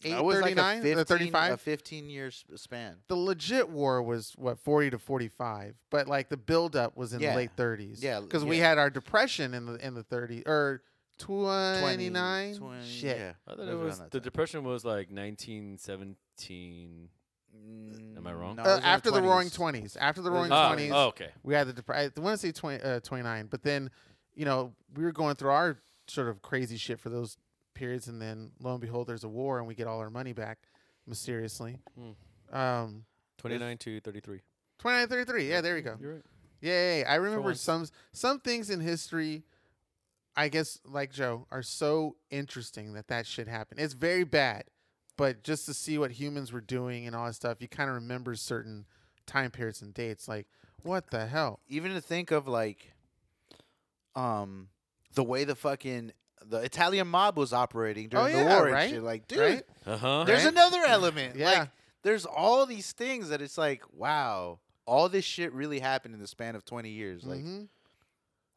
eight, That was thirty like a nine, 15, thirty a five. 15 year s- span. The legit war was what forty to forty five, but like the buildup was in the Yeah. late thirties. Yeah, because we yeah. had our depression in the in the thirties or 20, twenty nine. 20, Shit. Yeah. I thought It it was around was that the time. depression was like 1917. Am I Mm, wrong? no, Uh, it was in after the Roaring 20s. Twenties, after the It Roaring was in the Oh, Twenties, oh, okay. we had the dep- I want to say 20, uh, 29, but then, you know, we were going through our sort of crazy shit for those periods, and then lo and behold, there's a war, and we get all our money back mysteriously. Um, 29 to 33. 29, 33. Yeah, there you go. You're right. Yeah, yeah, yeah. I remember once. some some things in history I guess, like Joe, are so interesting that that shit happened. It's very bad, but just to see what humans were doing and all that stuff, you kind of remember certain time periods and dates. Like, what the hell? Even to think of like, um, the way the fucking the Italian mob was operating during the Oh, yeah, war and right? shit. Like, dude, Right? Uh huh. there's Right? another element. Yeah. Like, there's all these things that it's like, wow, all this shit really happened in the span of 20 years. Like, hmm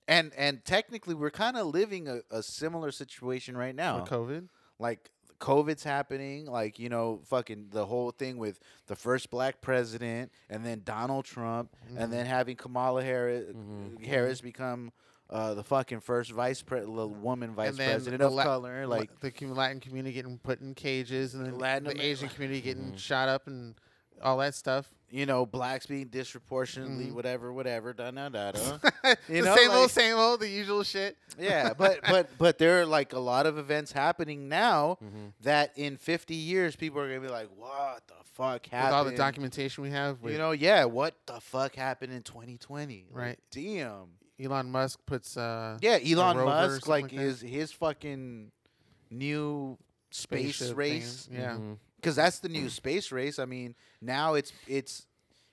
and and technically, we're kind of living a, a similar situation right now. With COVID. Like, COVID's happening. Like, you know, fucking the whole thing with the first black president, and then Donald Trump, Mhm. and then having Kamala Harris Mm-hmm. Mhm. Harris become. Uh, the fucking first vice pre- the woman vice then president the of la- color, La- like the com- Latin community getting put in cages, and then Latin the Amer- mm-hmm. Asian community getting Mhm. shot up and all that stuff. you know, blacks being disproportionately Mhm. whatever, whatever, da da da da. the know, same like- old, same old, the usual shit. yeah, but but but there are like a lot of events happening now Mm-hmm. Mhm. that in 50 years people are gonna be like, what the fuck happened? With all the documentation we have, with You know, yeah, what the fuck happened in 2020? Like, Right. damn. Elon Musk puts uh, Yeah, Elon rover or Musk, something like, like that? his his fucking new space spaceship race. Mm-hmm. thing. Yeah, Mhm. because that's the new space race. I mean, now it's it's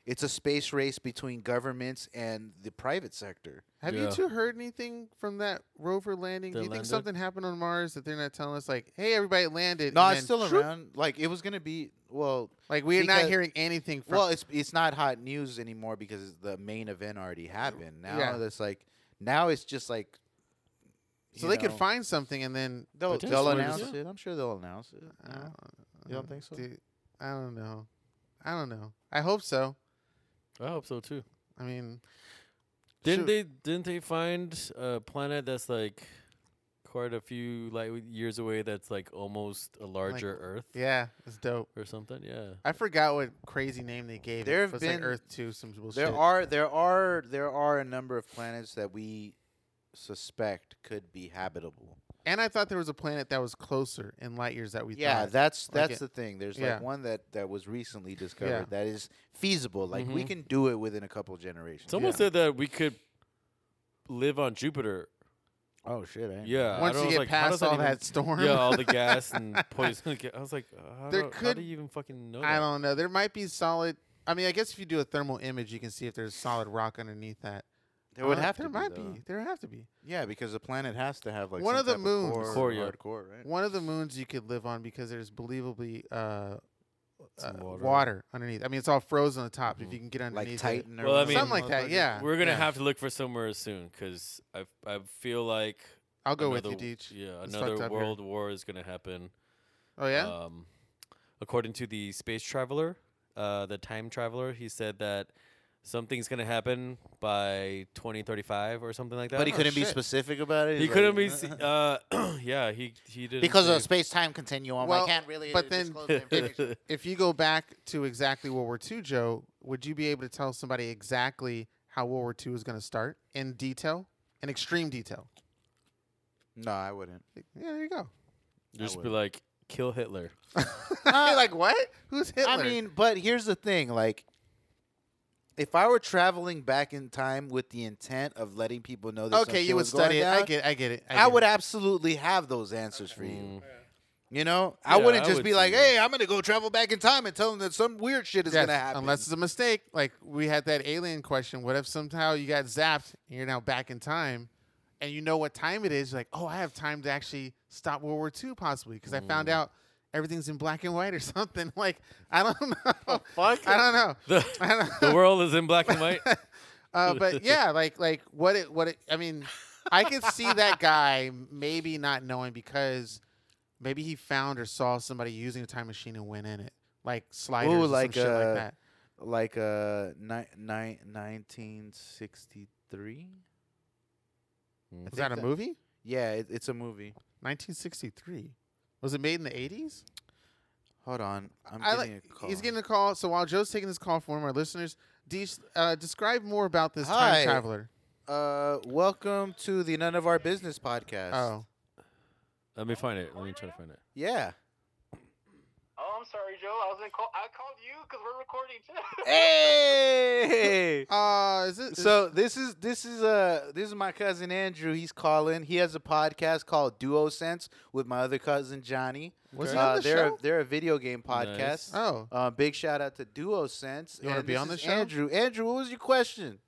it's a space race between governments and the private sector. Have Yeah. you two heard anything from that rover landing? That Do you think landed? something happened on Mars that they're not telling us? Like, hey, everybody landed. No, and it's then still shoop, around. Like it was gonna be well, Like we're Because- not hearing anything from. well, it's it's not hot news anymore because the main event already happened. Now Yeah. it's like now it's just like so you they could know, find something and then. they'll, Potentially, they'll announce yeah. it. I'm sure they'll announce it. I you know? don't- You don't think so? Dude, I don't know. I don't know. I hope so. I hope so too. I mean, shoot. Didn't they? Didn't they find a planet that's like quite a few light years away? That's like almost a larger Earth Yeah, it's dope. or something. Yeah. I forgot what crazy name they gave There it. have It was like been- Earth Two, some bullshit. There are there are there are a number of planets that we suspect could be habitable. and I thought there was a planet that was closer in light years that we yeah, thought. that's like that's it- the thing. There's yeah. like one that that was recently discovered that is feasible. Like we Mhm. can do it within a couple generations. Someone Yeah. said that we could live on Jupiter. Oh shit! I eh? didn't know Yeah. Uh, I Once you don't- I was get like, how does past all even- that storm, Yeah, all the gas and poison. I was like, how, There do, how could- do you even fucking know? I that? don't know. There might be solid. I mean, I guess if you do a thermal image, you can see if there's solid rock underneath that. There would Uh, have There to. might be, though. be. There have to be. Yeah, because the planet has to have like One some of the type moons. core, Core, yeah. hardcore, right? One of the moons you could live on because there's believably uh, uh, Some water. water. underneath. I mean, it's all frozen on top. If Mhm. you can get underneath, Like it. Titan or Well, I whatever. mean- uh, something like that. Motherfucker. Yeah, We're gonna Yeah. have to look for somewhere soon because I I feel like I'll go with another- you, Deej. Yeah, It's another fucked up here. world war is gonna happen. Oh yeah. Um, according to the space traveler, uh, the time traveler, he said that something's gonna happen by 2035 or something like that. But he Oh, couldn't be shit. specific about it. He He's couldn't like, "Uh-huh." be. s- Uh, yeah, he he didn't. because of say- space time continuum. Well, I can't really. but uh, then- disclose the information. if you go back to exactly World War II, Joe, would you be able to tell somebody exactly how World War II is going to start in detail, in extreme detail? no, I wouldn't. Like, Yeah, there you go. just be would. like kill Hitler. You're like what? Who's Hitler? I mean, but here's the thing, like if I were traveling back in time with the intent of letting people know that okay, some shit you would was going study it. down, I get, I get it. I, get would It. absolutely have those answers for you. Mm. You know, I Yeah, wouldn't I just would be too, like, yeah. "Hey, I'm gonna go travel back in time and tell them that some weird shit is Yes, gonna happen." unless it's a mistake. Like we had that alien question. What if somehow you got zapped and you're now back in time, and you know what time it is? You're like, oh, I have time to actually stop World War II possibly because I Hmm. found out everything's in black and white or something. Like I don't know. fuck? I don't know. I The, don't know. the world is in black and white. Uh, but yeah, like like what it what it. I mean, I could see that guy maybe not knowing because maybe he found or saw somebody using a time machine and went in it, like sliders, Ooh, or some like, shit uh, like that. like uh, ni- ni- 1963. I Is think Hmm. that a movie? Yeah, it, it's a movie. 1963. Was it made in the 80s? Hold on, I'm I getting like. a call. He's getting a call. So while Joe's taking this call for one of our listeners, De- uh, describe more about this time Hi. traveler. uh, welcome to the None of Our Business podcast. Oh, Let me find it. Let me try to find it. yeah. Oh, I'm I'm sorry, Joe. I was in call. I called you because we're recording too. Hey. Uh, is it So this is this is uh this is my cousin Andrew. He's calling. He has a podcast called Duo Sense with my other cousin Johnny. Was he uh, on the they're show? A, they're a video game podcast. oh, Uh, big shout out to Duo Sense. You wanna And be this on the is show? Andrew? Andrew, what was your question?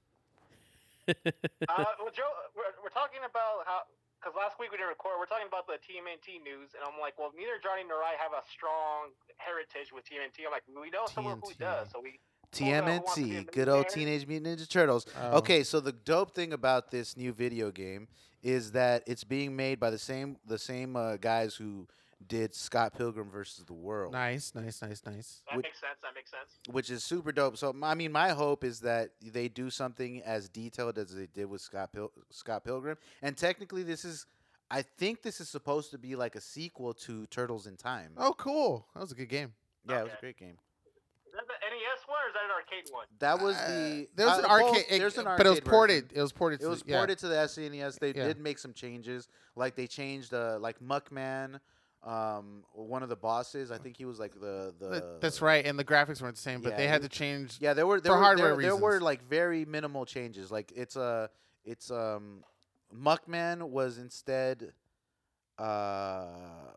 uh, well, Joe, we're, we're talking about how because last week we didn't record. We're talking about the TMNT news, and I'm like, well, neither Johnny nor I have a strong heritage with TMNT. I'm like, we know someone who TNT. does, so we. Hold on, hold on, give me TMNT, a good old minute. Teenage Mutant Ninja Turtles. oh. Okay, so the dope thing about this new video game is that it's being made by the same the same uh, guys who did Scott Pilgrim versus the World, Nice, nice, nice, nice. That Would- makes sense. That makes sense. which is super dope. So m- I mean, my hope is that they do something as detailed as they did with Scott Pil- Scott Pilgrim, and technically this is. I think this is supposed to be like a sequel to Turtles in Time. Oh, cool. That was a good game. yeah, it was a okay. great game. Is that the NES one or is that an arcade one? That was Uh, the there was uh, an both- arcade, it- there's an but it was arcade version. ported. It was ported. It to- was yeah. ported to the E SNES. They Yeah. did make some changes. Like they changed, uh, like Muckman, um, one of the bosses. I think he was like the the. Th- That's right, and the graphics weren't the same, but Uh, Yeah, they had to it- change. Yeah, there were there For were, hardware there, there were reasons. like very minimal changes. Like it's uh, it's um, Muckman was instead, uh,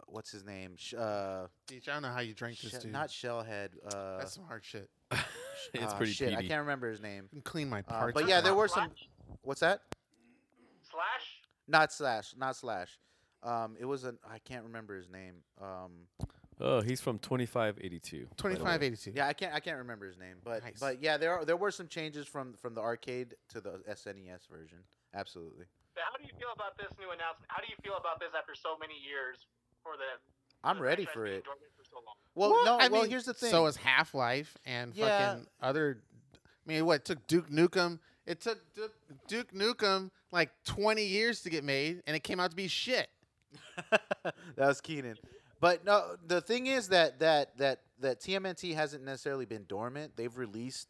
what's his name? Sh- uh, Teach, I don't know how you drank this, Sh- dude. not Shellhead. Uh, That's some hard shit. it's ah, pretty shit. I peaty. can't remember his name. You can clean my Uh, parts. but with yeah, that. there were Slash? some. What's that? Slash. Not Slash. Not Slash. Um, it was an I can't remember his name. Um, Oh, he's from 2582. by the way. 2582. Yeah, I can't I can't remember his name, but Nice. but yeah, there are, there were some changes from from the arcade to the SNES version. Absolutely. But How do you feel about this new announcement? How do you feel about this after so many years for the? I'm the E ready franchise for being it. dormant for so long? Well, no, I well, mean, here's the thing. So is Half Life and Yeah. fucking other. I mean, what it took Duke Nukem? It took Duke, Duke Nukem like 20 years to get made, and it came out to be shit. that was Keenan. But no, the thing is that that that that TMNT hasn't necessarily been dormant. They've released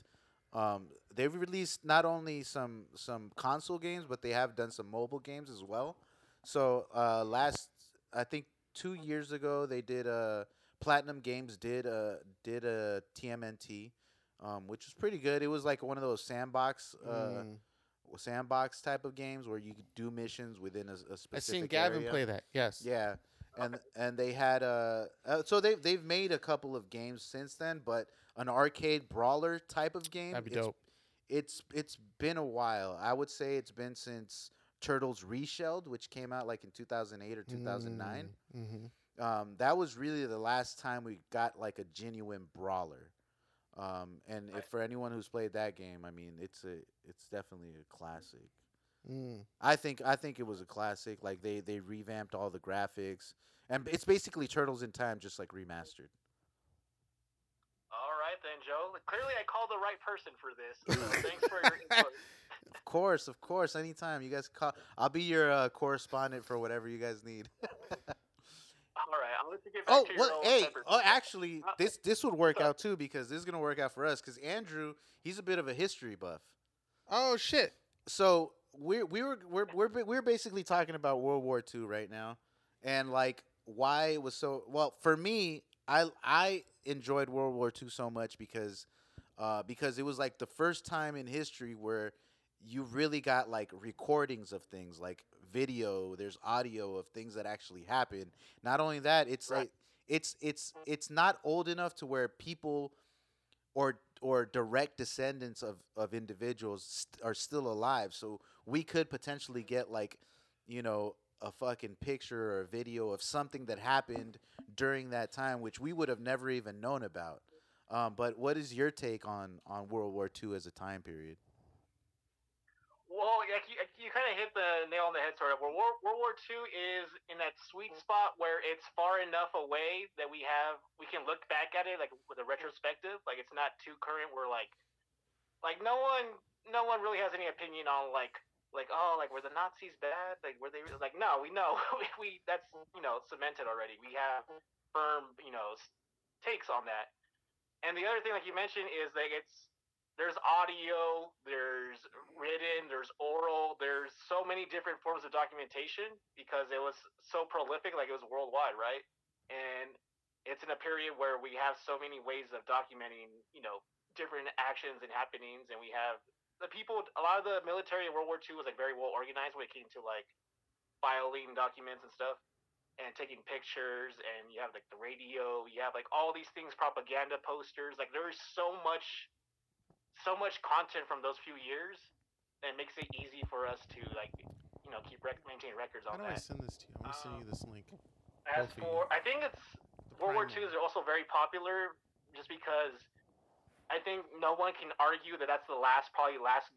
um, they've released not only some some console games, but they have done some mobile games as well. So uh, last I think 2 years ago they did a Platinum Games did a did a TMNT um, which was pretty good. It was like one of those sandbox uh, Mm. sandbox type of games where you could do missions within a, a specific I seen Gavin area. play that. Yes. Yeah, and and they had uh, uh so they they've made a couple of games since then, but an arcade brawler type of game. That'd be it's, dope. It's it's been a while. I would say it's been since Turtles Reshelled, which came out like in 2008 or 2009. Mm. Mm-hmm. Um, that was really the last time we got like a genuine brawler. Um, and if, Right. for anyone who's played that game, I mean, it's a it's definitely a classic. Mm. I think I think it was a classic. Like they they revamped all the graphics, and it's basically Turtles in Time just like remastered. All right then, Joe. Clearly, I called the right person for this. So thanks for your input. Of course, of course, anytime you guys call, I'll be your uh, correspondent for whatever you guys need. All right, I'll let you get back oh to your well, old hey, efforts. oh actually, Uh, this this would work what's up? out too because this is gonna work out for us because Andrew he's a bit of a history buff. Oh shit! so we're we were we're we're ba- we're basically talking about World War II right now, and like why it was so well for me. I I enjoyed World War II so much because, uh, because it was like the first time in history where you really got like recordings of things like video. There's audio of things that actually happened. Not only that, it's Right. like it's it's it's not old enough to where people or or direct descendants of of individuals st- are still alive. So we could potentially get like, you know, a fucking picture or a video of something that happened during that time, which we would have never even known about. Um, but what is your take on on World War II as a time period? Well, like you, like you kind of hit the nail on the head, sort of. Where World, World War II is in that sweet spot where it's far enough away that we have we can look back at it like with a retrospective. Like it's not too current. We're like, like no one, no one really has any opinion on like, like oh, like were the Nazis bad? Like were they really-" like no, we know we, we that's you know cemented already. We have firm you know s- takes on that. And the other thing, like you mentioned, is like it's there's audio, there's written, there's oral, there's so many different forms of documentation because it was so prolific, like it was worldwide, right? And it's in a period where we have so many ways of documenting, you know, different actions and happenings, and we have the people. A lot of the military in World War II was like very well organized when it came to like filing documents and stuff, and taking pictures, and you have like the radio, you have like all these things, propaganda posters. Like there's so much, so much content from those few years, and it makes it easy for us to like, you know, keep rec- maintaining records How on do I that. Um, send this to you? I'm gonna send you this link. Both of As you. for, I think it's The World War prime IIs one. are also very popular just because I think no one can argue that that's the last, probably last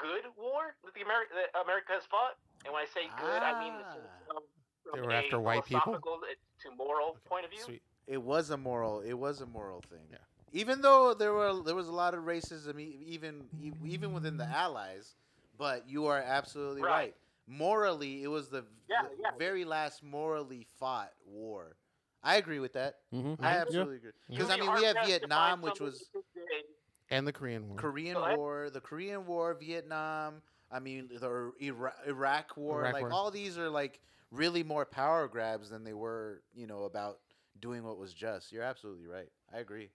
good war that the Ameri- that America has fought. And when I say good, I mean Ah. from, from They were a after white people? philosophical to moral Okay, point of view. Sweet. It was a moral. It was a moral thing. Yeah. Even though there were there was a lot of racism e- even e- even within the Allies, but you are absolutely right. Right. Morally, it was the, Yeah, the yeah. very last morally fought war. I agree with that. Mm-hmm. I Yeah. absolutely agree. You'd Because I be mean, we have hard-pressed to Vietnam, find which someone was today- And the Korean War. Korean Go ahead. War, the Korean War, Vietnam. I mean, the Ira- Iraq War. Iraq like War. all these are like really more power grabs than they were, you know, about doing what was just. You're absolutely right. I agree.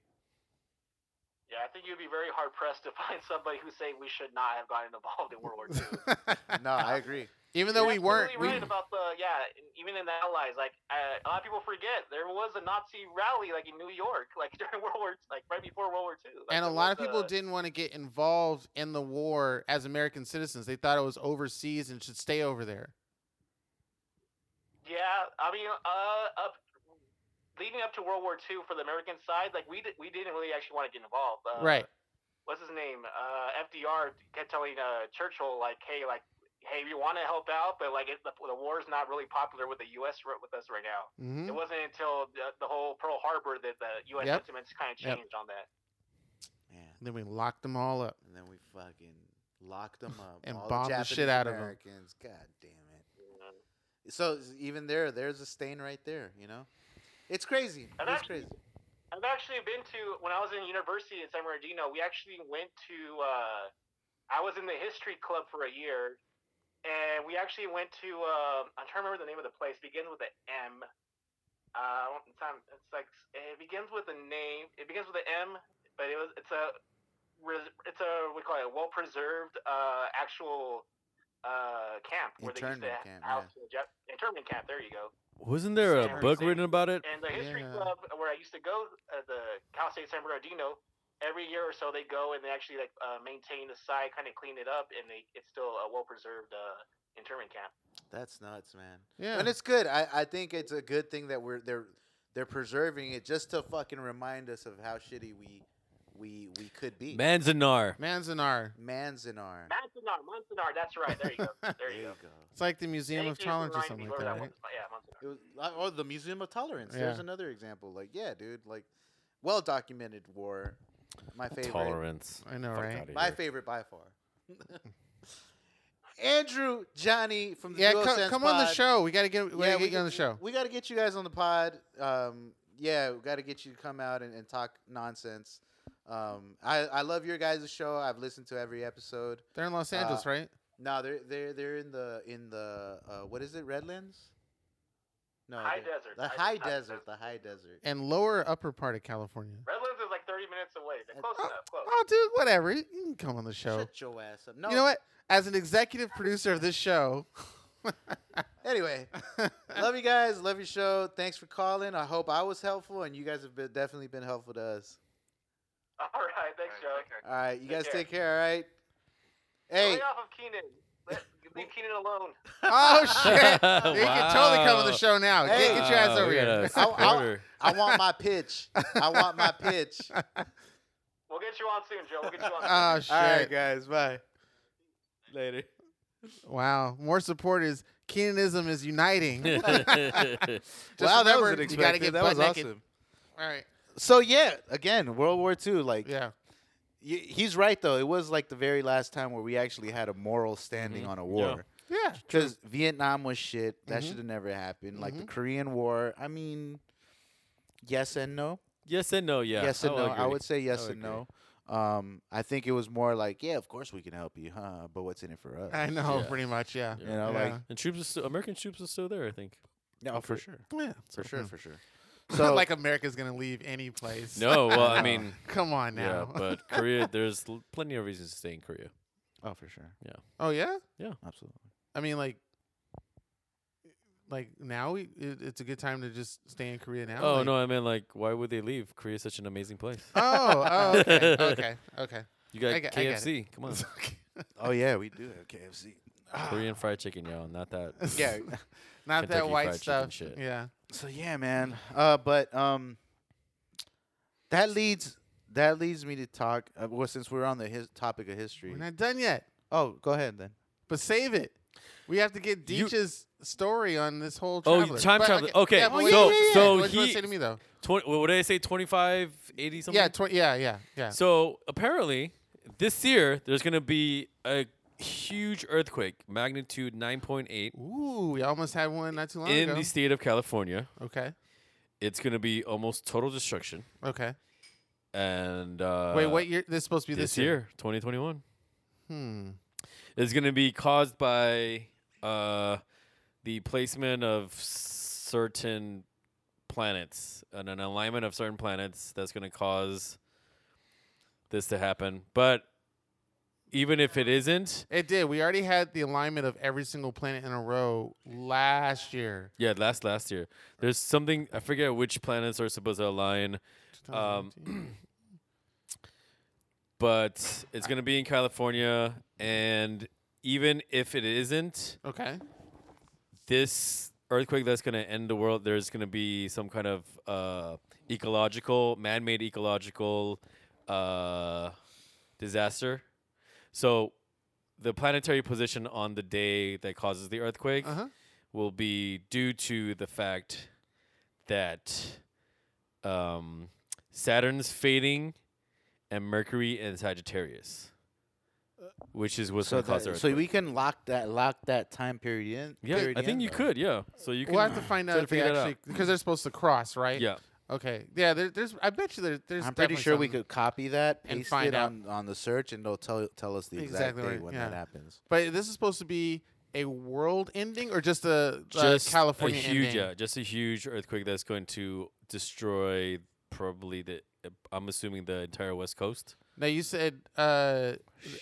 Yeah, I think you'd be very hard pressed to find somebody who say we should not have gotten involved in World War II. No, I agree. Even though we You're weren't, absolutely we, right about the yeah. and Even in the Allies, like uh, a lot of people forget, there was a Nazi rally like in New York, like during World War, like right before World War II. Like, and a there lot of was people a- didn't want to get involved in the war as American citizens. They thought it was overseas and should stay over there. Yeah, I mean, uh, up leading up to World War II for the American side, like we di- we didn't really actually want to get involved. Uh, right. what's his name? Uh, FDR kept telling uh, Churchill like, hey, like, hey, we want to help out, but like it, the, the war is not really popular with the U.S. r- with us right now. hmm It wasn't until the, the whole Pearl Harbor that the U.S. Yep. sentiments kind of Yep. changed on that. Yeah. Then we locked them all up. And then we fucking locked them up. And all bombed the the, shit out of 'em. Americans. God damn it. So s- even there, there's a stain right there. You know, it's crazy. And It's actually- crazy. I've actually been to when I was in university in San Bernardino. We actually went to. Uh, I was in the history club for a year, and we actually went to. Uh, I'm trying to remember the name of the place. begins with an M. Uh, I don't- it's, not- it's like it begins with a name. It begins with an M, but it was it's a res- it's a we call it well preserved uh, actual uh, camp where they Internment used to camp, house the Jap- internment camp. There you go. Wasn't there Yeah. a book written about it? And the history Yeah. club where I used to go, uh, the Cal State San Bernardino, every year or so they go and they actually like uh, maintain the site, kind of clean it up, and they, it's still a well preserved uh, internment camp. That's nuts, man. Yeah. And it's good. I, I think it's a good thing that we're they're they're preserving it just to fucking remind us of how shitty we we we could be. Manzanar. Manzanar. Manzanar. Manzanar, Manzanar, that's right. There you go. There you go. It's like the Museum of Thank you for Tolerance or reminding me something where like that, was. right? Yeah, Manzanar. It was, uh, oh, the Museum of Tolerance. There's Yeah. another example. Like, yeah, dude. Like, well documented war. My favorite. Tolerance. I know, Fuck right? outta My here. favorite by far. Andrew Johnny from the Yeah, Dual come, Sense come on the Pod. show. We gotta get we Yeah, gotta get you on the get- show. We got to get you guys on the pod. Um, yeah, we got to get you to come out and, and talk nonsense. Um, I, I love your guys' show. I've listened to every episode. They're in Los Uh, Angeles, right? No, they're they're they're in the in the uh, what is it? Redlands? No, Oh, High they're- desert. The I- high I- desert. The high desert. And lower upper part of California. Redlands is like 30 minutes away. They're close Oh, enough. Close. Oh, dude, whatever. You can come on the show. Shut your ass up. No. You know what? As an executive producer of this show, Anyway, love you guys. Love your show. Thanks for calling. I hope I was helpful, and you guys have been, definitely been helpful to us. All right. Thanks, Joe. All right, you Take guys care. take care. All right. Hey. Lay off of Keenan. Let- Leave Keenan alone. oh shit, you can totally come on the Wow. show now. Get- Hey. get, your ass Wow, over we got here. a I- I- supporter. I want my pitch. I want my pitch. All We'll get you on soon, Joe. We'll get you on soon. Oh shit! right, guys. Bye. Later. Wow, more supporters. Keenanism is uniting. Just wow, that was remember, you gotta unexpected. get That butt was naked. awesome. All right. So yeah, again, World War II. Like, Yeah. y- he's right though. It was like the very last time where we actually had a moral standing Mm-hmm. Mhm. on a Yeah. war. Yeah. Because Vietnam was shit. That Mhm. should have never happened. Like Mm-hmm. the Korean War. I mean, yes and no. yes and no, yeah. yes and will no. I agree. would say yes would and agree. no. Um, I think it was more like, yeah, of course we can help you, huh? But what's in it for us? I know, Yeah. pretty much. Yeah. You know, Yeah. like And troops are still, American troops are still there, I think. no, for sure, Yeah. for so- sure, hmm. for sure. Not So like America's gonna leave any place. No, well, I Yeah. mean, Come on yeah, now. but Korea, there's l- plenty of reasons to stay in Korea. oh, for sure, oh yeah. absolutely. I mean, like, like now we, it, it's a good time to just stay in Korea now. Oh like- no, I mean, like, why would they leave? Korea's such an amazing place. Oh, oh, okay, okay, okay. You got I get- I get it. ah. KFC. Come on, Oh yeah, we do have KFC. Korean fried chicken, y'all. Not that. yeah. Not that Kentucky white Fried Chicken stuff. shit. Yeah. So yeah, man. Uh, but um, that leads that leads me to talk. Uh, well, since we're on the his topic of history. We're not done yet, oh, go ahead then. but save it. We have to get You- Deech's story on this whole. Oh, Traveler. time But, traveler. Okay, yeah, but so- wait, wait, wait, so wait. what do you want he- to say to me though? Twenty. What did I say? Twenty-five, eighty something. Yeah, tw- yeah, yeah, yeah. So apparently, this year there's gonna be a huge earthquake, magnitude 9.8, Ooh, we almost had one not too long in ago. the state of California. okay, It's gonna be almost total destruction. okay. And uh, wait, what year? This is supposed to be This this, year, 2021. Hmm. is going to be caused by uh, the placement of certain planets and an alignment of certain planets that's going to cause this to happen. But even if it isn't, It did. We already had the alignment of every single planet in a row last year. yeah, last last year there's something I forget which planets are supposed to align, Um, 2019. but it's going to be in California, and even if it isn't, okay. this earthquake that's going to end the world there's going to be some kind of uh, ecological man-made ecological uh, disaster so the planetary position on the day that causes the earthquake Uh-huh. Uh huh. will be due to the fact that um, saturn's fading and mercury and sagittarius which is what's Uh, so going to cause the that, so earthquake we can lock that lock that time period in. yeah period i think in, you though. could yeah so you can We'll have to find try out to if they figure that actually because they're supposed to cross, right? yeah Okay. Yeah. There, there's. I bet you there, there's. I'm pretty definitely sure we something. could copy that, and paste find it out. on, on the search, and they'll tell tell us the exact Exactly day right, when yeah. that happens. But this is supposed to be a world ending or just a just uh, California a huge, uh, ending? yeah, just a huge earthquake that's going to destroy probably the. I'm assuming the entire West Coast. Now you said uh,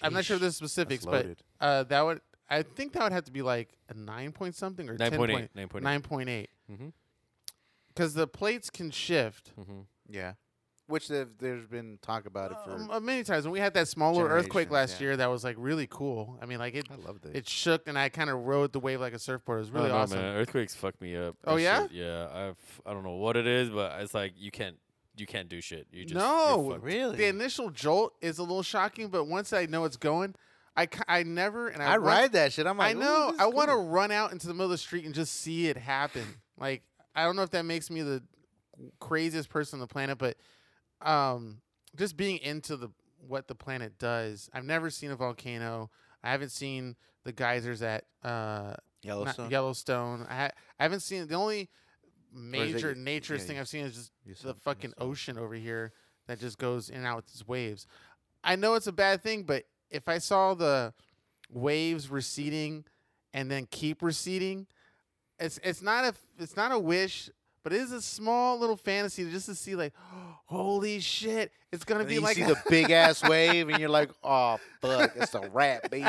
I'm not sure of the specifics, but loaded. uh, that would I think that would have to be like a nine point something or 9.8, 9.8. Nine point eight. Mhm. Because the plates can shift. Mm-hmm. Yeah, which there've- there's been talk about it for. Um, uh, many times when we had that smaller earthquake Generations, last yeah. year, that was like really cool. I mean, like it, I loved it. it shook, and I kind of rode the wave like a surfboard. It was really awesome. man. Earthquakes fuck me up. Oh, That yeah? shit, yeah. I've I don't know what it is, but it's like you can't you can't do shit. You just you're no, fucked. Really? The initial jolt is a little shocking, but once I know it's going, I, ca- I never and I, I want- ride that shit. I'm like, I "Ooh, know. this is I want to cool." run out into the middle of the street and just see it happen. Like I don't know if that makes me the craziest person on the planet, but um, just being into the what the planet does. I've never seen a volcano. I haven't seen the geysers at uh, not- Yellowstone. Yellowstone. I ha- I haven't seen the only major y- nature yeah, thing you- I've seen is just you the said fucking Yellowstone. ocean over here that just goes in and out with its waves. I know it's a bad thing, but if I saw the waves receding and then keep receding, it's it's not a it's not a wish, but it is a small little fantasy just to see like, holy shit, it's gonna And be then you like see the big ass wave, and you're like, "Oh fuck, it's a wrap, B."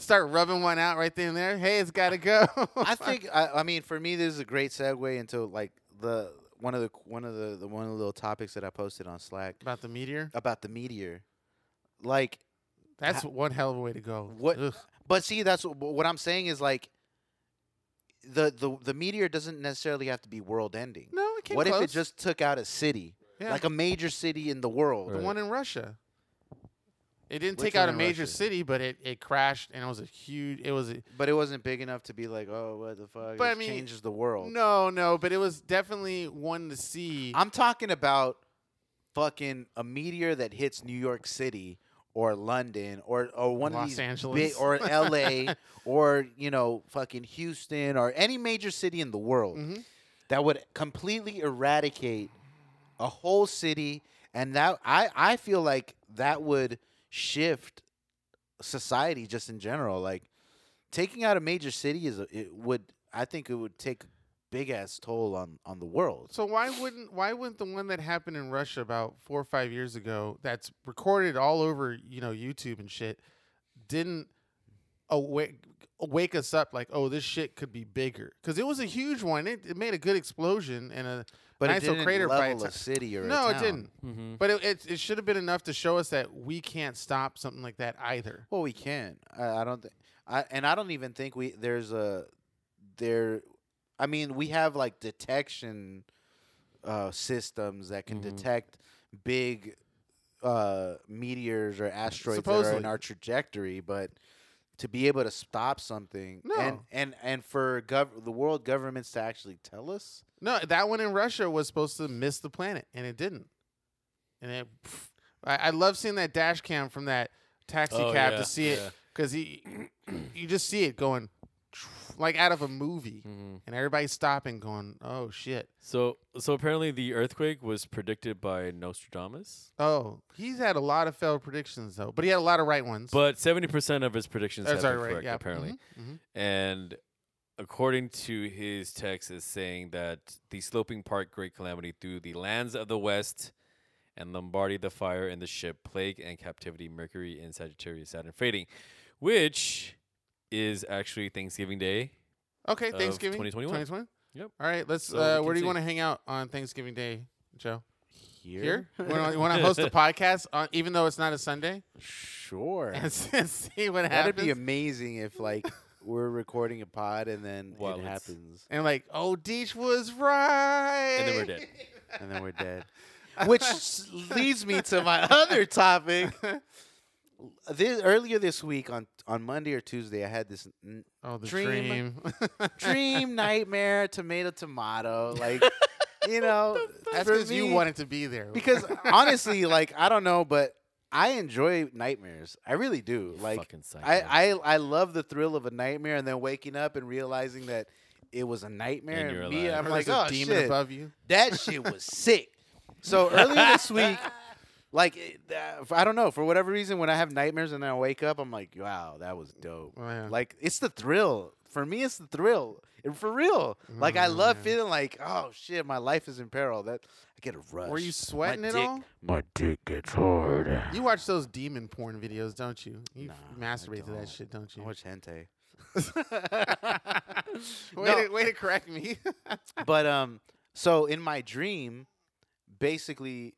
start rubbing one out right then and there. Hey, it's gotta go. I think. I, I mean, for me, this is a great segue into like the one of the one of the, the one of the little topics that I posted on Slack about the meteor. about the meteor. Like, That's one hell of a way to go. What- Ugh. but see, that's wh- what I'm saying is like, the the the meteor doesn't necessarily have to be world ending. No, it came What close. if it just took out a city, Yeah. like a major city in the world? The one in Russia. It didn't Which take out one a in major Russia? city, but it, it crashed and it was a huge. It was a, But it wasn't big enough to be like, "Oh, what the fuck?" But I this mean, changes the world. no, no, but it was definitely one to see. I'm talking about fucking a meteor that hits New York City or London or, or one Los of these Angeles. big or LA or you know fucking Houston or any major city in the world Mhm. that would completely eradicate a whole city and that I I feel like that would shift society just in general like taking out a major city is a, it would I think it would take big ass toll on on the world. So why wouldn't why wouldn't the one that happened in Russia about four or five years ago that's recorded all over you know YouTube and shit didn't awake wake us up like oh this shit could be bigger because it was a huge one it, it made a good explosion and a but Nice it little didn't crater by level a itself. city or a no it town. didn't Mm-hmm. but it it, it should have been enough to show us that we can't stop something like that either Well, we can. I, I don't think. I and I don't even think we there's a there. I mean, we have like detection uh, systems that can Mm-hmm. Mhm. detect big uh, meteors or asteroids that are in Supposedly. our trajectory, but to be able to stop something and No. and and for gov- the world governments to actually tell us, no that one in Russia was supposed to miss the planet and it didn't and it pff, I, I love seeing that dash cam from that taxi Oh, cab to see it because he you just see it going like out of a movie hmm and everybody's stopping going oh shit So so apparently the earthquake was predicted by Nostradamus, oh he's had a lot of failed predictions though but he had a lot of right ones but seventy percent of his predictions that's have all been right correct yeah apparently. hmm And according to his text, is saying that the sloping part great calamity through the lands of the west and Lombardy, the fire and the ship, plague and captivity, Mercury and Sagittarius, Saturn fading, which is actually Thanksgiving Day. okay Of thanksgiving 2021. Yep. all right let's So uh, we where do you continue. want to hang out on thanksgiving day joe here, you want to host a podcast on, even though it's not a sunday sure. and s- and see what That'd happens be amazing if like we're recording a pod and then While it it's- happens. and like oh Deech was right then we're dead. and then we're dead. Which s- leads me to my other topic. This, earlier this week on on Monday or Tuesday, I had this n- oh the Dream. dream, dream nightmare, tomato tomato, like you know, that's for because you me- wanted to be there Because honestly, like I don't know, but I enjoy nightmares. I really do. Like Fucking psycho. I, I I love the thrill of a nightmare and then waking up and realizing that it was a nightmare. And And, you're me, alive. I'm Or like, there's oh a demon shit, above you that shit was sick. So earlier this week, like it- uh, I don't know for whatever reason, when I have nightmares and then I wake up, I'm like, wow, that was dope. Oh, yeah. Like it's the thrill for me. It's the thrill and for real. Like I Mm, love yeah. feeling like, oh shit, my life is in peril. That I get a rush. Were you sweating My at dick- all? My dick gets hard. You watch those demon porn videos, don't you? You Nah, I masturbate to don't. that shit, don't I you? watch hentai. way, No. to, way to correct me. but um, so in my dream, basically,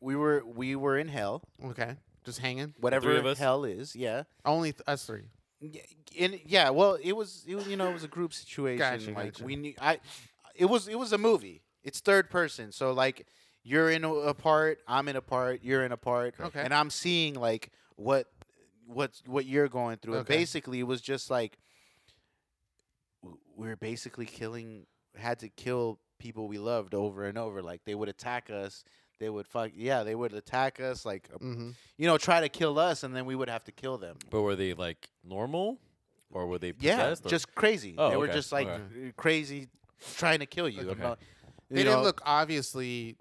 we were we were in hell, okay, just hanging. whatever of us? hell is. Yeah. Only th- us three. Y- in yeah well it was, it was you know it was a group situation Gotcha, like gotcha. we knew i it was it was a movie it's third person so like you're in a, a part i'm in a part you're in a part Okay. and i'm seeing like what what what you're going through and Okay. basically it was just like w- we were basically killing had to kill people we loved over and over like they would attack us they would fuck yeah they would attack us like Mm-hmm. you know try to kill us and then we would have to kill them but were they like normal, or were they yeah, possessed? or- just crazy. Oh, they were okay, just like okay. uh, crazy, trying to kill you. Okay. about- They you didn't know, look obviously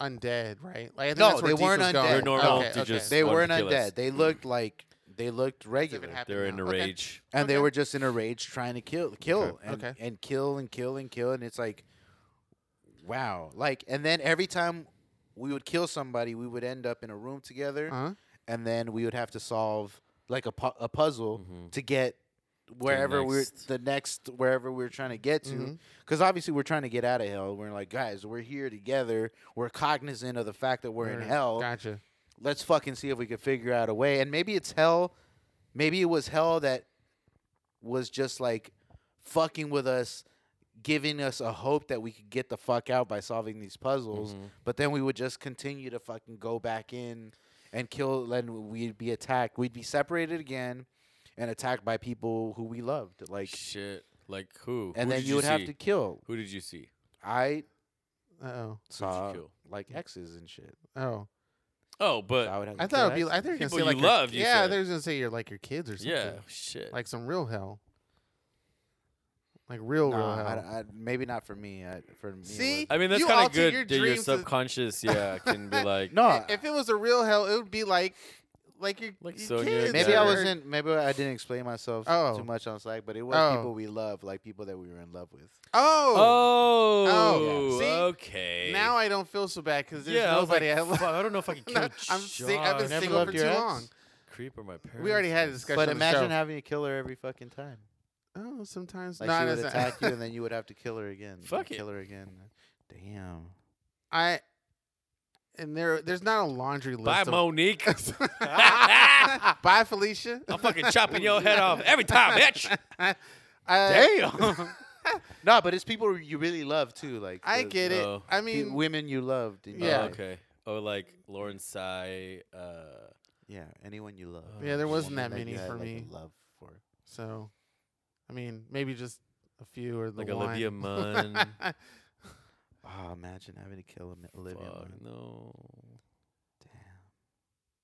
undead, right? Like, I think No, that's where they Deech weren't was going. undead. They're normal Okay, to okay. just- They wanted to weren't kill us. undead. They looked like they looked regular, and happened they're in a now. Okay. rage. they Okay. were just in a rage trying to kill, kill, Okay, And, okay. and kill and kill and kill. And it's like, wow, like, and then every time we would kill somebody, we would end up in a room together, Uh-huh. and then we would have to solve like a, pu- a puzzle Mhm. to get wherever we're next. the next wherever we're trying to get to Mhm. because obviously we're trying to get out of hell we're like guys we're here together we're cognizant of the fact that we're in Right. hell Gotcha. let's fucking see if we can figure out a way and maybe it's hell maybe it was hell that was just like fucking with us giving us a hope that we could get the fuck out by solving these puzzles Mhm. but then we would just continue to fucking go back in and kill and we'd be attacked we'd be separated again and attacked by people who we loved like Shit. Like who? and Who then did you, would have see? to kill Who did you see? i Oh, saw kill? like exes and shit oh. Oh, but so I, would have I to thought it'd kill be. I exes. thought you were gonna People say you like your- love, you yeah, said. they was gonna say you're like your kids or something. yeah, shit. like some real hell, like real real Nah, hell. I, I, maybe not for me I, for me it See? I mean, that's You kind of alter good your that your dreams to- subconscious, yeah, can be like, was- no if it was a real hell, it would be like like you, Like you Sonya kids Maybe I are- wasn't. Maybe I didn't explain myself Oh. too much on Slack, but it was Oh. people we love, like people that we were in love with. Oh, Oh, Oh, yeah. See? okay. now I don't feel so bad because there's yeah, I was nobody like, I love. "Fuck, I don't know if I can kill No, I'm sing- I've been Josh. Never single loved for too your ex? long. Creep or my parents. We already had a man. discussion. but on the show. imagine having to kill her every fucking time. Oh, sometimes Like not she would as a- attack you, and then you would have to kill her again. and Fuck it. Kill her again. Damn. I and there there's not a laundry list. Bye, of- Monique. Bye, Felicia. I'm fucking chopping your head off every time, bitch. I, Damn. No, but it's people you really love too. Like I the- get it. Oh. I the mean, women you loved. in your Yeah. Oh, life. okay. Oh, like Lauren Sai. Uh, Yeah. Anyone you love. Yeah, there Just wasn't woman that you many had, for like, a me. Love for. so I mean, maybe just a few or the Like one. Olivia Munn. Oh, imagine having to kill Ami- Olivia. fuck, Munn. no.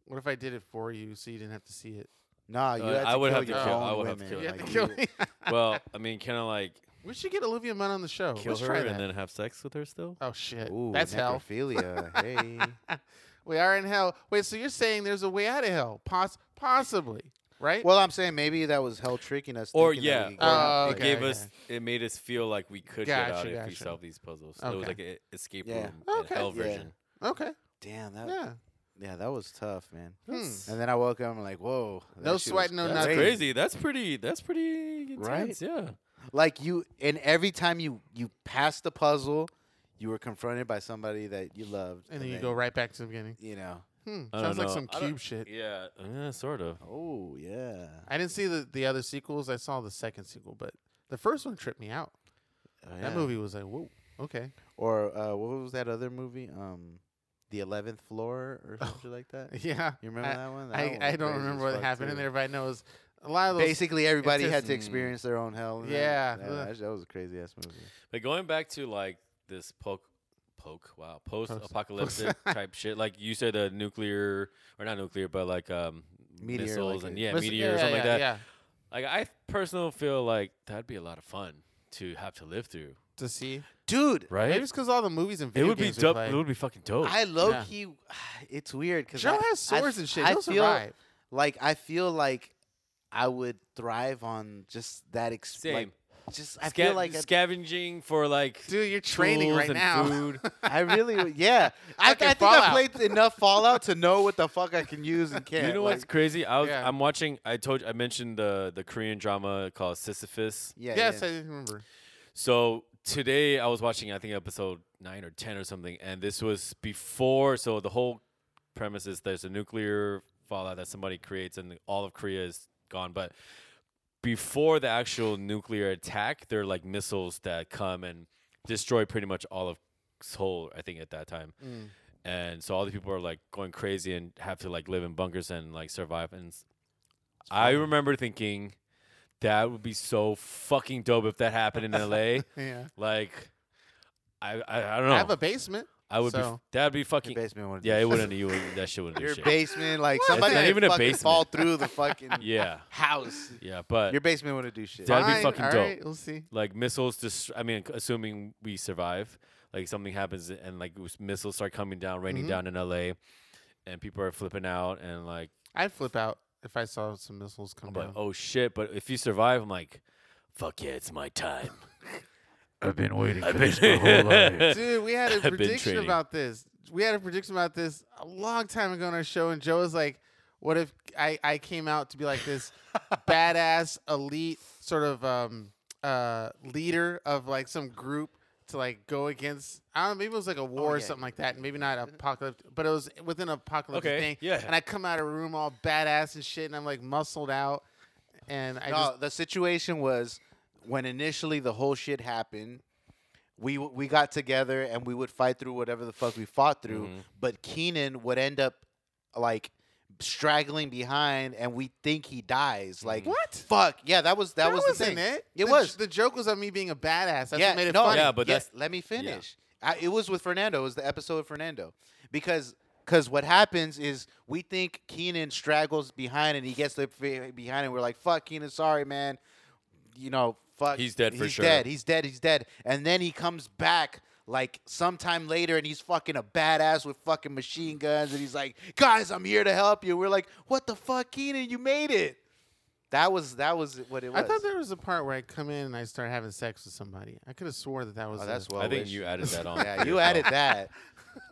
what if I did it for you so you didn't have to see it? Nah, you Uh, had I would kill have to your kill- own I would have to women, kill you have to like, kill me. Well, I mean, can I like we should get Olivia Munn on the show. Oh, kill Let's her try and that. then have sex with her still? oh shit, Ooh, that's hell. necrophilia. hey. we are in hell. Wait, so you're saying there's a way out of hell? Poss- possibly, right? Well, I'm saying maybe that was hell tricking us. Or thinking that we yeah, or could get out. Oh, it okay, gave okay. us, it made us feel like we could get out Gotcha, if we gotcha. solve these puzzles. So It was Okay. like an escape Yeah. room in Okay. hell Yeah. version. okay, Damn that. Yeah. yeah. that was tough, man. Hmm. And then I woke up. I'm like, whoa. that No shit was sweat, no That's nothing. crazy. That's pretty. That's pretty Right? intense. Yeah. Like you, and every time you you passed the puzzle, you were confronted by somebody that you loved, And then you go right back to the beginning. You know. Hmm. I Sounds like don't know. some I don't- cube shit. Yeah. Yeah. Sort of. Oh yeah. I didn't see the, the other sequels. I saw the second sequel, but the first one tripped me out. Oh, yeah. That movie was like, whoa, okay. Or uh, what was that other movie? Um, The Eleventh Floor or something like that. Yeah. You remember I, that one? That I, one was I don't crazy remember as what fuck, happened too. in there, but I know it was a lot of those. Basically, everybody had to just- experience their own hell. and that- Yeah, that, ugh. that, that was a crazy ass movie. But going back to like this poke, poke, wow, post-apocalyptic type shit. Like you said, the nuclear or not nuclear, but like um, Meteor, missiles like and a- yeah, Listen- meteor or something like yeah, that. Yeah, Like I personally feel like that'd be a lot of fun to have to live through, to see. Dude, right? Maybe it's because all the movies and it video would be games we dope. play. It would be fucking dope. I low Yeah. key, it's weird because Joe has swords and shit. He'll feel survive. like I feel like I would thrive on just that experience. Same. Like, just I Sca- feel like I, scavenging for like Dude, you're training tools right and now. Food. I really would- yeah. I, I Fucking think Fallout. I played enough Fallout to know what the fuck I can use and can't. you know like, what's crazy? I was, Yeah. I'm watching. I told you, I mentioned the the Korean drama called Sisyphus. Yeah, yes, yeah. I remember. So today I was watching, I think episode nine or ten or something, and this was before. So the whole premise is there's a nuclear fallout that somebody creates, and all of Korea is gone. But before the actual nuclear attack, there are like missiles that come and destroy pretty much all of Seoul. I think at that time, and so all the people are like going crazy and have to like live in bunkers and like survive. And s- I remember thinking. That would be so fucking dope if that happened in LA. Hmm. Yeah. Like, I I, I don't I have know. a basement. I would be so- that'd be Your fucking basement wouldn't. do yeah. It shit. wouldn't. You would, that shit wouldn't Your do shit. basement, like It's somebody not not even a basement. fall through the fucking yeah, house. yeah. But Your basement wouldn't do shit. That'd be Fine, fucking all dope. right, we'll see. like missiles, just I mean, c- assuming we survive, like something happens and like s- missiles start coming down, raining Mhm. down in L.A. and people are flipping out and like I'd flip out if I saw some missiles come I'm down. like oh shit. But if you survive, I'm like, fuck yeah, it's my time. I've been waiting I've for been this my whole life. Dude, we had I've a been prediction training. about this. We had a prediction about this a long time ago on our show, and Joe was like, "What if I, I came out to be like this badass elite sort of um, uh, leader of like some group to like go against? I don't know, maybe it was like a war or yeah. something like that, and maybe not apocalyptic, but it was within an apocalyptic Okay, thing. yeah. And I come out of a room all badass and shit, and I'm like muscled out, and I no, just the situation was when initially the whole shit happened. We, w- we got together and we would fight through whatever the fuck we fought through, Mm-hmm. Mhm. but Keenan would end up like straggling behind, and we think he dies. Like what? Fuck yeah, that was that, was Mm-hmm. the wasn't thing. it. It The- was. the joke was on me being a badass. That's yeah, what made it no, funny. Yeah, but that's- let me finish. I, it was with Fernando. It was the episode with Fernando because because what happens is we think Keenan straggles behind and he gets the f- behind and we're like, "Fuck, Keenan, sorry, man." You know, fuck. He's dead for he's sure. Dead. He's dead. He's dead. And then he comes back like sometime later and he's fucking a badass with fucking machine guns and he's like, guys, I'm here to help you. We're like, what the fuck, Keenan? You made it. That was that was what it was. I thought there was a part where I come in and I start having sex with somebody. I could have swore that that was. oh, a- that's well. I think wished. you added that on. Yeah, you yourself. added that.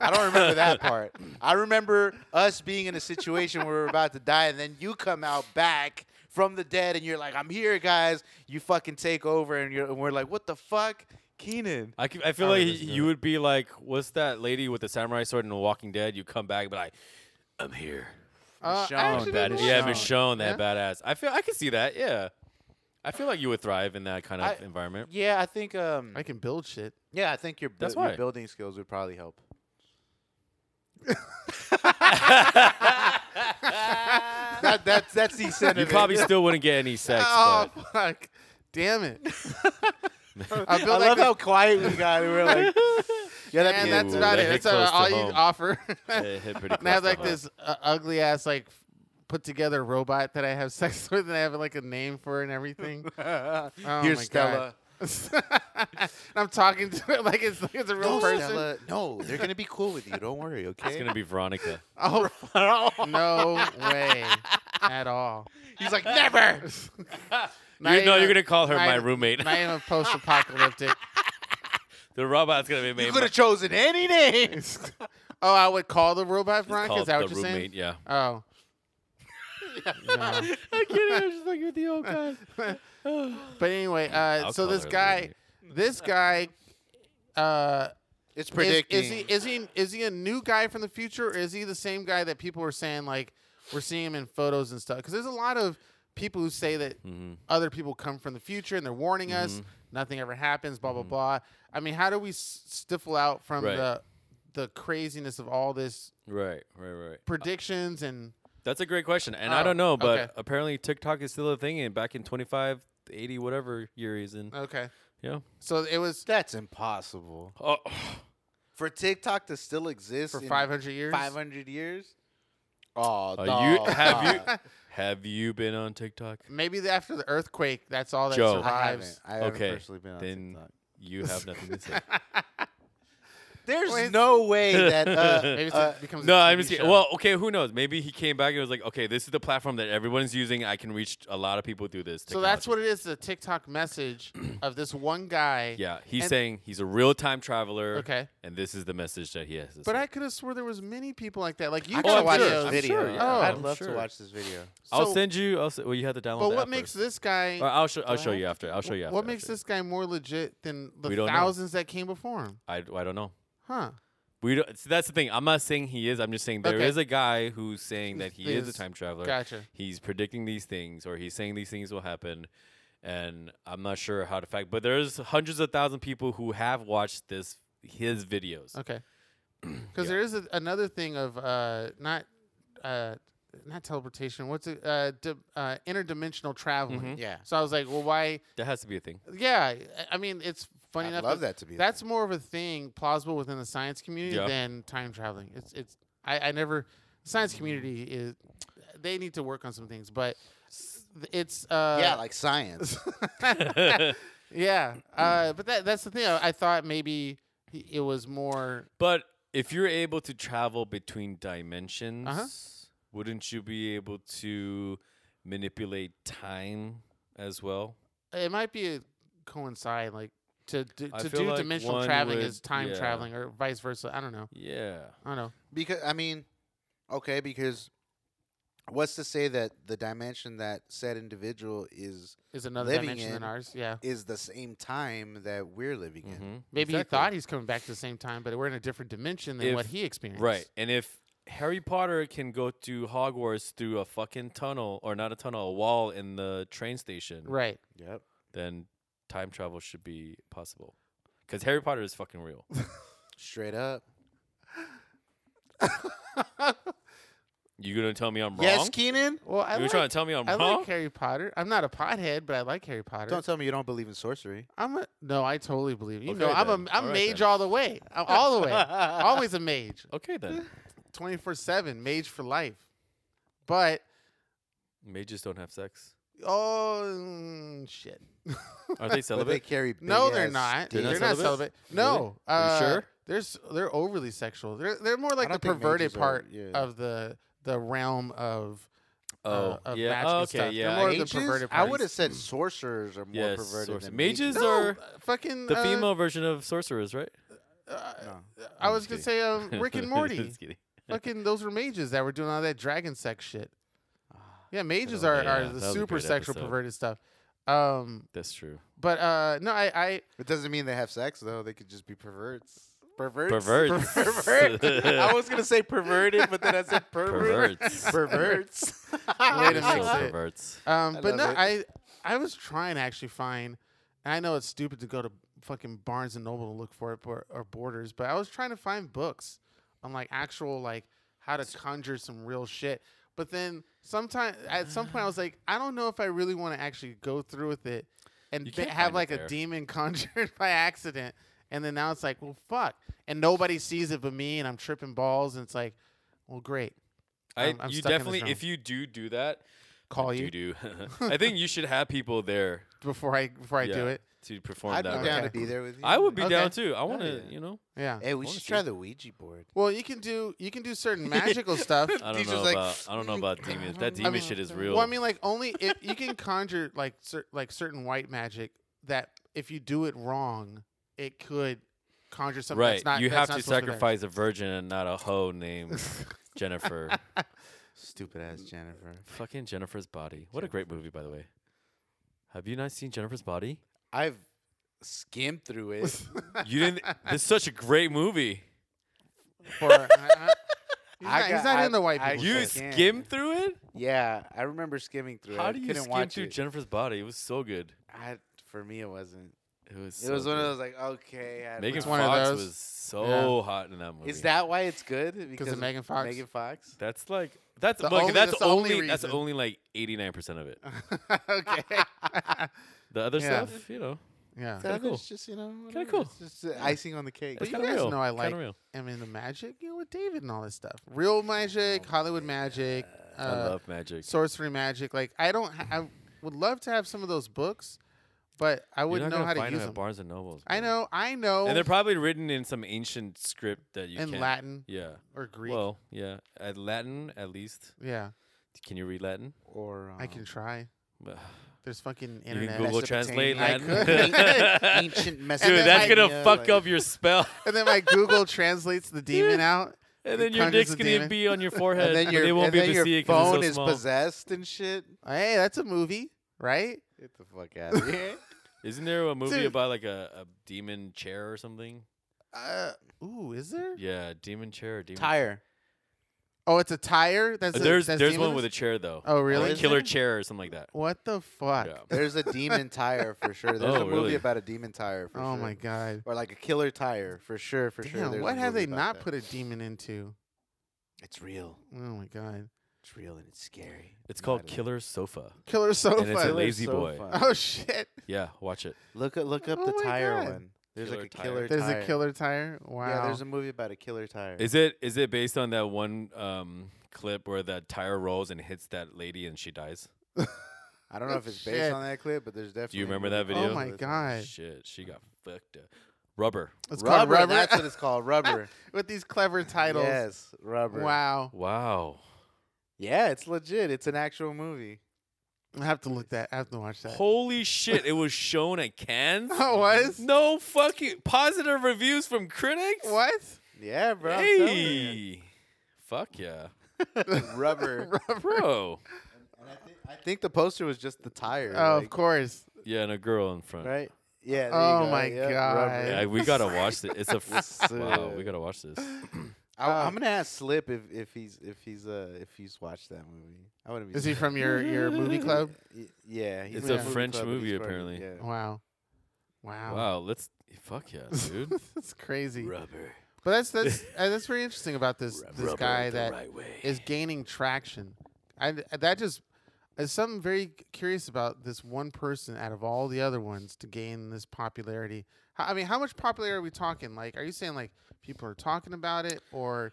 I don't remember that part. I remember us being in a situation where we we're about to die, and then you come out back from the dead, and you're like, "I'm here, guys." You fucking take over, and, you're, and we're like, "What the fuck, Keenan?" I, c- I feel I like would y- just do you it. would be like, what's that lady with the samurai sword in The Walking Dead? You come back, and be like, I'm here. Uh, I Michonne, actually that didn't is- know Yeah, that. Michonne, that badass. I feel I can see that. Yeah, I feel like you would thrive in that kind of I- environment. Yeah, I think. Um, I can build shit. yeah, I think your, bu- That's your why. building skills would probably help. that, that's that's the You sentiment. probably still wouldn't get any sex. oh fuck! Damn it! I, I build like love this- how quiet we got. We were like, yeah, that'd and be that's Ooh, about that it. hit That's about close to all you home. offer. but it hit pretty and I have close like to home. this uh, ugly ass like put together robot that I have sex with and I have like a name for it and everything. Oh Here's my Stella. God. and I'm talking to it like it's like it's a real No, person. Stella. No, they're gonna be cool with you. Don't worry, okay? It's gonna be Veronica. Oh no way at all. He's like, never. Not you know, even- you're gonna call her not my even- roommate. Not even post-apocalyptic. the robot's gonna be made. you could have chosen any name. oh, I would call the robot by- Veronica. called Is that the what you're saying? roommate. Yeah. Oh. No. I can't. I was just like with the old guy. But anyway, uh, I'll so call this her the guy, this guy, uh, It's is, predicting. is he is he is he a new guy from the future, or is he the same guy that people were saying like we're seeing him in photos and stuff? Because there's a lot of people who say that hmm other people come from the future and they're warning us Mhm. nothing ever happens, blah blah blah. I mean, how do we s- stifle out from Mm-hmm. Right. the the craziness of all this Right. Right. Right. predictions and That's a great question, and I Oh, don't know, but okay. apparently TikTok is still a thing, and back in 25, 80, whatever year he's in. okay, Yeah. so it was That's impossible. Uh, Oh, For TikTok to still exist for in 500 years. 500 years? Oh, Are Uh, you- dog. have you- have you been on TikTok? Maybe the- after the earthquake, that's all that Joe. I haven't. survives. I haven't Okay, personally been on then- TikTok. You have nothing to say. There's Well, it's- no way that. Uh, Maybe it's uh, it becomes No, a I'm TV just kidding. show. Well, okay, who knows? Maybe he came back and was like, okay, this is the platform that everyone's using. I can reach a lot of people through this. so that's technology." what it is. The TikTok message of this one guy. Yeah, he's and- saying he's a real time traveler. Okay. And this is the message that he has. to But say. I could have swore there was many people like that. Like you I got gotta watch sure, videos. this Oh, I'm video. sure, yeah. Oh, I'd I'm love to sure. watch this video. I'll So- send you. I'll, se- well, you had to download. But the what app makes first. this guy? Or I'll show. I'll I show have you after. I'll show you after. what makes actually. this guy more legit than the We don't know. thousands that came before him? I, I don't know. Huh? We don't, so that's the thing. I'm not saying he is. I'm just saying there is Okay. a guy who's saying that he is a Is- time traveler. Gotcha. He's predicting these things, or he's saying these things will happen, and I'm not sure how to fact. But there's hundreds of thousand people who have watched this his videos. Okay. Because Yeah. there is a, another thing of uh, not uh, not teleportation. What's it? Uh, di- uh, interdimensional traveling. Mhm. Yeah. So I was like, well, why? That has to be a thing. Yeah, I- I mean, it's funny I'd enough. love that- that to be. a That's thing. more of a thing plausible within the science community Yeah. than time traveling. It's it's I, I never science Mm. community is they need to work on some things, but it's uh yeah, like science. yeah. Uh, but that that's the thing. I, I thought maybe he- it was more But if you're able to travel between dimensions, Uh-huh. wouldn't you be able to manipulate time as well? it might be a coincide like to do, I to feel do like dimensional one traveling would- is time yeah. traveling or vice versa. I don't know. Yeah. I don't know. Because I mean, okay, because what's to say that the dimension that said individual is Is another Living dimension in- than ours. Yeah. is the same time that we're living in? Mhm. Maybe Exactly. he thought he's coming back to the same time, but we're in a different dimension than If- what he experienced. Right. And if Harry Potter can go to Hogwarts through a fucking tunnel, or not a tunnel, a wall in the train station, Right. Mm-hmm. Yep. then time travel should be possible. Because Harry Potter is fucking real. Straight up. You gonna tell me I'm wrong? Yes, Keenan. Well, I you like, trying to tell me I'm I wrong? like Harry Potter. I'm not a pothead, but I like Harry Potter. Don't tell me you don't believe in sorcery. I'm a no. I totally believe you. Okay, know, I'm then. a I'm All right, mage then. all the way, I'm all the way, always a mage, okay then. twenty four seven, mage for life. But Mages don't have sex. Oh mm, shit! Are they But they celibate? carry big No, they're ass not. dicks. They're They're, not not celibates? celibate. Really? No. Are you uh, sure? They're s- they're overly sexual. They're they're more like the don't think perverted mages are- part yeah. of the the realm of oh, of yeah. magic oh, and okay, stuff. They're yeah. I more get- the Mages? perverted I parts. would have said sorcerers are more Yes, perverted sorcerers. than Mages mages. are- no, uh, fucking the uh, female version of sorcerers, right? Uh, No. I I'm was just gonna kidding. say um, Rick and Morty. Just kidding. fucking those were mages that were doing all that dragon sex shit. Yeah, mages don't are, know. are Oh, Yeah, the that was a super great sexual episode. perverted stuff. Um, That's true. but uh, no, I, I It doesn't mean they have sex though. They could just be perverts. Perverts. Perverts. Pervert. I was gonna say perverted, but then I said pervert. Perverts. Perverts. Way to You're so mix it. perverts. Um, I but no, love I I was trying to actually find. And I know it's stupid to go to fucking Barnes and Noble to look for it or, or Borders, but I was trying to find books on like actual like how to conjure some real shit. But then sometime at some point I Ah. was like, I don't know if I really want to actually go through with it and You ba- can't have find it like a there. demon conjured by accident. And then now it's like, well, fuck, and nobody sees it but me, and I'm tripping balls, and it's like, well, great, I, I'm- I'm you stuck in this definitely, realm. if you do do that, call you do. I think you should have people there before I before I Yeah. do it. to perform I'd be that. way. down round. to be there with you. I would be Okay. Oh, down too. I want to, yeah. you know. Yeah. Hey, we Wanna should see. try the Ouija board. Well, you can do you can do certain magical stuff. I don't Teacher's know like, about. uh, I don't know about demons. That demon mean- shit is real. Well, I mean, like only if you can conjure like cer- like certain white magic that if you do it wrong, it could conjure something right? that's not. you that's have to not supposed be there. sacrifice a virgin and not a hoe named Jennifer. Stupid ass Jennifer. Fucking Jennifer's Body. What a great movie, by the way. Have you not seen Jennifer's Body? I've skimmed through it. You didn't. this is such a great movie. For, uh, he's I not, he's got- not I- into white I people. You shit. can't. skimmed through it. yeah, I remember skimming through it. How I do you couldn't skim watch through it. Jennifer's Body? It was so good. I, for me, it wasn't. It was. it was so one of good. those like, okay. I Megan don't one Fox of those. was so hot in that movie. Is that why it's good? of of Megan Fox? Megan Fox. That's like that's The like, only- that's that's the only only that's reason. only like eighty nine percent of it. okay. The other Yeah. stuff, you know, yeah. kinda That cool. is just you know, whatever, cool. It's just the icing on the cake. it's you kind of guys real. know I kinda like real. I mean, the magic, you know, with David and all this stuff, real magic, Hollywood magic. Uh, Oh, I love magic. sorcery magic. Like I don't. Ha- I would love to have some of those books, but I You're wouldn't not know gonna how to find use them them. at Barnes and Nobles. I bro. know. I know. and they're probably written in some ancient script that you in can't. Latin Yeah. or Greek. Well, yeah, at Latin at least. yeah, Can you read Latin? Or um, I can try. But- There's fucking can internet. Google translate Latin. ancient Dude, then that's gonna Mesopotamia, fuck like- up your spell, and then my Google translates the demon out. and It then your conjures dick's the gonna demon. be on your forehead, And then your, they won't and be then able to your see it because phone it's so is small. possessed and shit. Hey, that's a movie, right? Get the fuck out of here. Isn't there a movie Dude. about like a, a demon chair or something? Uh, ooh, is there? Yeah, demon chair. Or demon Tire. Oh, it's a tire. That's Uh, a, there's that's there's demons? one with a chair though. Oh, Or really? a Is killer there? chair or something like that. What the fuck? Yeah. There's a demon tire for sure. There's Oh, a movie really? about a demon tire for Oh sure. my god. Or like a killer tire for sure. For sure. Damn, There's a what have movie they about not that. put a demon into? It's real. Oh my god. It's real and it's scary. It's Not called a- Killer Sofa. Killer sofa. it's a Killer Lazy so Boy. fun. Oh shit. Yeah, watch it. Look up- look up Oh the my tire God. one. There's Killer like a tire. killer. There's tire. a killer tire. Wow. Yeah, there's a movie about a killer tire. Is it is it based on that one um, clip where that tire rolls and hits that lady and she dies? I don't know if it's based Shit. on that clip, but there's definitely. a remember movie that about Oh video? my this one. god. Shit, she got fucked up. Rubber. It's called Rubber, rubber. That's what it's called. Rubber. With these clever titles. Yes, rubber. Wow. Wow. Yeah, it's legit. It's an actual movie. I have to look that. I have to watch that. Holy shit! It was shown at Cannes. Oh, what? is- No fucking positive reviews from critics. What? Yeah, bro. I'm telling you. Hey. Fuck yeah, rubber. bro. I think the poster was just the tire. Oh, like, of course. Yeah, and a girl in front. Right? Yeah. there you Oh go. my Yep, God. rubber. Yeah, we gotta watch this. It's a It's, f- wow. uh, We gotta watch this. Uh, I, I'm gonna ask Slip if, if he's if he's uh if he's watched that movie. I wouldn't be. Is he from your your movie club? Oh, Y- Yeah, he's It's in a the movie French club, but movie, he's part of it, apparently. yeah. Wow. Wow. Wow, let's fuck yeah, dude. That's crazy. Rubber. But that's that's uh, that's very interesting about this this guy that is right way. gaining traction. I that just is something very curious about this one person out of all the other ones to gain this popularity. How, I mean, how much popularity are we talking? Like, are you saying like people are talking about it, or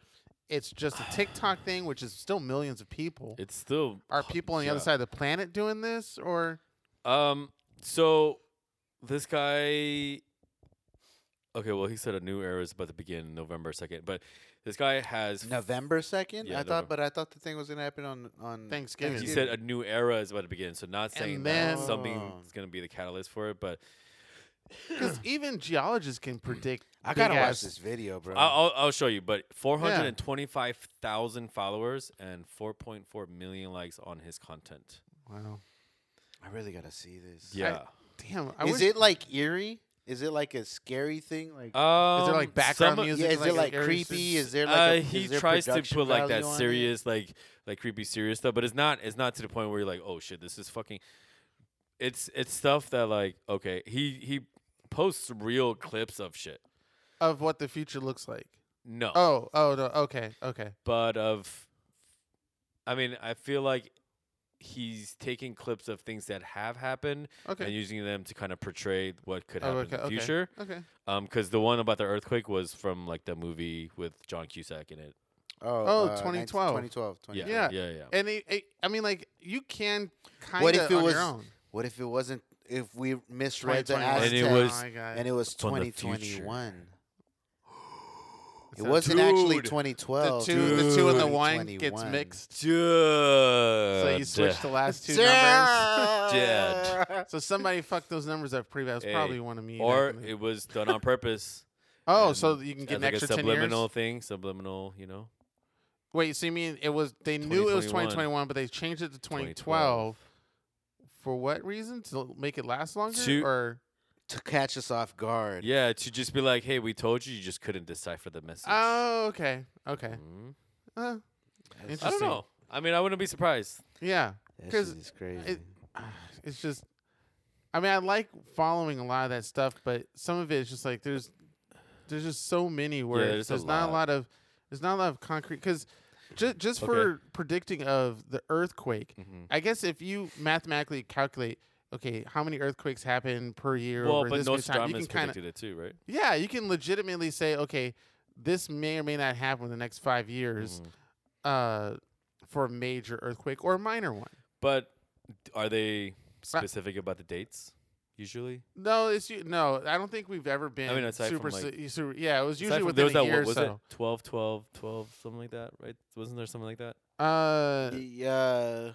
it's just a TikTok thing, which is still millions of people. It's still Are people on the other yeah. side of the planet doing this, or Um. So this guy. Okay. Well, he said a new era is about to begin November second, but this guy has. November second. Yeah, I thought, November. but I thought the thing was gonna happen on on Thanksgiving. He said a new era is about to begin, so not saying And that then- something Oh. is going to be the catalyst for it, but because even geologists can predict? uh, I gotta big watch ass- this video, bro. I'll, I'll- I'll show you. But four hundred and twenty-five thousand followers and four point four million likes on his content. Wow, I really gotta see this. Yeah. damn! I is wish- it like eerie? Is it like a scary thing? Like, um, Is there like some background of- music? yeah, is it like airy creepy? sus- Is there like Uh, a, he is there tries to production put like that value on it? serious, like like creepy serious stuff, but it's not it's not to the point where you're like, oh shit, this is fucking. It's it's stuff that like okay, he he posts real clips of shit. of what the future looks like? No, Oh, oh, no, okay, okay. but of, I mean, I feel like he's taking clips of things that have happened Okay. and using them to kind of portray what could Oh, happen okay, in the okay. future. Okay. Um, because the one about the earthquake was from like the movie with John Cusack in it. Oh, uh, 2012. 2012. Yeah, 2012. Yeah. yeah, yeah. yeah. And it, it, I mean, like you can kind What if of it on was your own. What if it wasn't? If we misread the 2021. Aztec, And it was- oh my God. and it was From the future. 2021. It So- wasn't actually Dude. the 2012. two, the two and the one gets 2021. mixed. So So you switch the last two numbers. Dead. Dead. So somebody fucked those numbers up pre. That's Hey, probably one of me. or definitely. it was done on purpose. oh, and so that you can get as an like extra a subliminal ten years. thing, subliminal, you know. Wait, so you mean it was they knew it was 2021, 2021, but they changed it to 2012. 2012. For what reason? To make it last longer, To- or To catch us off guard. Yeah, to just be like, hey, we told you, you just couldn't decipher the message. oh, okay, okay. Mhm. Uh, That's- I don't Interesting. know. I mean, I wouldn't be surprised. yeah, That 'Cause shit is crazy. it, it's just. I mean, I like following a lot of that stuff, but some of it is just like there's, there's just so many where there's there's, a not a lot lot. of, there's not a lot of concrete because, just just Okay. for predicting of the earthquake, Mhm. I guess if you mathematically calculate, okay, how many earthquakes happen per year Well, over but this much time, you Nostradamus can kind of predicted it too, right? yeah, you can legitimately say, okay, this may or may not happen in the next five years, Mhm. uh, for a major earthquake or a minor one. But d- are they Uh, specific about the dates usually? No, it's u- no. I don't think we've ever been. mean, aside super, from, si- like- super. Yeah, it was Aside usually from- within there was a that year what was or it so. 12, 12, 12, something like that, right? Wasn't there something like that? Uh, Yeah.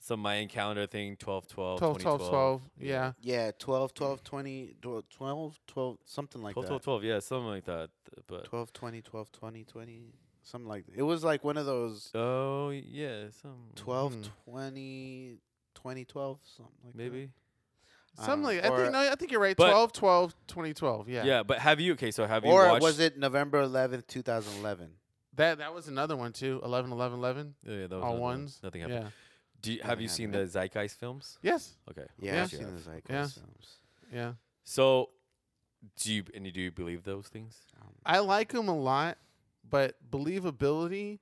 Some Mayan calendar thing, 12, 12, 12, 12, 2012. 12. Yeah. Yeah, 12, 12, 20, 12, 12, 12, something like 12, that. 12, 12, yeah, something like that. th- But 12, 20, 12, 20, 20, something like that. It was like one of those oh yeah, some 12, Hmm. 20, 20, 12, something like that. maybe. I don't Something know. like I Or- think. No, I think you're right. Um, But- 12, 12, 2012. Yeah. Yeah. but have you okay? So have you Or watched? was it November 11th, 2011? That that was another one too. 11, 11, 11. Oh, yeah, that was All another one. ones. Nothing happened. Yeah. Do you, have Nothing you seen happened. the Zeitgeist films? Yes. Okay. Yeah, Yeah. I've seen those icons. Yeah. films. Yeah. So, do you and you do you believe those things? Um, I like him a lot, but believability,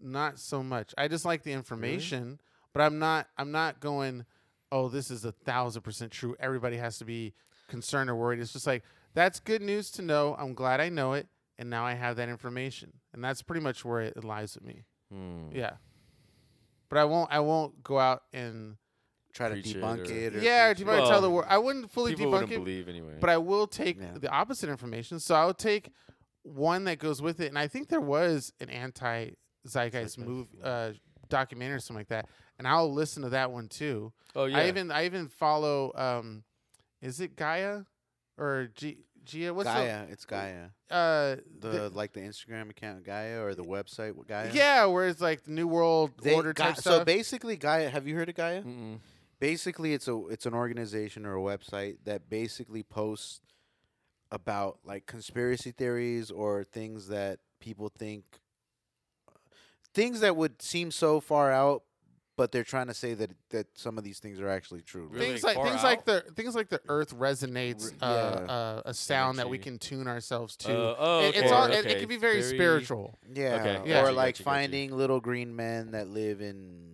not so much. I just like the information, but I'm not. I'm not going. Oh, this is a thousand percent true. Everybody has to be concerned or worried. It's just like that's good news to know. I'm glad I know it, and now I have that information, and that's pretty much where it lies with me. Hmm. Yeah, but I won't. I won't go out and try to Preach it debunk or- it. Or yeah. Or preach debunk- it. tell Well, the world. I wouldn't fully People debunk wouldn't it, believe anyway. but I will take Yeah. the opposite information. So I'll take one that goes with it. And I think there was an anti Zeitgeist Zeitgeist, move yeah. uh, documentary or something like that. And I'll listen to that one too. oh yeah, I even I even follow um, is it Gaia or G- Gia? What's Gaia. It's Gaia. the uh The, like the Instagram account Gaia or the website with Gaia. yeah, where it's like the New World They- Order Ga- type so stuff. basically, Gaia. Have you heard of Gaia? Mm-mm. Basically, it's a it's an organization or a website that basically posts about like conspiracy theories or things that people think things that would seem so far out, but they're trying to say that that some of these things are actually true. Really things like far things like out? the things like the Earth resonates Re- uh, yeah. uh, a sound that we Energy. can tune ourselves to. Uh, oh, It- okay, it's all, it, okay. it can be very, spiritual. Yeah. Okay, yeah. Or Gotcha, like gotcha, gotcha. finding little green men that live in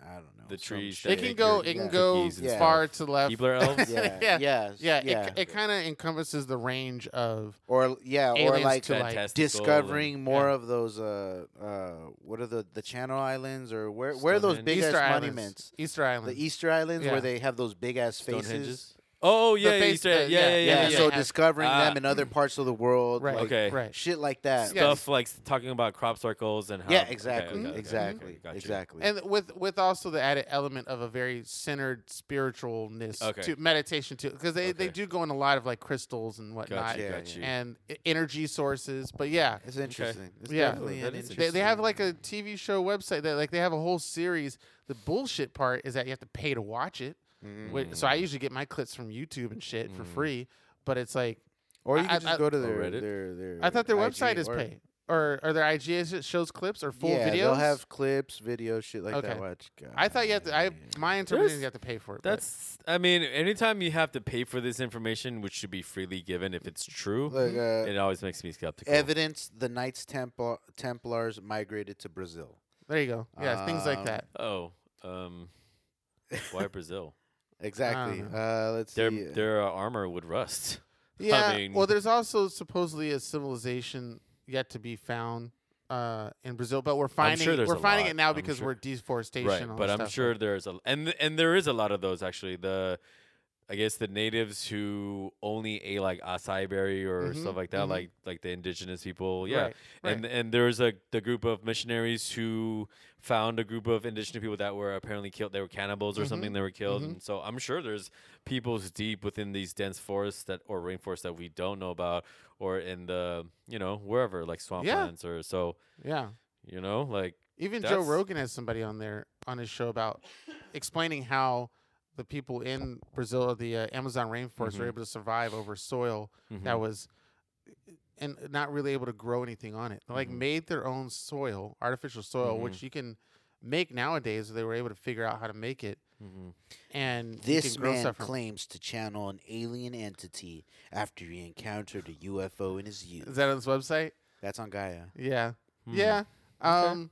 I I don't know. The some trees that shit. it can go. Yeah. It can go Cookies far and stuff. to the left. Keebler elves. Yeah. Yeah. Yeah. Yeah. Yeah, It, it kind of encompasses the range of or yeah, or aliens like to like Fantastical and- discovering more of those uh uh what are the the Channel Islands or where where are those Stonehenge. big ass Easter Islands. monuments? Easter Island. The Easter Islands Yeah. where they have those big ass Stonehenges? faces. Oh yeah, face- Easter egg. uh, yeah, yeah, yeah, Yeah, yeah, yeah, yeah. so Yeah. discovering Ah. them in other parts of the world, right. like okay. Right. shit like that. Yeah. Stuff like s- talking about crop circles and how. Yeah, okay, exactly, okay, okay, exactly, okay, gotcha. exactly. Mm-hmm. And with with also the added element of a very centered spiritualness Okay. to meditation too, because they, they Okay. do go in a lot of like crystals and whatnot Gotcha, Yeah, gotcha. and e- energy sources. But yeah, it's interesting. It's Yeah. definitely That an is they, interesting. they have like a TV show website that like they have a whole series. The bullshit part is that you have to pay to watch it. Mhm. Wh- So I usually get my clips from YouTube and shit for Mm-hmm. Mm. free. But it's like Or you I- can I- just go to Or their, Reddit. their their. I thought their IG website is or- pay or or their IG is it shows clips or full yeah, videos. They'll have clips, videos, shit like Okay. that. Watch. God. I thought you had to. I my interpretation There's- is you have to pay for it. but- That's. I mean, anytime you have to pay for this information, which should be freely given if it's true, Look, uh, it always makes me skeptical. evidence the Knights Templar, Templars migrated to Brazil. there you go. Yeah, things like Um, that. oh, um, why Brazil? Exactly. know. Uh, let's Their see. their uh, armor would rust. Yeah. mean- well, there's also supposedly a civilization yet to be found uh, in Brazil, but we're finding sure there's we're a finding lot. it now I'm because sure- we're deforestation. right and all but that i'm stuff. sure there's a and th- and there is a lot of those actually the i guess the natives who only ate like acai berry or Mhm, stuff like that mhm. like like the indigenous people yeah Right, right. and and there's a the group of missionaries who found a group of indigenous people that were apparently killed they were cannibals or Mhm, something they were killed mhm. and so i'm sure there's peoples deep within these dense forests that or rainforests that we don't know about or in the you know wherever like swamplands or so yeah. you know like Even Joe That's- Rogan has somebody on there on his show about explaining how the people in Brazil, the uh, Amazon rainforest, were Mhm. able to survive over soil that mhm, was eh, and not really able to grow anything on it. They, Like Mhm. made their own soil, artificial soil, which you can make nowadays. They were able to figure out how to make it, mhm. and you This can grow man stuff from- claims to channel an alien entity after he encountered a UFO in his youth. Is that on his website? That's on Gaia. Yeah. Hmm. Yeah. Okay. Um,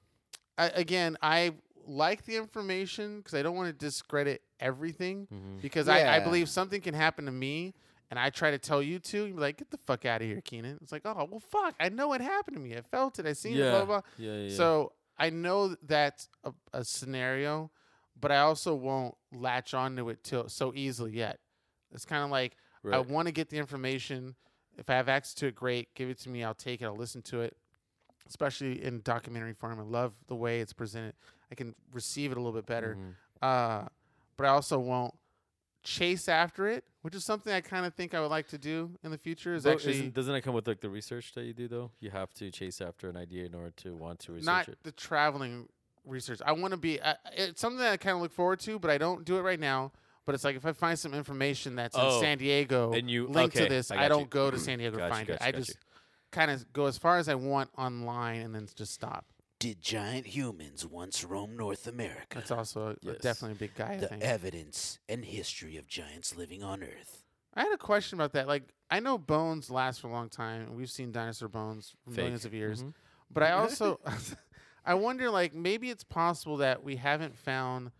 I, again, I like the information because I don't want to discredit everything Mhm. because I, I Yeah. believe something can happen to me and I try to tell you to. You're like, get the fuck out of here, Keenan. It's like, oh, well, fuck. I know it happened to me. I felt it. I seen it, blah, blah, blah. Yeah, yeah, yeah. So I know that's a, a scenario, but I also won't latch onto it till, so easily yet. It's kind of like, I Right. want to get the information. If I have access to it, great. Give it to me. I'll take it. I'll listen to it. Especially in documentary form, I love the way it's presented. I can receive it a little bit better. Mhm. Uh, but I also won't chase after it, which is something I kind of think I would like to do in the future. Is But actually isn't- doesn't it come with like the research that you do though? You have to chase after an idea in order to want to research not it. the traveling research. I want to be. I it's something that I kind of look forward to, but I don't do it right now. But it's like if I find some information that's Oh, in San Diego and you- linked okay, to this, I I, got don't you. Mm-hmm. go to San Diego to Gotcha, find it. gotcha, I gotcha. just kind of go as far as I want online and then just stop. Did giant humans once roam North America? That's also a- Yes. definitely a big guy the thing. evidence and history of giants living on Earth. I had a question about that. Like I know bones last for a long time, and we've seen dinosaur bones for Fake. millions of years. Mhm. But I also I wonder like maybe it's possible that we haven't found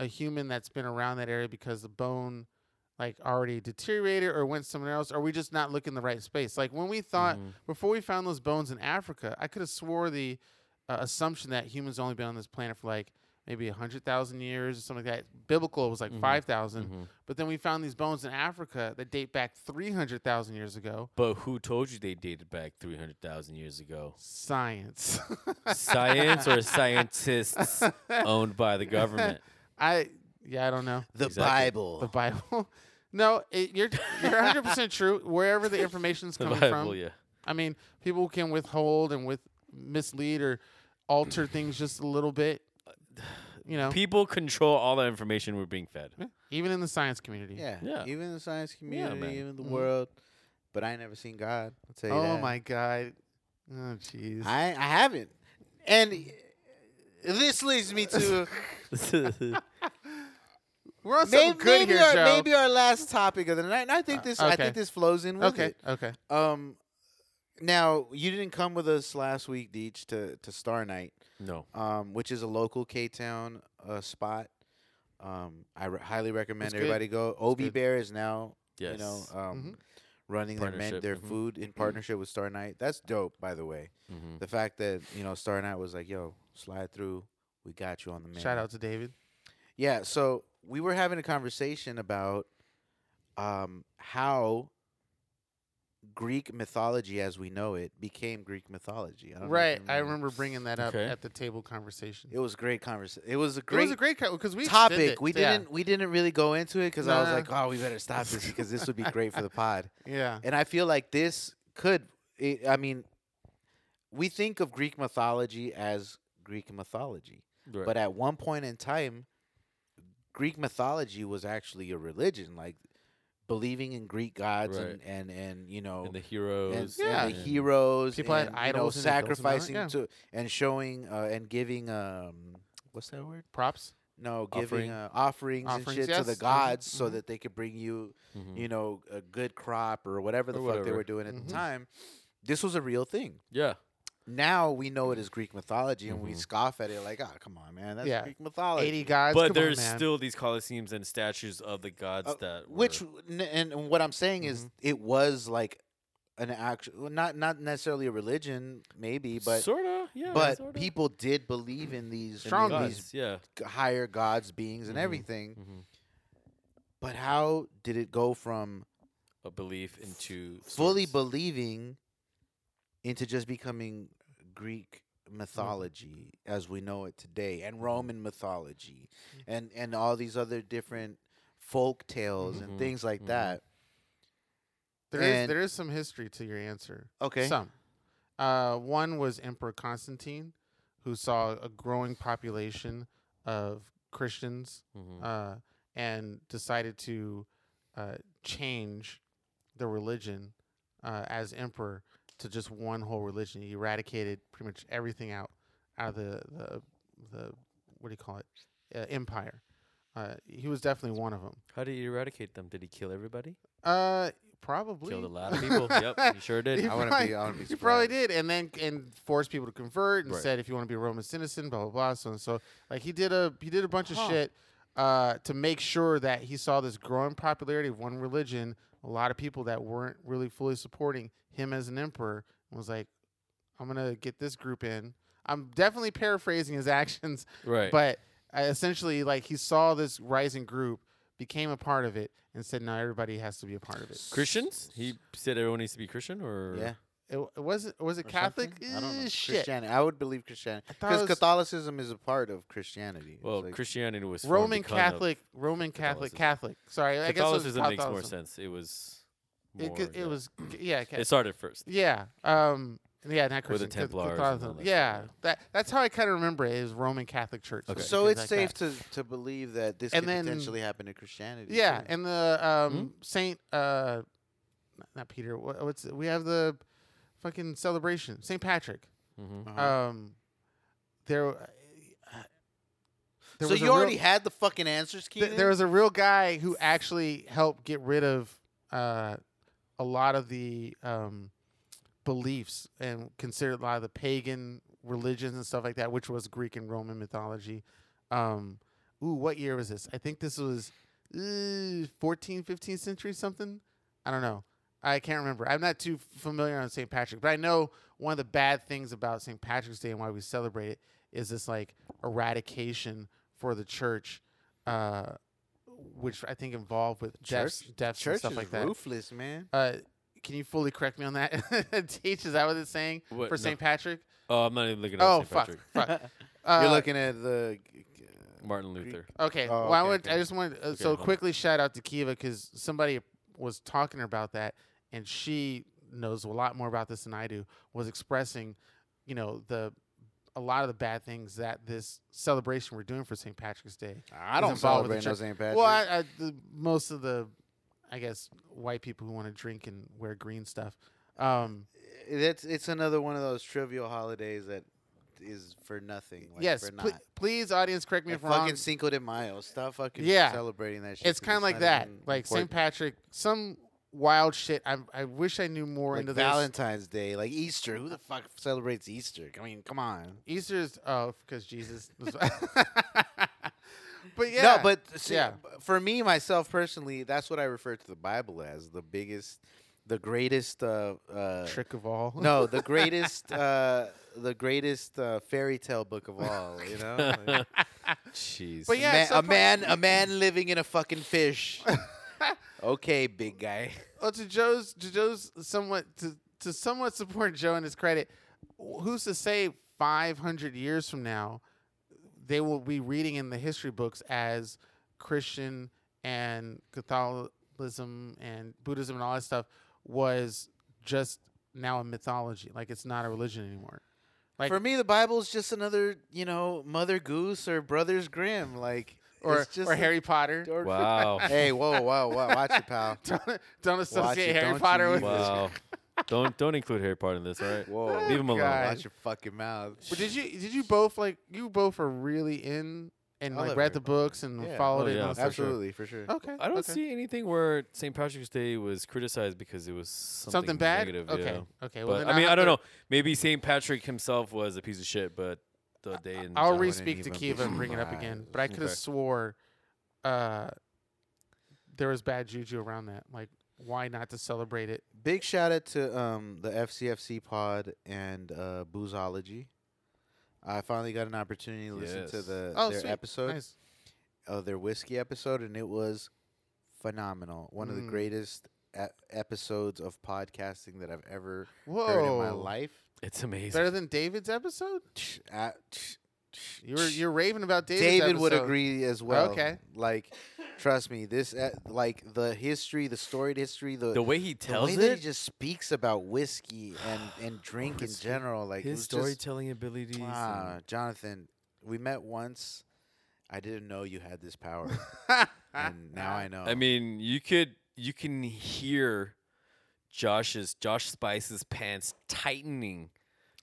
a human that's been around that area because the bone like already deteriorated or went somewhere else or we just not looking the right space. Like when we thought Mhm. before we found those bones in Africa, I could have swore the uh, assumption that humans only been on this planet for like maybe 100,000 years or something like that. Biblical was like Mhm. 5,000, Mhm. but then we found these bones in Africa that date back 300,000 years ago. But who told you they dated back three hundred thousand years ago? Science. Science or scientists owned by the government? I yeah, I don't know. The Exactly. Bible. The Bible. No, it, you're you're 100 percent true. Wherever the information's The coming Bible, from, yeah. I mean, people can withhold and with mislead or alter things just a little bit. You know, People control all the information we're being fed. even in the science community. yeah. Yeah. Even in the science community, man. even the Mhm. world. But I ain't never seen God. I'll tell you Oh that. my god. Oh jeez. I, I haven't. And uh, this leads me to We're on maybe, something good maybe, here, our, Joe. maybe our last topic of the night. And I think Uh, this I okay. think this flows in with okay. it. Okay. Um now you didn't come with us last week, Deech, to, to Star Night. No. um, which is a local K Town uh, spot. Um, I re- highly recommend It's good. everybody go. Ob good. Mm-hmm. Bear is now Yes. you know um, running their men- Partnership, their mhm. food in partnership with Star Night. That's dope, by the way. hmm The fact that you know Star Night was like, "Yo, slide through, we got you on the man." Shout out to David. Yeah, so we were having a conversation about um, how Greek mythology, as we know it, became Greek mythology. I don't know if you Right. I remember bringing that up Okay. at the table conversation. It was great conversation. It was a it great, was a great because we topic. extended it, we yeah. didn't we didn't really go into it because I was Nah. like, oh, we better stop this because this would be great for the pod. Yeah. And I feel like this could. It, I mean, we think of Greek mythology as Greek mythology, Right. but at one point in time, Greek mythology was actually a religion, like believing in Greek gods Right. and, and and you know and the and, heroes. Yeah. and the heroes People had and, idols and you know, they built them out, sacrificing yeah. to and showing uh, and giving um what's that word Props. no giving Offering. uh, offerings, and Offerings, shit to the yes. Mhm, gods so mhm. that they could bring you Mhm. you know a good crop or whatever the Or fuck they whatever. were doing at Mhm. the time this was a real thing Yeah. now we know it as greek mythology and we Mhm. scoff at it like ah, come on man that's Yeah. greek mythology Eighty gods. but come on, there's man. still these coliseums and statues of the gods Uh, that which were- n- and, and what i'm saying is Mhm. it was like an actual not not necessarily a religion maybe but sorta yeah but sorta. people did believe in these in Strongly. these gods, yeah g- higher gods beings and Mhm. everything Mhm. but how did it go from a belief into fully source. believing into just becoming Greek mythology as we know it today and Roman mythology and and all these other different folk tales Mhm. and things like Mhm. that. There is And- there is some history to your answer. Okay. Some. Uh, one was Emperor Constantine, who saw a growing population of Christians Mhm. uh, and decided to uh, change the religion uh, as emperor to just one whole religion. He eradicated pretty much everything out out of the the, the what do you call it uh, empire. Uh, he was definitely one of them. how did he eradicate them did he kill everybody Uh, probably killed a lot of people yep he sure did He I wouldn't probably- be- I wouldn't be He probably surprised. did, and then and forced people to convert and Right. said, if you want to be a Roman citizen, blah blah blah. So and so, like he did a he did a bunch Huh. of shit uh, to make sure that he saw this growing popularity of one religion. A lot of people that weren't really fully supporting him as an emperor and was like, I'm gonna get this group in. I'm definitely paraphrasing his actions, right but uh, essentially, like he saw this rising group, became a part of it, and said, now everybody has to be a part of it. christians he said everyone needs to be christian or Yeah. It, it wasn't was it or Catholic? something? I don't Eh, know. Shit. Christianity. I would believe Christianity I thought it because was- Catholicism is a part of Christianity. It's well like- christianity was formed Roman because of- Catholic, Roman Catholic, Catholicism. Catholic. Sorry, I guess it was catholicism makes more Catholicism. sense it was It, more, could- it yeah. was yeah, ca- it started first yeah, um, yeah, not With the Christian, ca- Templars and all Catholicism. that stuff, Yeah, yeah. that that's how I kind of remember it is Roman Catholic Church. Okay. so things it's like safe that. to, to believe that this And could then- potentially happen to Christianity. Yeah, too. and the um, Hmm? Saint, uh, n- not Peter. What, what's we have the fucking celebration Saint Patrick. hmm Uh-huh. Um, there. Uh, there so was a you real- already had the fucking answers, Keenan. Th- there was a real guy who actually helped get rid of uh, a lot of the um, beliefs and considered a lot of the pagan religions and stuff like that, which was Greek and Roman mythology. Um, ooh, what year was this? I think this was uh, 14, 15th century something. I don't know. I can't remember. I'm not too familiar on St. Patrick, but I know one of the bad things about St. Patrick's Day and why we celebrate it is this like eradication for the church, uh, which I think involved with deaths, Church- deaths and Church stuff is like that. roofless, man. Uh, can you fully correct me on that? Teach, is that what it's saying What, for no. St. Patrick? oh i'm not even looking at Oh, St. fuck. Patrick. fuck. Uh, You're looking at the. martin luther Okay. Oh, well, I, okay, would, okay. I just wanted uh, so hold on. quickly shout out to Kiva because somebody was talking about that, and she knows a lot more about this than I do. Was expressing, you know, the a lot of the bad things that this celebration we're doing for St. Patrick's Day. I is don't involved with celebrate the no church. St. Patrick. Well, I, I, the, most of the, I guess, white people who want to drink and wear green stuff. Um, That's it's another one of those trivial holidays that is for nothing. Like, yes, for pl- not. please, audience, correct me Like if I'm wrong. fucking Cinco de Mayo. Stop fucking Yeah. celebrating that shit. it's 'cause kind of like not that. even Like St. important. Patrick, some wild shit. I I wish I knew more like into this. Valentine's Day, like Easter. Who the fuck celebrates Easter? I mean, come on. Easter's oh, because Jesus. was- but yeah, No, but see, Yeah. for me, myself personally, that's what I refer to the Bible as the biggest, the greatest. Uh, uh, trick of all. no, the greatest, uh, the greatest uh, fairy tale book of all. You know, Like, Jeez. But yeah, ma- so a man, a man living in a fucking fish. okay, big guy. well, to Joe's to Joe's somewhat to to somewhat support Joe and his credit. wh- Who's to say 500 years from now they will be reading in the history books as Christian and Catholicism and Buddhism and all that stuff was just now a mythology. Like it's not a religion anymore. Like- for me, the Bible is just another, you know, Mother Goose or Brothers Grimm, like Or it's just or a- Harry Potter. or- Wow. hey, whoa, whoa, whoa! Watch it, pal. Don't, don't Watch associate it, Harry don't Potter you with. even- wow. don't don't include Harry Potter in this, all right? Whoa! Leave him alone. God. Watch your fucking mouth. But did you did you both like you both are really in and I like love read the Harry Potter. books and Yeah. followed Oh, it? and yeah, all that stuff? Absolutely, for sure. Okay. I don't okay. see anything where St. Patrick's Day was criticized because it was something, something, bad. negative. okay. Yeah. Okay. Well, But then I mean, I'll I don't know. have Maybe St. Patrick himself was a piece of shit, but the day in to- I'll general- re-speak to even be Kiva and bring it up again, but I could have Okay. swore uh, there was bad juju around that. Like, why not to celebrate it? Big shout out to um, the FCFC pod and uh, Boozology. I finally got an opportunity to listen to Yes. the Oh, their sweet. episode, Nice. uh, their whiskey episode, and it was phenomenal. One of the Mm. greatest e- episodes of podcasting that I've ever Whoa. heard in my life. It's amazing. Better than David's episode. Tch, ah, tch, tch, You were tch. you're raving about David's David would episode. agree as well. Okay. like trust me, this uh, like the history, the storied history, the the way he the tells way it, that he just speaks about whiskey and and drink in Whiskey. general, like it his was storytelling abilities. Just, and- ah, Jonathan, we met once. I didn't know you had this power, and now I know. I mean, you could you can hear Josh's Josh Spice's pants tightening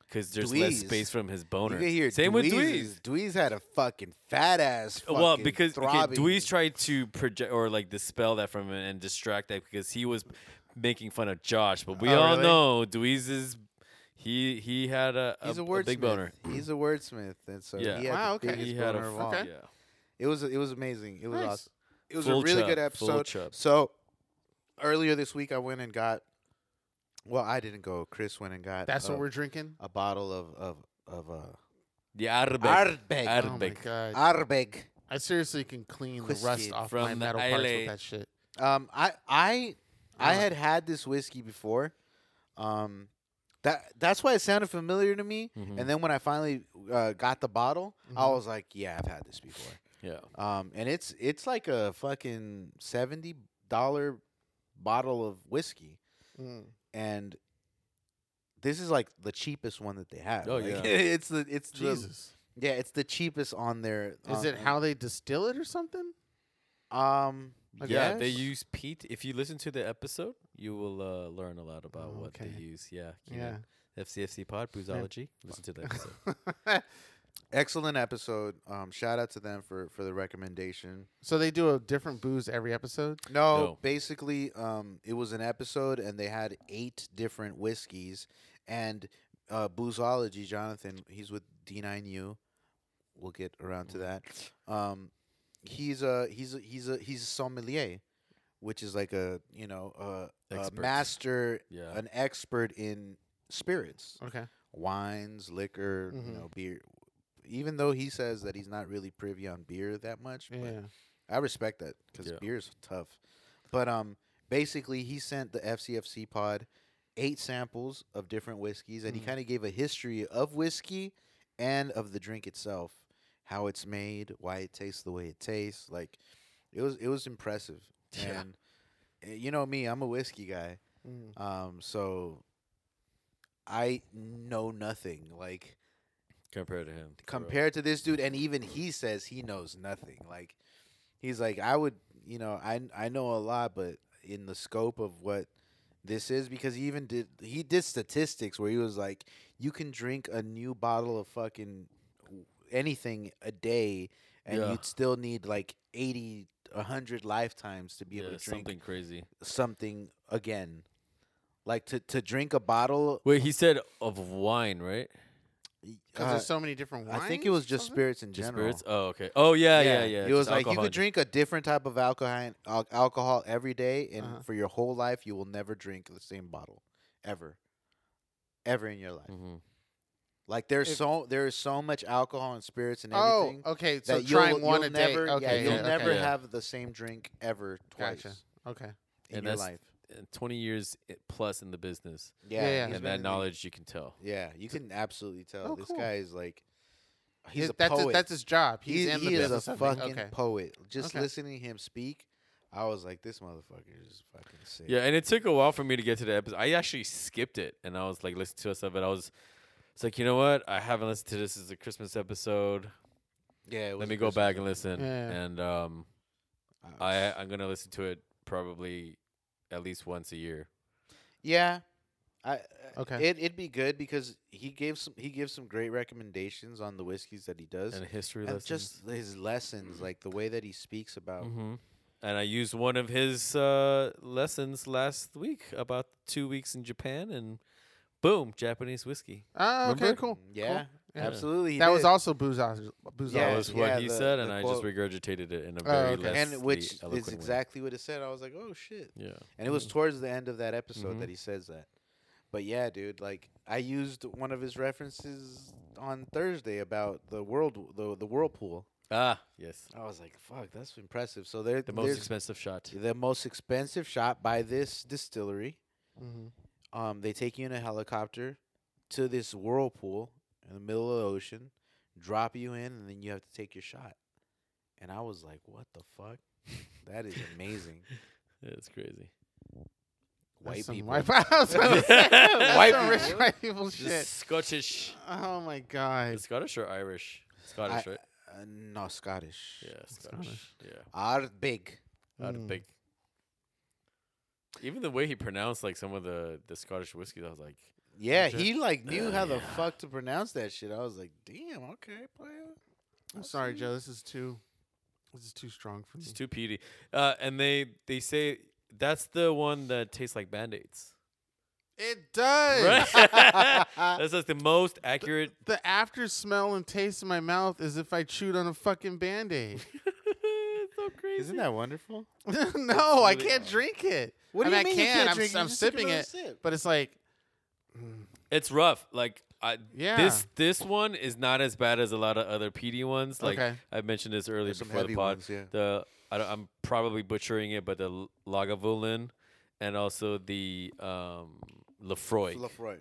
because there's less Dweez. space from his you boner. can hear Same with Dweez. Uh, Dweez's- Dweez had a fucking fat ass. Fucking well, because okay, throbbing. Dweez tried to project or like dispel that from him and distract that because he was making fun of Josh, but we Oh, all really? know Dweez is he he had a He's a, wordsmith. big boner. He's a wordsmith, and so Yeah. he had Wow, the okay. biggest He had a boner of all. okay. Yeah. It was it was amazing. It was Nice. awesome. It was Full a really chub, good full episode. chub. So earlier this week, I went and got. Well, I didn't go. Chris went and got. That's a- what we're drinking. A bottle of of of uh, The Arabic. Arbeg. Ar- Oh my Arabic. god! Arbeg. I seriously can clean the rust Whiskey off from my the metal parts with island. that shit. Oh Um, I I I Yeah. had had this whiskey before. Um, that that's why it sounded familiar to me. Mhm. And then when I finally uh, got the bottle, I Mhm. was like, "Yeah, I've had this before." Yeah. Um, and it's it's like a fucking seventy dollar bottle of whiskey, Mm. and this is like the cheapest one that they have. Oh, Like, yeah. it's the it's Jesus. Uh-huh. the yeah, it's the cheapest on their. Is on- it how they distill it or something? Um. Like, Yeah, they yes. use peat. If you listen to the episode, you will uh, learn a lot about Oh, what okay. they use. Yeah. Yeah. Keenan. FCFC Pod, Boozology. Listen to the episode. excellent episode. Um, shout out to them for for the recommendation. so they do a different booze every episode. No, No. basically, um, it was an episode, and they had eight different whiskeys. And uh, Boozology, Jonathan, he's with D9U. We'll get around to Mm-hmm. that. Um, he's a he's a, he's a he's a sommelier, which is like a you know a, a Expert. master, Yeah. an expert in spirits, Okay. wines, liquor, Mm-hmm. Mhm. you know, beer. Even though he says that he's not really privy on beer that much, but Yeah. I respect that because Yeah. beer's tough. But um, basically, he sent the FCFC pod eight samples of different whiskeys, and Mm-hmm. Mm. he kind of gave a history of whiskey and of the drink itself, how it's made, why it tastes the way it tastes. Like it was, it was impressive. Yeah. And uh, you know me, I'm a whiskey guy. Mm. Um, so I know nothing. Like Compared to him. correct. compared to this dude and even he says he knows nothing like he's like i would you know i i know a lot but in the scope of what this is because he even did he did statistics where he was like you can drink a new bottle of fucking anything a day and Yeah. you'd still need like 80 a hundred lifetimes to be able Yeah, to drink something crazy. something again. Like to, to drink a bottle, Wait, he said of wine, right? because uh, there's so many different wines. I think it was or just something? spirits in Just general. Spirits? Oh, okay. Oh, yeah, yeah, yeah. It was just like you alcohol in could it. drink a different type of alcohol al- alcohol every day, and Uh-huh. for your whole life, you will never drink the same bottle, ever, ever in your life. Mhm. Like there's Mm. If- so there is so much alcohol and spirits and Oh, everything okay. So that you'll, trying one you'll a day. never, yeah, Okay, you'll yeah, okay. never Yeah. have the same drink ever twice Gotcha. Okay. in And your that's- life. And Twenty years i- plus in the business, Yeah, yeah. he's He's and been that in the- knowledge you can tell. Yeah, you can absolutely tell Oh, this cool. guy is like he's His- a that's poet. His, that's his job. He's he in the he is a business. of making- fucking okay. poet. Just Okay. listening to him speak, I was like, this motherfucker is fucking sick. Yeah, and it took a while for me to get to the episode. I actually skipped it, and I was like listening to us of it. I was, it's like you know what? I haven't listened to this as a Christmas episode. yeah. Let me go back and listen. Yeah. And um, listen. I I'm gonna listen to it probably at least once a year. Yeah. I okay. Okay. It it'd be good because he gave some he gives some great recommendations on the whiskeys that he does. And And, history lessons. just his Mm-hmm. lessons, like the way that he speaks about hmm And I used one of his uh, lessons last week about two weeks in Japan, and boom, Japanese whiskey. Oh, okay. Remember? Cool. Yeah, Yeah. absolutely. he That was did. also booze. Booze. Yeah, that was what yeah, he the- said, the and I quote. Oh, just regurgitated it in a very okay. less and which is exactly what it said. I was like, oh shit. Yeah. And it was towards the end of that episode Mhm. that he says that. But yeah, dude, like I used one of his references on Thursday about the world the the whirlpool. Ah, yes. I was like, fuck, that's impressive. So there The most there's- expensive shot. the most expensive shot by this distillery. Mhm. Um, they take you in a helicopter to this whirlpool in the middle of the ocean, drop you in, and then you have to take your shot. And I was like, "What the fuck? That is amazing." Yeah, it's crazy. That's White some people. White, I was gonna say, that's White some people. rich white people Just shit. Scottish. Oh my god. Scottish or Irish? Scottish, right? Uh, no, Scottish. Hmm. Yeah, Scottish. Yeah. Are big. I'd Mm. big. Even the way he pronounced like some of the the Scottish whiskeys, I was like, Yeah, Okay. he like knew how the Yeah. fuck to pronounce that shit. I was like, "Damn, okay, player." I'm sorry, Joe. This is too. This is too strong for me. it's too peaty. Uh, and they they say that's the one that tastes like band aids. it does. Right? that's like the most accurate. The after smell and taste in my mouth is if I chewed on a fucking band aid. it's so crazy. Isn't that wonderful? no, I really- can't drink it. What I do mean, you mean I you can. can't I'm, drink it? I'm You just took sipping another it, sip. but it's like It's rough. Like I, Yeah. this this one is not as bad as a lot of other PD ones. Like Okay. I mentioned this earlier There's some before the heavy pod. ones, yeah. The I don't, I'm probably butchering it, but the L- Lagavulin and also the um, Lefroy. Lafroy.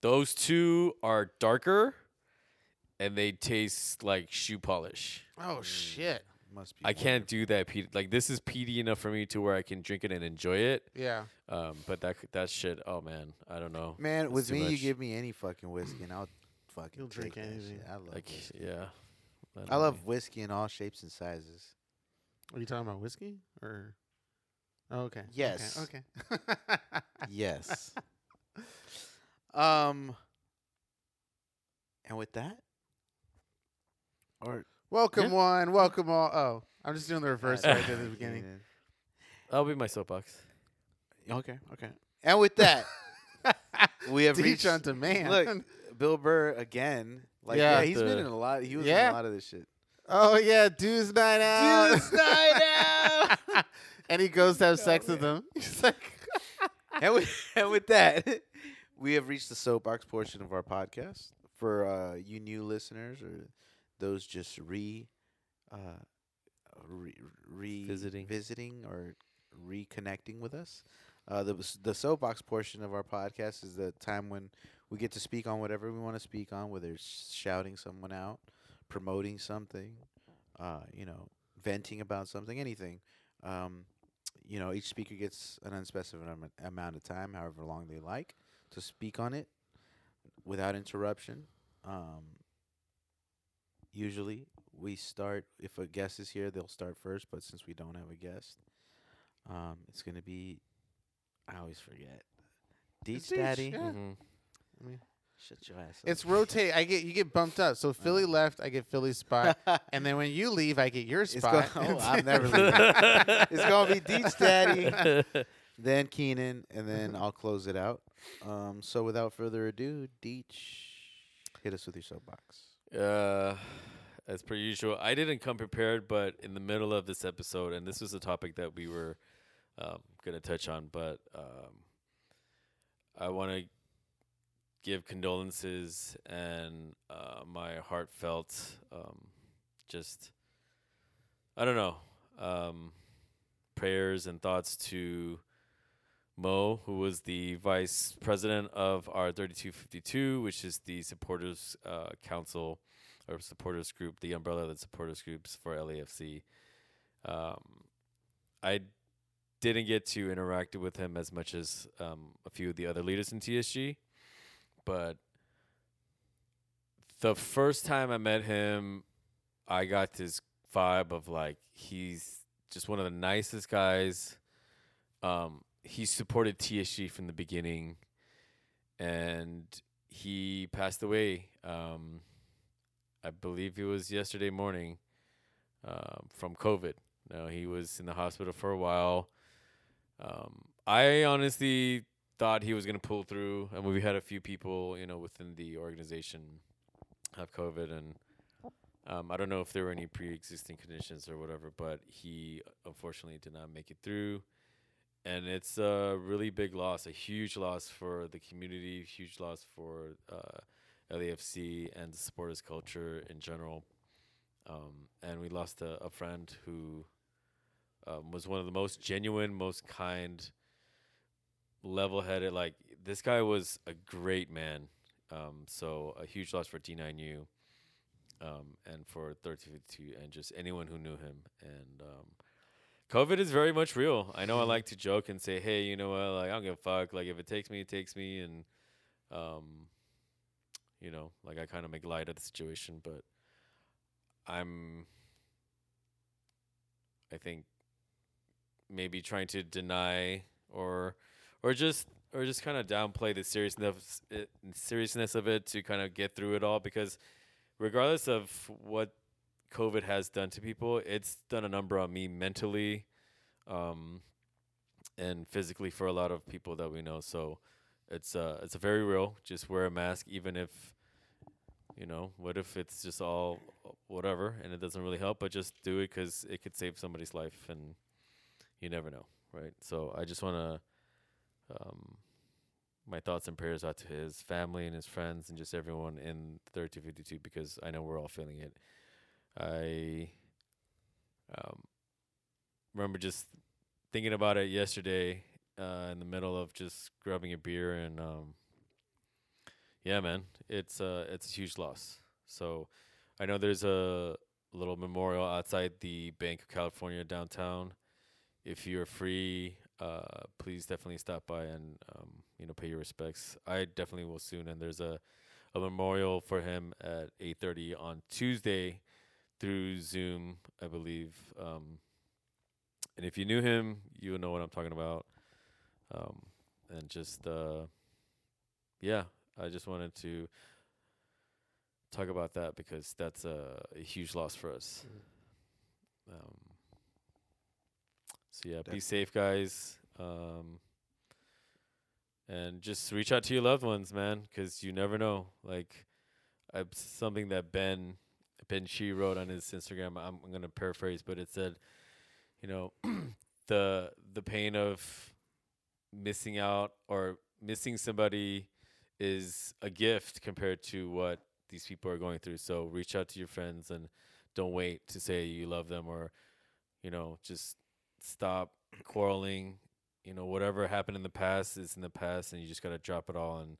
Those two are darker, and they taste like shoe polish. oh mm. shit. Must be. I can't do that. P- like this is PD enough for me to where I can drink it and enjoy it. Yeah. Um, but that c- that shit. Oh man, I don't know. Man, That's with too me, you much. give me any fucking whiskey, and I'll fucking You'll take drink that anything. shit. I love, Like whiskey. yeah. I don't know. love whiskey in all shapes and sizes. Are you talking about whiskey or? Oh, okay. Okay, Yes. Okay. yes. Um. And with that, or welcome one. Welcome all. Oh, I'm just doing the reverse right at the uh, Yeah. beginning. That'll be my soapbox. Okay. Okay. And with that, we have Teach reached on demand. Look, Bill Burr again. Like, Yeah, yeah, he's the- been in a lot. He was in Yeah. a lot of this shit. Oh yeah, dude's night out. Dude's night out. Oh, and he goes to have sex with them. He's like, and, with, and with that, we have reached the soapbox portion of our podcast. For uh, you new listeners or those just re, uh, re, re Visiting. visiting or reconnecting with us, uh, the the soapbox portion of our podcast is the time when we get to speak on whatever we want to speak on, whether it's shouting someone out, promoting something, uh, you know, venting about something, anything. Um, you know, each speaker gets an unspecified am- amount of time, however long they like, to speak on it without interruption. Um, usually, we start if a guest is here, they'll start first. But since we don't have a guest, um, it's gonna be I always forget. Deech Deech, Mm-hmm. Daddy, Yeah. Mhm. Shut your ass. It's rotate. I get you get bumped up. So Philly left, I get Philly's spot, and then when you leave, I get your It's gonna, spot. oh, I'm never leaving. it's gonna be Deech Daddy, then Keenan, and then I'll close it out. Um, so without further ado, Deech, hit us with your soapbox. Uh, as per usual, I didn't come prepared, but in the middle of this episode, and this was a topic that we were um, going to touch on, but um, I want to give condolences and uh, my heartfelt, um, just, I don't know, um, prayers and thoughts to Mo, who was the vice president of our 3252, which is the supporters uh, council or supporters group, the umbrella of the supporters groups for LAFC. Um, I didn't get to interact with him as much as um, a few of the other leaders in TSG, but the first time I met him, I got this vibe of like he's just one of the nicest guys. Um, he supported TSG from the beginning, and he passed away. Um, I believe it was yesterday morning um, from COVID. Now he was in the hospital for a while. Um, I honestly thought he was gonna pull through, and we had a few people, you know, within the organization have COVID, and um, I don't know if there were any pre-existing conditions or whatever, but he unfortunately did not make it through, and it's a really big loss, a huge loss for the community, huge loss for uh, LAFC and the supporters culture in general. Um, and we lost a, a friend who um, was one of the most genuine, most kind, level headed. Like, this guy was a great man. Um, so, a huge loss for D9U um, and for 32 and just anyone who knew him. And um, COVID is very much real. I know I like to joke and say, hey, you know what? Like, I don't give a fuck. Like, if it takes me, it takes me. And, um, you know, like I kind of make light of the situation, but I'm, I think, maybe trying to deny or, or just, or just kind of downplay the seriousness, it, seriousness of it to kind of get through it all because, regardless of what COVID has done to people, it's done a number on me mentally, um, and physically for a lot of people that we know. So, it's uh it's very real. Just wear a mask, even if you know what if it's just all whatever and it doesn't really help. But just do it because it could save somebody's life, and you never know, right? So I just want to um my thoughts and prayers out to his family and his friends and just everyone in 3252 because I know we're all feeling it. I um, remember just thinking about it yesterday uh, in the middle of just grabbing a beer and um, yeah, man, it's uh, it's a huge loss. So I know there's a little memorial outside the Bank of California downtown. If you're free, uh, please definitely stop by and um, you know pay your respects. I definitely will soon, and there's a a memorial for him at 8:30 on Tuesday through Zoom, I believe. Um, and if you knew him, you'll know what I'm talking about um, and just uh, yeah, I just wanted to talk about that because that's a, a huge loss for us. Um, so yeah, be Definitely. safe, guys, um, and just reach out to your loved ones, man, because you never know. Like, I, something that Ben Ben She wrote on his Instagram. I'm, I'm gonna paraphrase, but it said, you know, the the pain of missing out or missing somebody is a gift compared to what these people are going through. So reach out to your friends and don't wait to say you love them or, you know, just stop quarreling. You know, whatever happened in the past is in the past, and you just gotta drop it all. And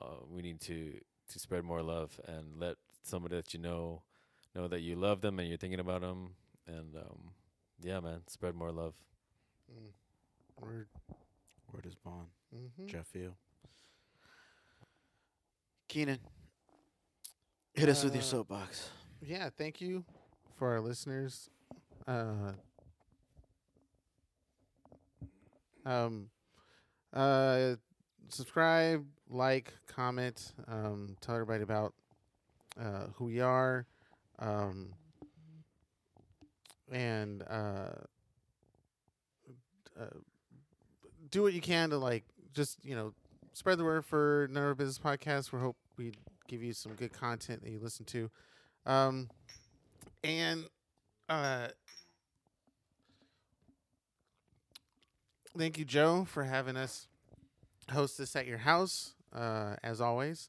uh, we need to to spread more love and let somebody that you know know that you love them and you're thinking about them. And um, yeah, man, spread more love. Word is bond. Mhm. Jeff Hill. Keenan, hit us with your Uh, soapbox. yeah thank you for our listeners uh um uh subscribe, like, comment, um, tell everybody about uh, who we are, um, and uh, uh, do what you can to like just you know spread the word for Nerve Business Podcast. We hope we give you some good content that you listen to, um, and uh, thank you, Joe, for having us host this at your house uh, as always.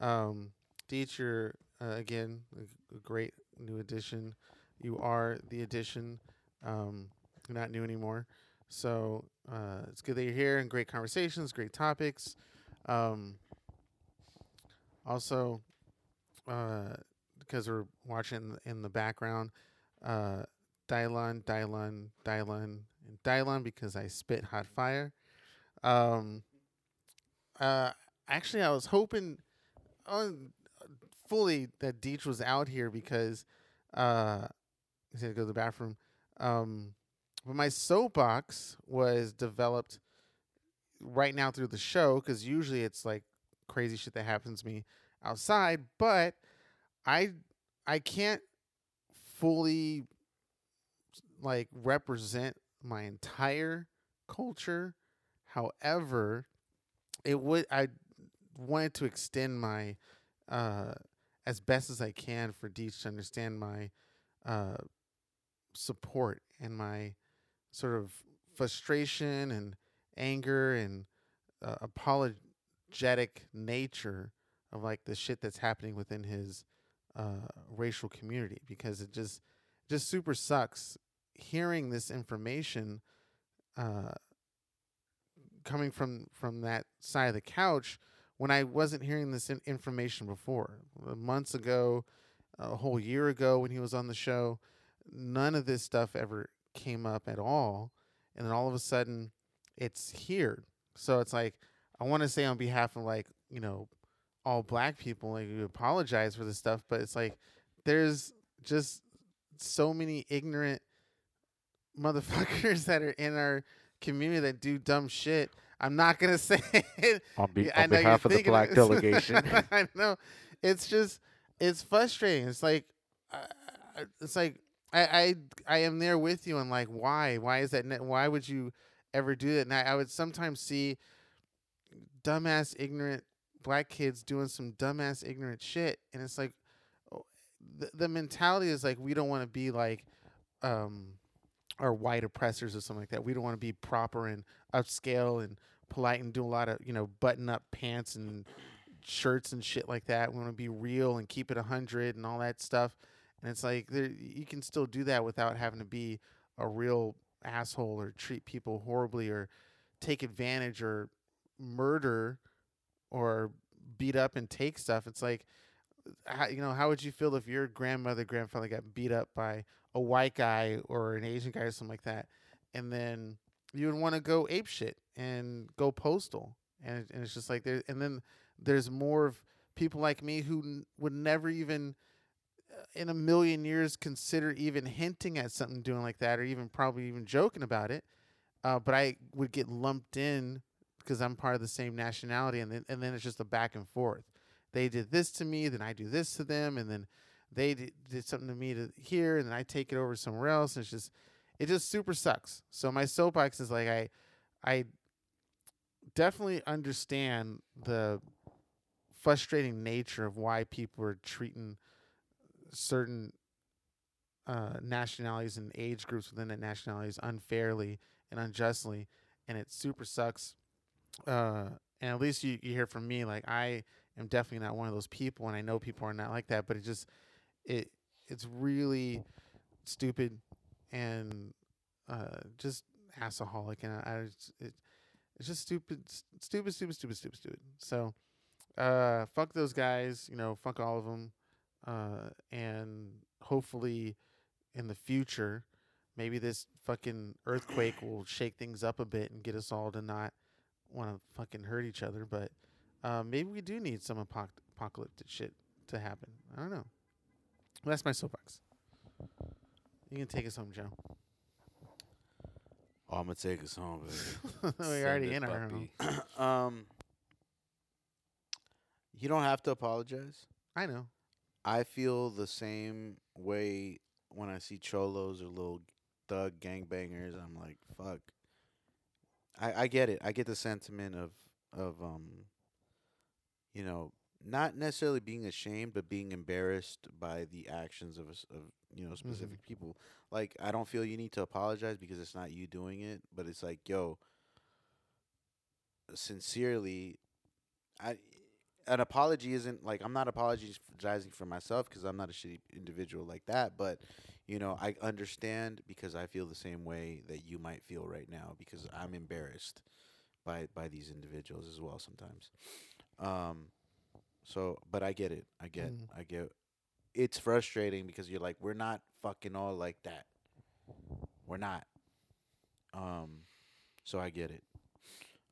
Um, Deech, you're uh, again a g- a great new addition. You are the addition. Um, you're not new anymore, so uh, it's good that you're here and great conversations, great topics. Um, also, uh, because we're watching in the- in the background, uh, Dylon, Dylon, Dylon, and Dylon because I spit hot fire. Um, uh, actually, I was hoping on fully that Deech was out here because uh, he had to go to the bathroom. Um, but my soapbox was developed right now through the show because usually it's like crazy shit that happens to me outside, but I I can't fully like represent my entire culture. However, it would I wanted to extend my uh as best as I can for Deech to understand my uh support and my sort of frustration and anger and uh, apologetic nature of like the shit that's happening within his uh racial community because it just just super sucks hearing this information uh coming from from that side of the couch when I wasn't hearing this in- information before Uh, months ago, a whole year ago when he was on the show, none of this stuff ever came up at all, and then all of a sudden, it's here. So it's like I want to say on behalf of like you know all black people, like you apologize for this stuff, but it's like there's just so many ignorant motherfuckers that are in our community that do dumb shit. I'm not gonna say it. On, be- Yeah, I on know you're behalf of the thinking black this. delegation. I know. It's just it's frustrating. It's like uh, it's like I, I I am there with you and like why why is that net why would you ever do that? And I, I would sometimes see dumbass ignorant black kids doing some dumbass ignorant shit, and it's like oh, the the mentality is like we don't want to be like um our white oppressors or something like that. We don't want to be proper and upscale and polite and do a lot of you know button up pants and shirts and shit like that. We want to be real and keep it a hundred and all that stuff. And it's like there, you can still do that without having to be a real asshole or treat people horribly or take advantage or murder or beat up and take stuff. It's like, how, you know, how would you feel if your grandmother, grandfather got beat up by a white guy or an Asian guy or something like that? And then you would want to go ape shit and go postal. And, it- and it's just like there, and then there's more of people like me who n- would never even uh, in a million years consider even hinting at something doing like that or even probably even joking about it uh, but i would get lumped in because i'm part of the same nationality and then, and then it's just a back and forth they did this to me then i do this to them and then they did, did something to me to here and then i take it over somewhere else and it's just it just super sucks so my soapbox is like i i definitely understand the frustrating nature of why people are treating certain uh, nationalities and age groups within that nationalities unfairly and unjustly, and it super sucks. Uh, and at least you, you hear from me, like I am definitely not one of those people, and I know people are not like that. But it just it it's really stupid and uh, just assaholic, and I, I just- it, it's just stupid, s- stupid, stupid, stupid, stupid, stupid. So uh, fuck those guys, you know, fuck all of them. Uh, and hopefully in the future, maybe this fucking earthquake will shake things up a bit and get us all to not want to fucking hurt each other. But uh, maybe we do need some apoc- apocalyptic shit to happen. I don't know. That's my soapbox. You can take us home, Joe. Oh, I'm gonna take us home, baby. We're already in our home. um, You don't have to apologize. I know. I feel the same way when I see cholos or little thug gangbangers. I'm like, fuck. I, I get it. I get the sentiment of of um, you know, not necessarily being ashamed, but being embarrassed by the actions of s- of you know specific people. Like, I don't feel you need to apologize because it's not you doing it, but it's like, yo, sincerely, I an apology isn't like I'm not apologizing for myself because I'm not a shitty individual like that, but you know, I understand because I feel the same way that you might feel right now because I'm embarrassed by by these individuals as well sometimes. Um so but I get it. I get Mm. I get it's frustrating because you're like we're not fucking all like that. We're not. Um so I get it.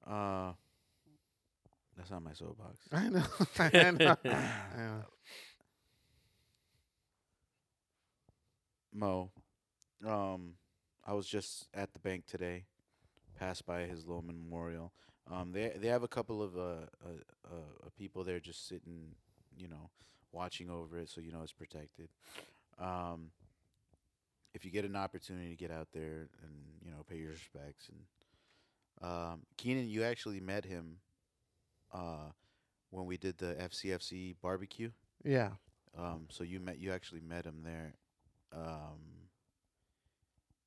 Uh that's not my soapbox. I know. I know. I know. Mo, um, I was just at the bank today, passed by his little memorial. Um, they they have a couple of uh, uh, uh, uh, people there just sitting, you know, watching over it, so you know it's protected. Um, if you get an opportunity to get out there and you know pay your respects and um, Keenan, you actually met him uh, when we did the FCFC barbecue. Yeah. Um, so you met you actually met him there. Um,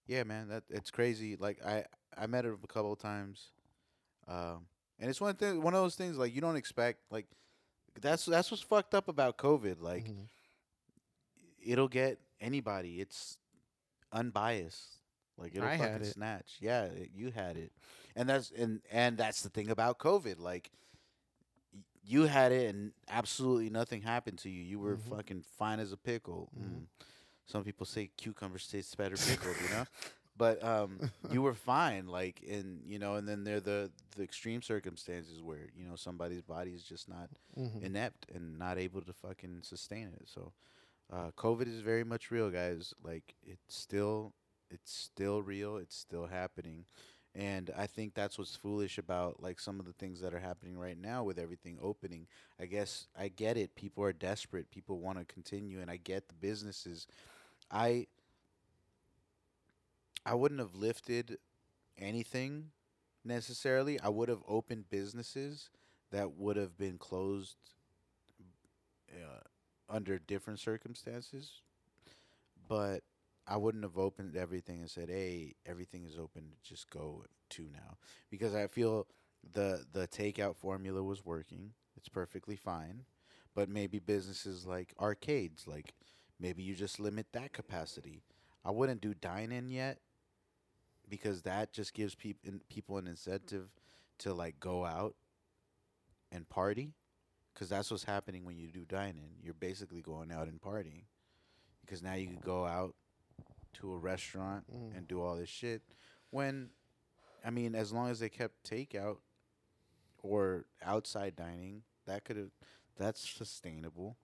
yeah, man, that it's crazy. Like I I met him a couple of times, um, and it's one thing one of those things like you don't expect like that's that's what's fucked up about COVID. Like Mhm. it'll get anybody. It's unbiased. Like it'll I had fucking it. snatch. Yeah, it, you had it, and that's and and that's the thing about COVID. Like y- you had it, and absolutely nothing happened to you. You were Mhm. fucking fine as a pickle. Mhm. Mm. Some people say cucumber tastes better pickled, you know. But um, you were fine, like, and you know, and then there are the the extreme circumstances where you know somebody's body is just not Mhm. inept and not able to fucking sustain it. So, uh, COVID is very much real, guys. Like it's still, it's still real. It's still happening, and I think that's what's foolish about like some of the things that are happening right now with everything opening. I guess I get it. People are desperate. People want to continue, and I get the businesses. I, I wouldn't have lifted anything necessarily. I would have opened businesses that would have been closed uh, under different circumstances, but I wouldn't have opened everything and said, "Hey, everything is open. Just go to now," because I feel the the takeout formula was working. It's perfectly fine, but maybe businesses like arcades, like maybe you just limit that capacity. I wouldn't do dine in yet because that just gives people people an incentive to like go out and party because that's what's happening when you do dining you're basically going out and partying because now you can go out to a restaurant Mm. and do all this shit when i mean as long as they kept takeout or outside dining that could have that's sustainable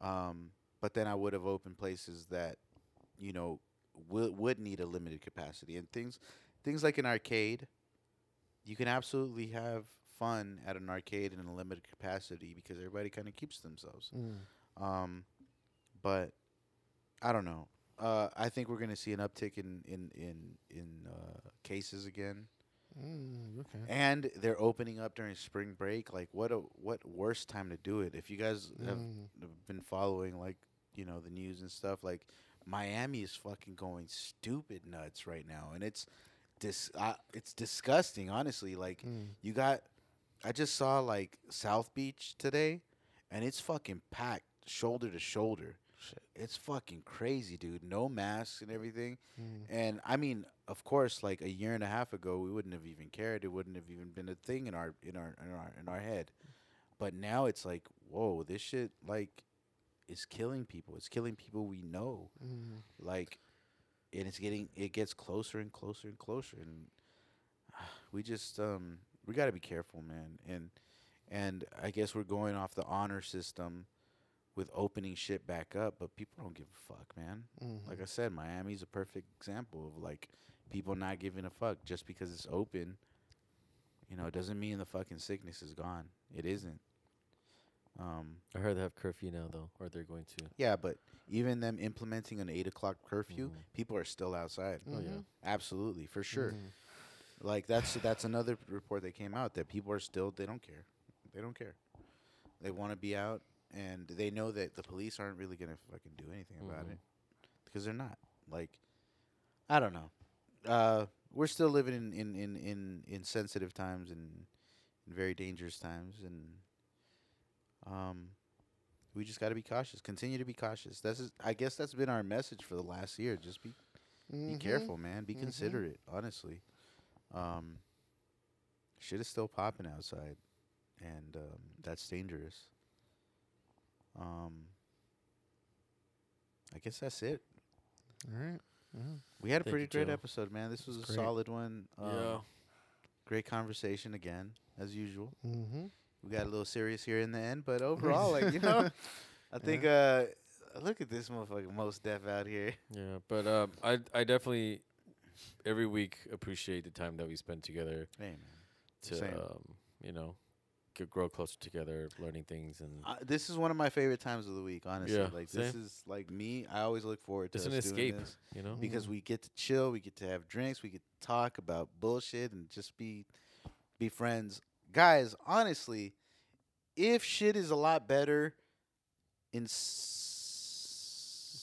um, but then i would have opened places that you know would would need a limited capacity and things things like an arcade you can absolutely have fun at an arcade in a limited capacity because everybody kind of keeps to themselves Mm. um, but i don't know uh, i think we're going to see an uptick in in in, in uh, cases again Mm, okay. and they're opening up during spring break like what a what worse time to do it if you guys have Mm. have been following like you know the news and stuff like Miami is fucking going stupid nuts right now and it's dis I, it's disgusting honestly like Mm. you got I just saw like South Beach today and it's fucking packed shoulder to shoulder Shit. it's fucking crazy dude no masks and everything Mm. and I mean, of course, like a year and a half ago, we wouldn't have even cared. It wouldn't have even been a thing in our in our in our in our head. But now it's like, whoa, this shit like is killing people. It's killing people we know. Mm. Like, and it's getting it gets closer and closer and closer. And we just um we got to be careful, man. And and I guess we're going off the honor system with opening shit back up, but people don't give a fuck, man. Mm. Like I said, Miami's a perfect example of like people not giving a fuck just because it's open. You know, it doesn't mean the fucking sickness is gone. It isn't. Um, I heard they have curfew now though, or they're going to. yeah, but even them implementing an eight o'clock curfew, Mhm. people are still outside. Oh, yeah. Mhm. absolutely for sure. Mhm. Like that's that's another report that came out that people are still they don't care, they don't care, they want to be out, and they know that the police aren't really gonna fucking do anything about Mhm. it because they're not. Like, I don't know. Uh, we're still living in in in in, in sensitive times and in very dangerous times, and um, we just got to be cautious. Continue to be cautious. That's is, I guess that's been our message for the last year. Just be be Mm-hmm. Mhm. careful, man. Be Mhm. considerate, honestly. Um, shit is still popping outside, and um, that's dangerous. Um, I guess that's it. All right. Mhm. We had a Thank pretty you, great Joe. episode, man. This was a great. solid one. Um, Mm-hmm. yeah. Great conversation again, as usual. Mhm. We got a little serious here in the end, but overall, like you know, I think. Uh, look at this motherfucking most deaf out here. Yeah, but um, I I definitely every week appreciate the time that we spend together Hey, man. to Same. um, you know g- grow closer together, learning things, and Uh, this is one of my favorite times of the week, honestly. Yeah, like this same. is like me. I always look forward to it's us an doing escape. this Mm-hmm. You know, because we get to chill, we get to have drinks, we get to talk about bullshit and just be be friends. Guys, honestly, if shit is a lot better in six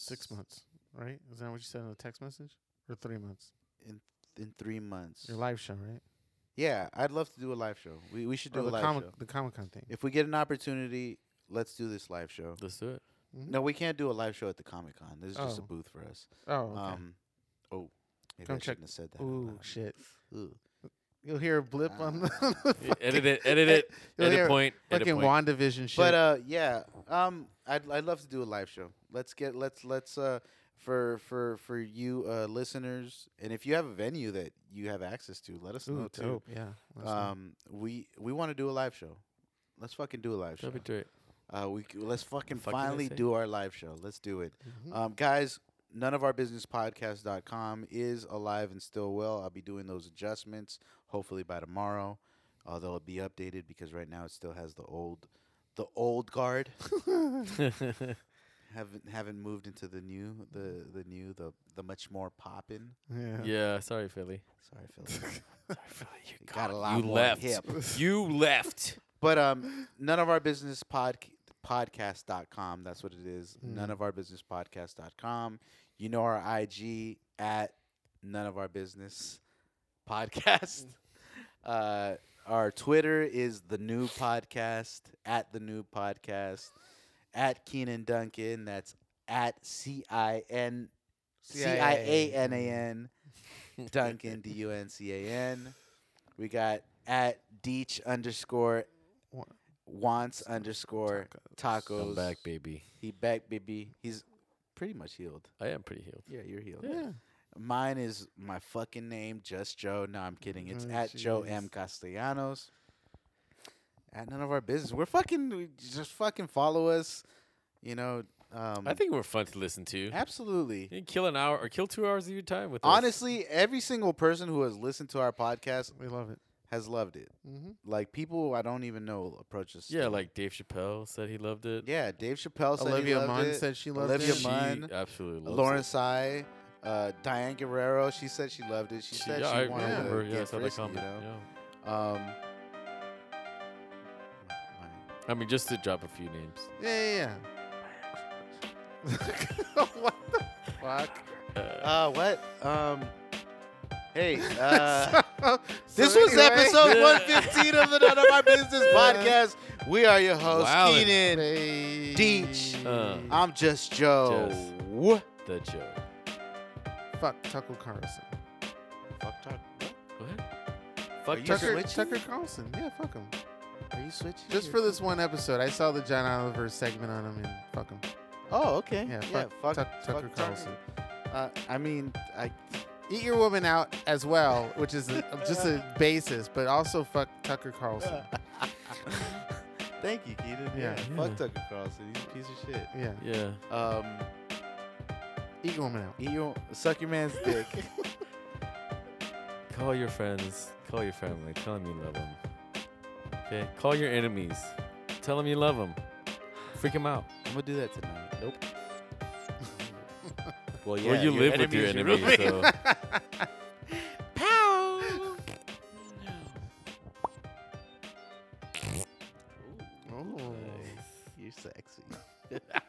Six months, right? Is that what you said in the text message? Or three months? in three months, Your live show, right? yeah, I'd love to do a live show. We we Or should do a the live comic show the Comic Con thing. if we get an opportunity. Let's do this live show. let's do it. Mhm. No, we can't do a live show at the Comic Con. This is just a Oh. booth for us. Oh, okay. Um, oh, maybe Come I check- shouldn't have said that. out Ooh, loud. shit. Ooh. You'll hear a blip on Uh, the. on the Yeah, edit fucking- it, edit it, You'll edit hear point, edit Fucking point. WandaVision shit. But uh, yeah, um, I'd I'd love to do a live show. Let's get let's let's uh for for for you uh listeners, and if you have a venue that you have access to, let us Ooh, know too. dope. Yeah. let us know. oh, Um, we we want to do a live show. Let's fucking do a live show. That'd be great. Uh, we c- let's fucking fuck did I finally say? do our live show. Let's do it. Mhm. Um, guys, none of our business podcast.com is alive and still well. I'll be doing those adjustments hopefully by tomorrow, although it'll be updated because right now it still has the old, the old guard. haven't haven't moved into the new, the the new, the the much more poppin'. yeah. yeah, sorry, Philly. Sorry, Phil. you It got a lot you more left. hip. You left. But um, none of our business pod podcast.com. That's what it is. Mm. None of our business podcast.com. You know our IG at none of our business podcast. uh, our Twitter is the new podcast at the new podcast at Keenan Duncan. That's at C I N C I A N A N Duncan D U N C A N. We got at Deech underscore Wa- wants underscore tacos. I'm back, baby. He back, baby. He's pretty much healed. I am pretty healed. Yeah, you're healed. Yeah. Mine is my fucking name, just Joe. No, I'm kidding. It's Oh, at Joe jeez. M Castellanos. At none of our business. We're fucking we just fucking follow us. You know. Um, I think we're fun to listen to. absolutely. You can kill an hour or kill two hours of your time with us. Honestly, every single person who has listened to our podcast We love it. has loved it. Mm-hmm. Like people I don't even know approach us. Yeah, like Dave Chappelle said he loved it. yeah. Dave Chappelle said he Olivia loved Munn it. said she loved Olivia it. she Munn, absolutely loves Lauren it. Sai, uh, Diane Guerrero. She said she loved it. She, She- said yeah, she I wanted remember. to Yeah, I get saw that frisky, you comment. know. yeah. Um, I mean, just to drop a few names. Yeah, yeah, yeah. what the fuck? uh, what? Um, hey, uh, So this was anyway- episode 115 of the None of Our Business podcast. We are your hosts, Wow. Keenan. Hey. Deech. Uh. I'm just Joe. Just. What? The Joe. Fuck Tucker Carlson. Fuck talk. What? What? you sure- Fuck Tucker. Tucker, switching? Tucker Carlson. Yeah, fuck him. Are you switching? Just for this one episode, I saw the John Oliver segment on him and fuck him. Oh, okay. Yeah, fuck, fuck, Tuck- Tucker fuck Carlson. Uh, I mean, I Eat your woman out as well, which is a, just a basis, but also fuck Tucker Carlson. Thank you, Keaton. Yeah. Fuck Yeah. Tucker Carlson. He's a piece of shit. Yeah, Yeah. Um, eat your woman out. eat your, suck your man's dick. Call your friends. Call your family. Tell them you love them. Okay. Call your enemies. Tell them you love them. Freak him out. I'm gonna do that tonight. Nope. Well, yeah, you your live with your enemy is enemy, your so Pow! Oh. You're sexy.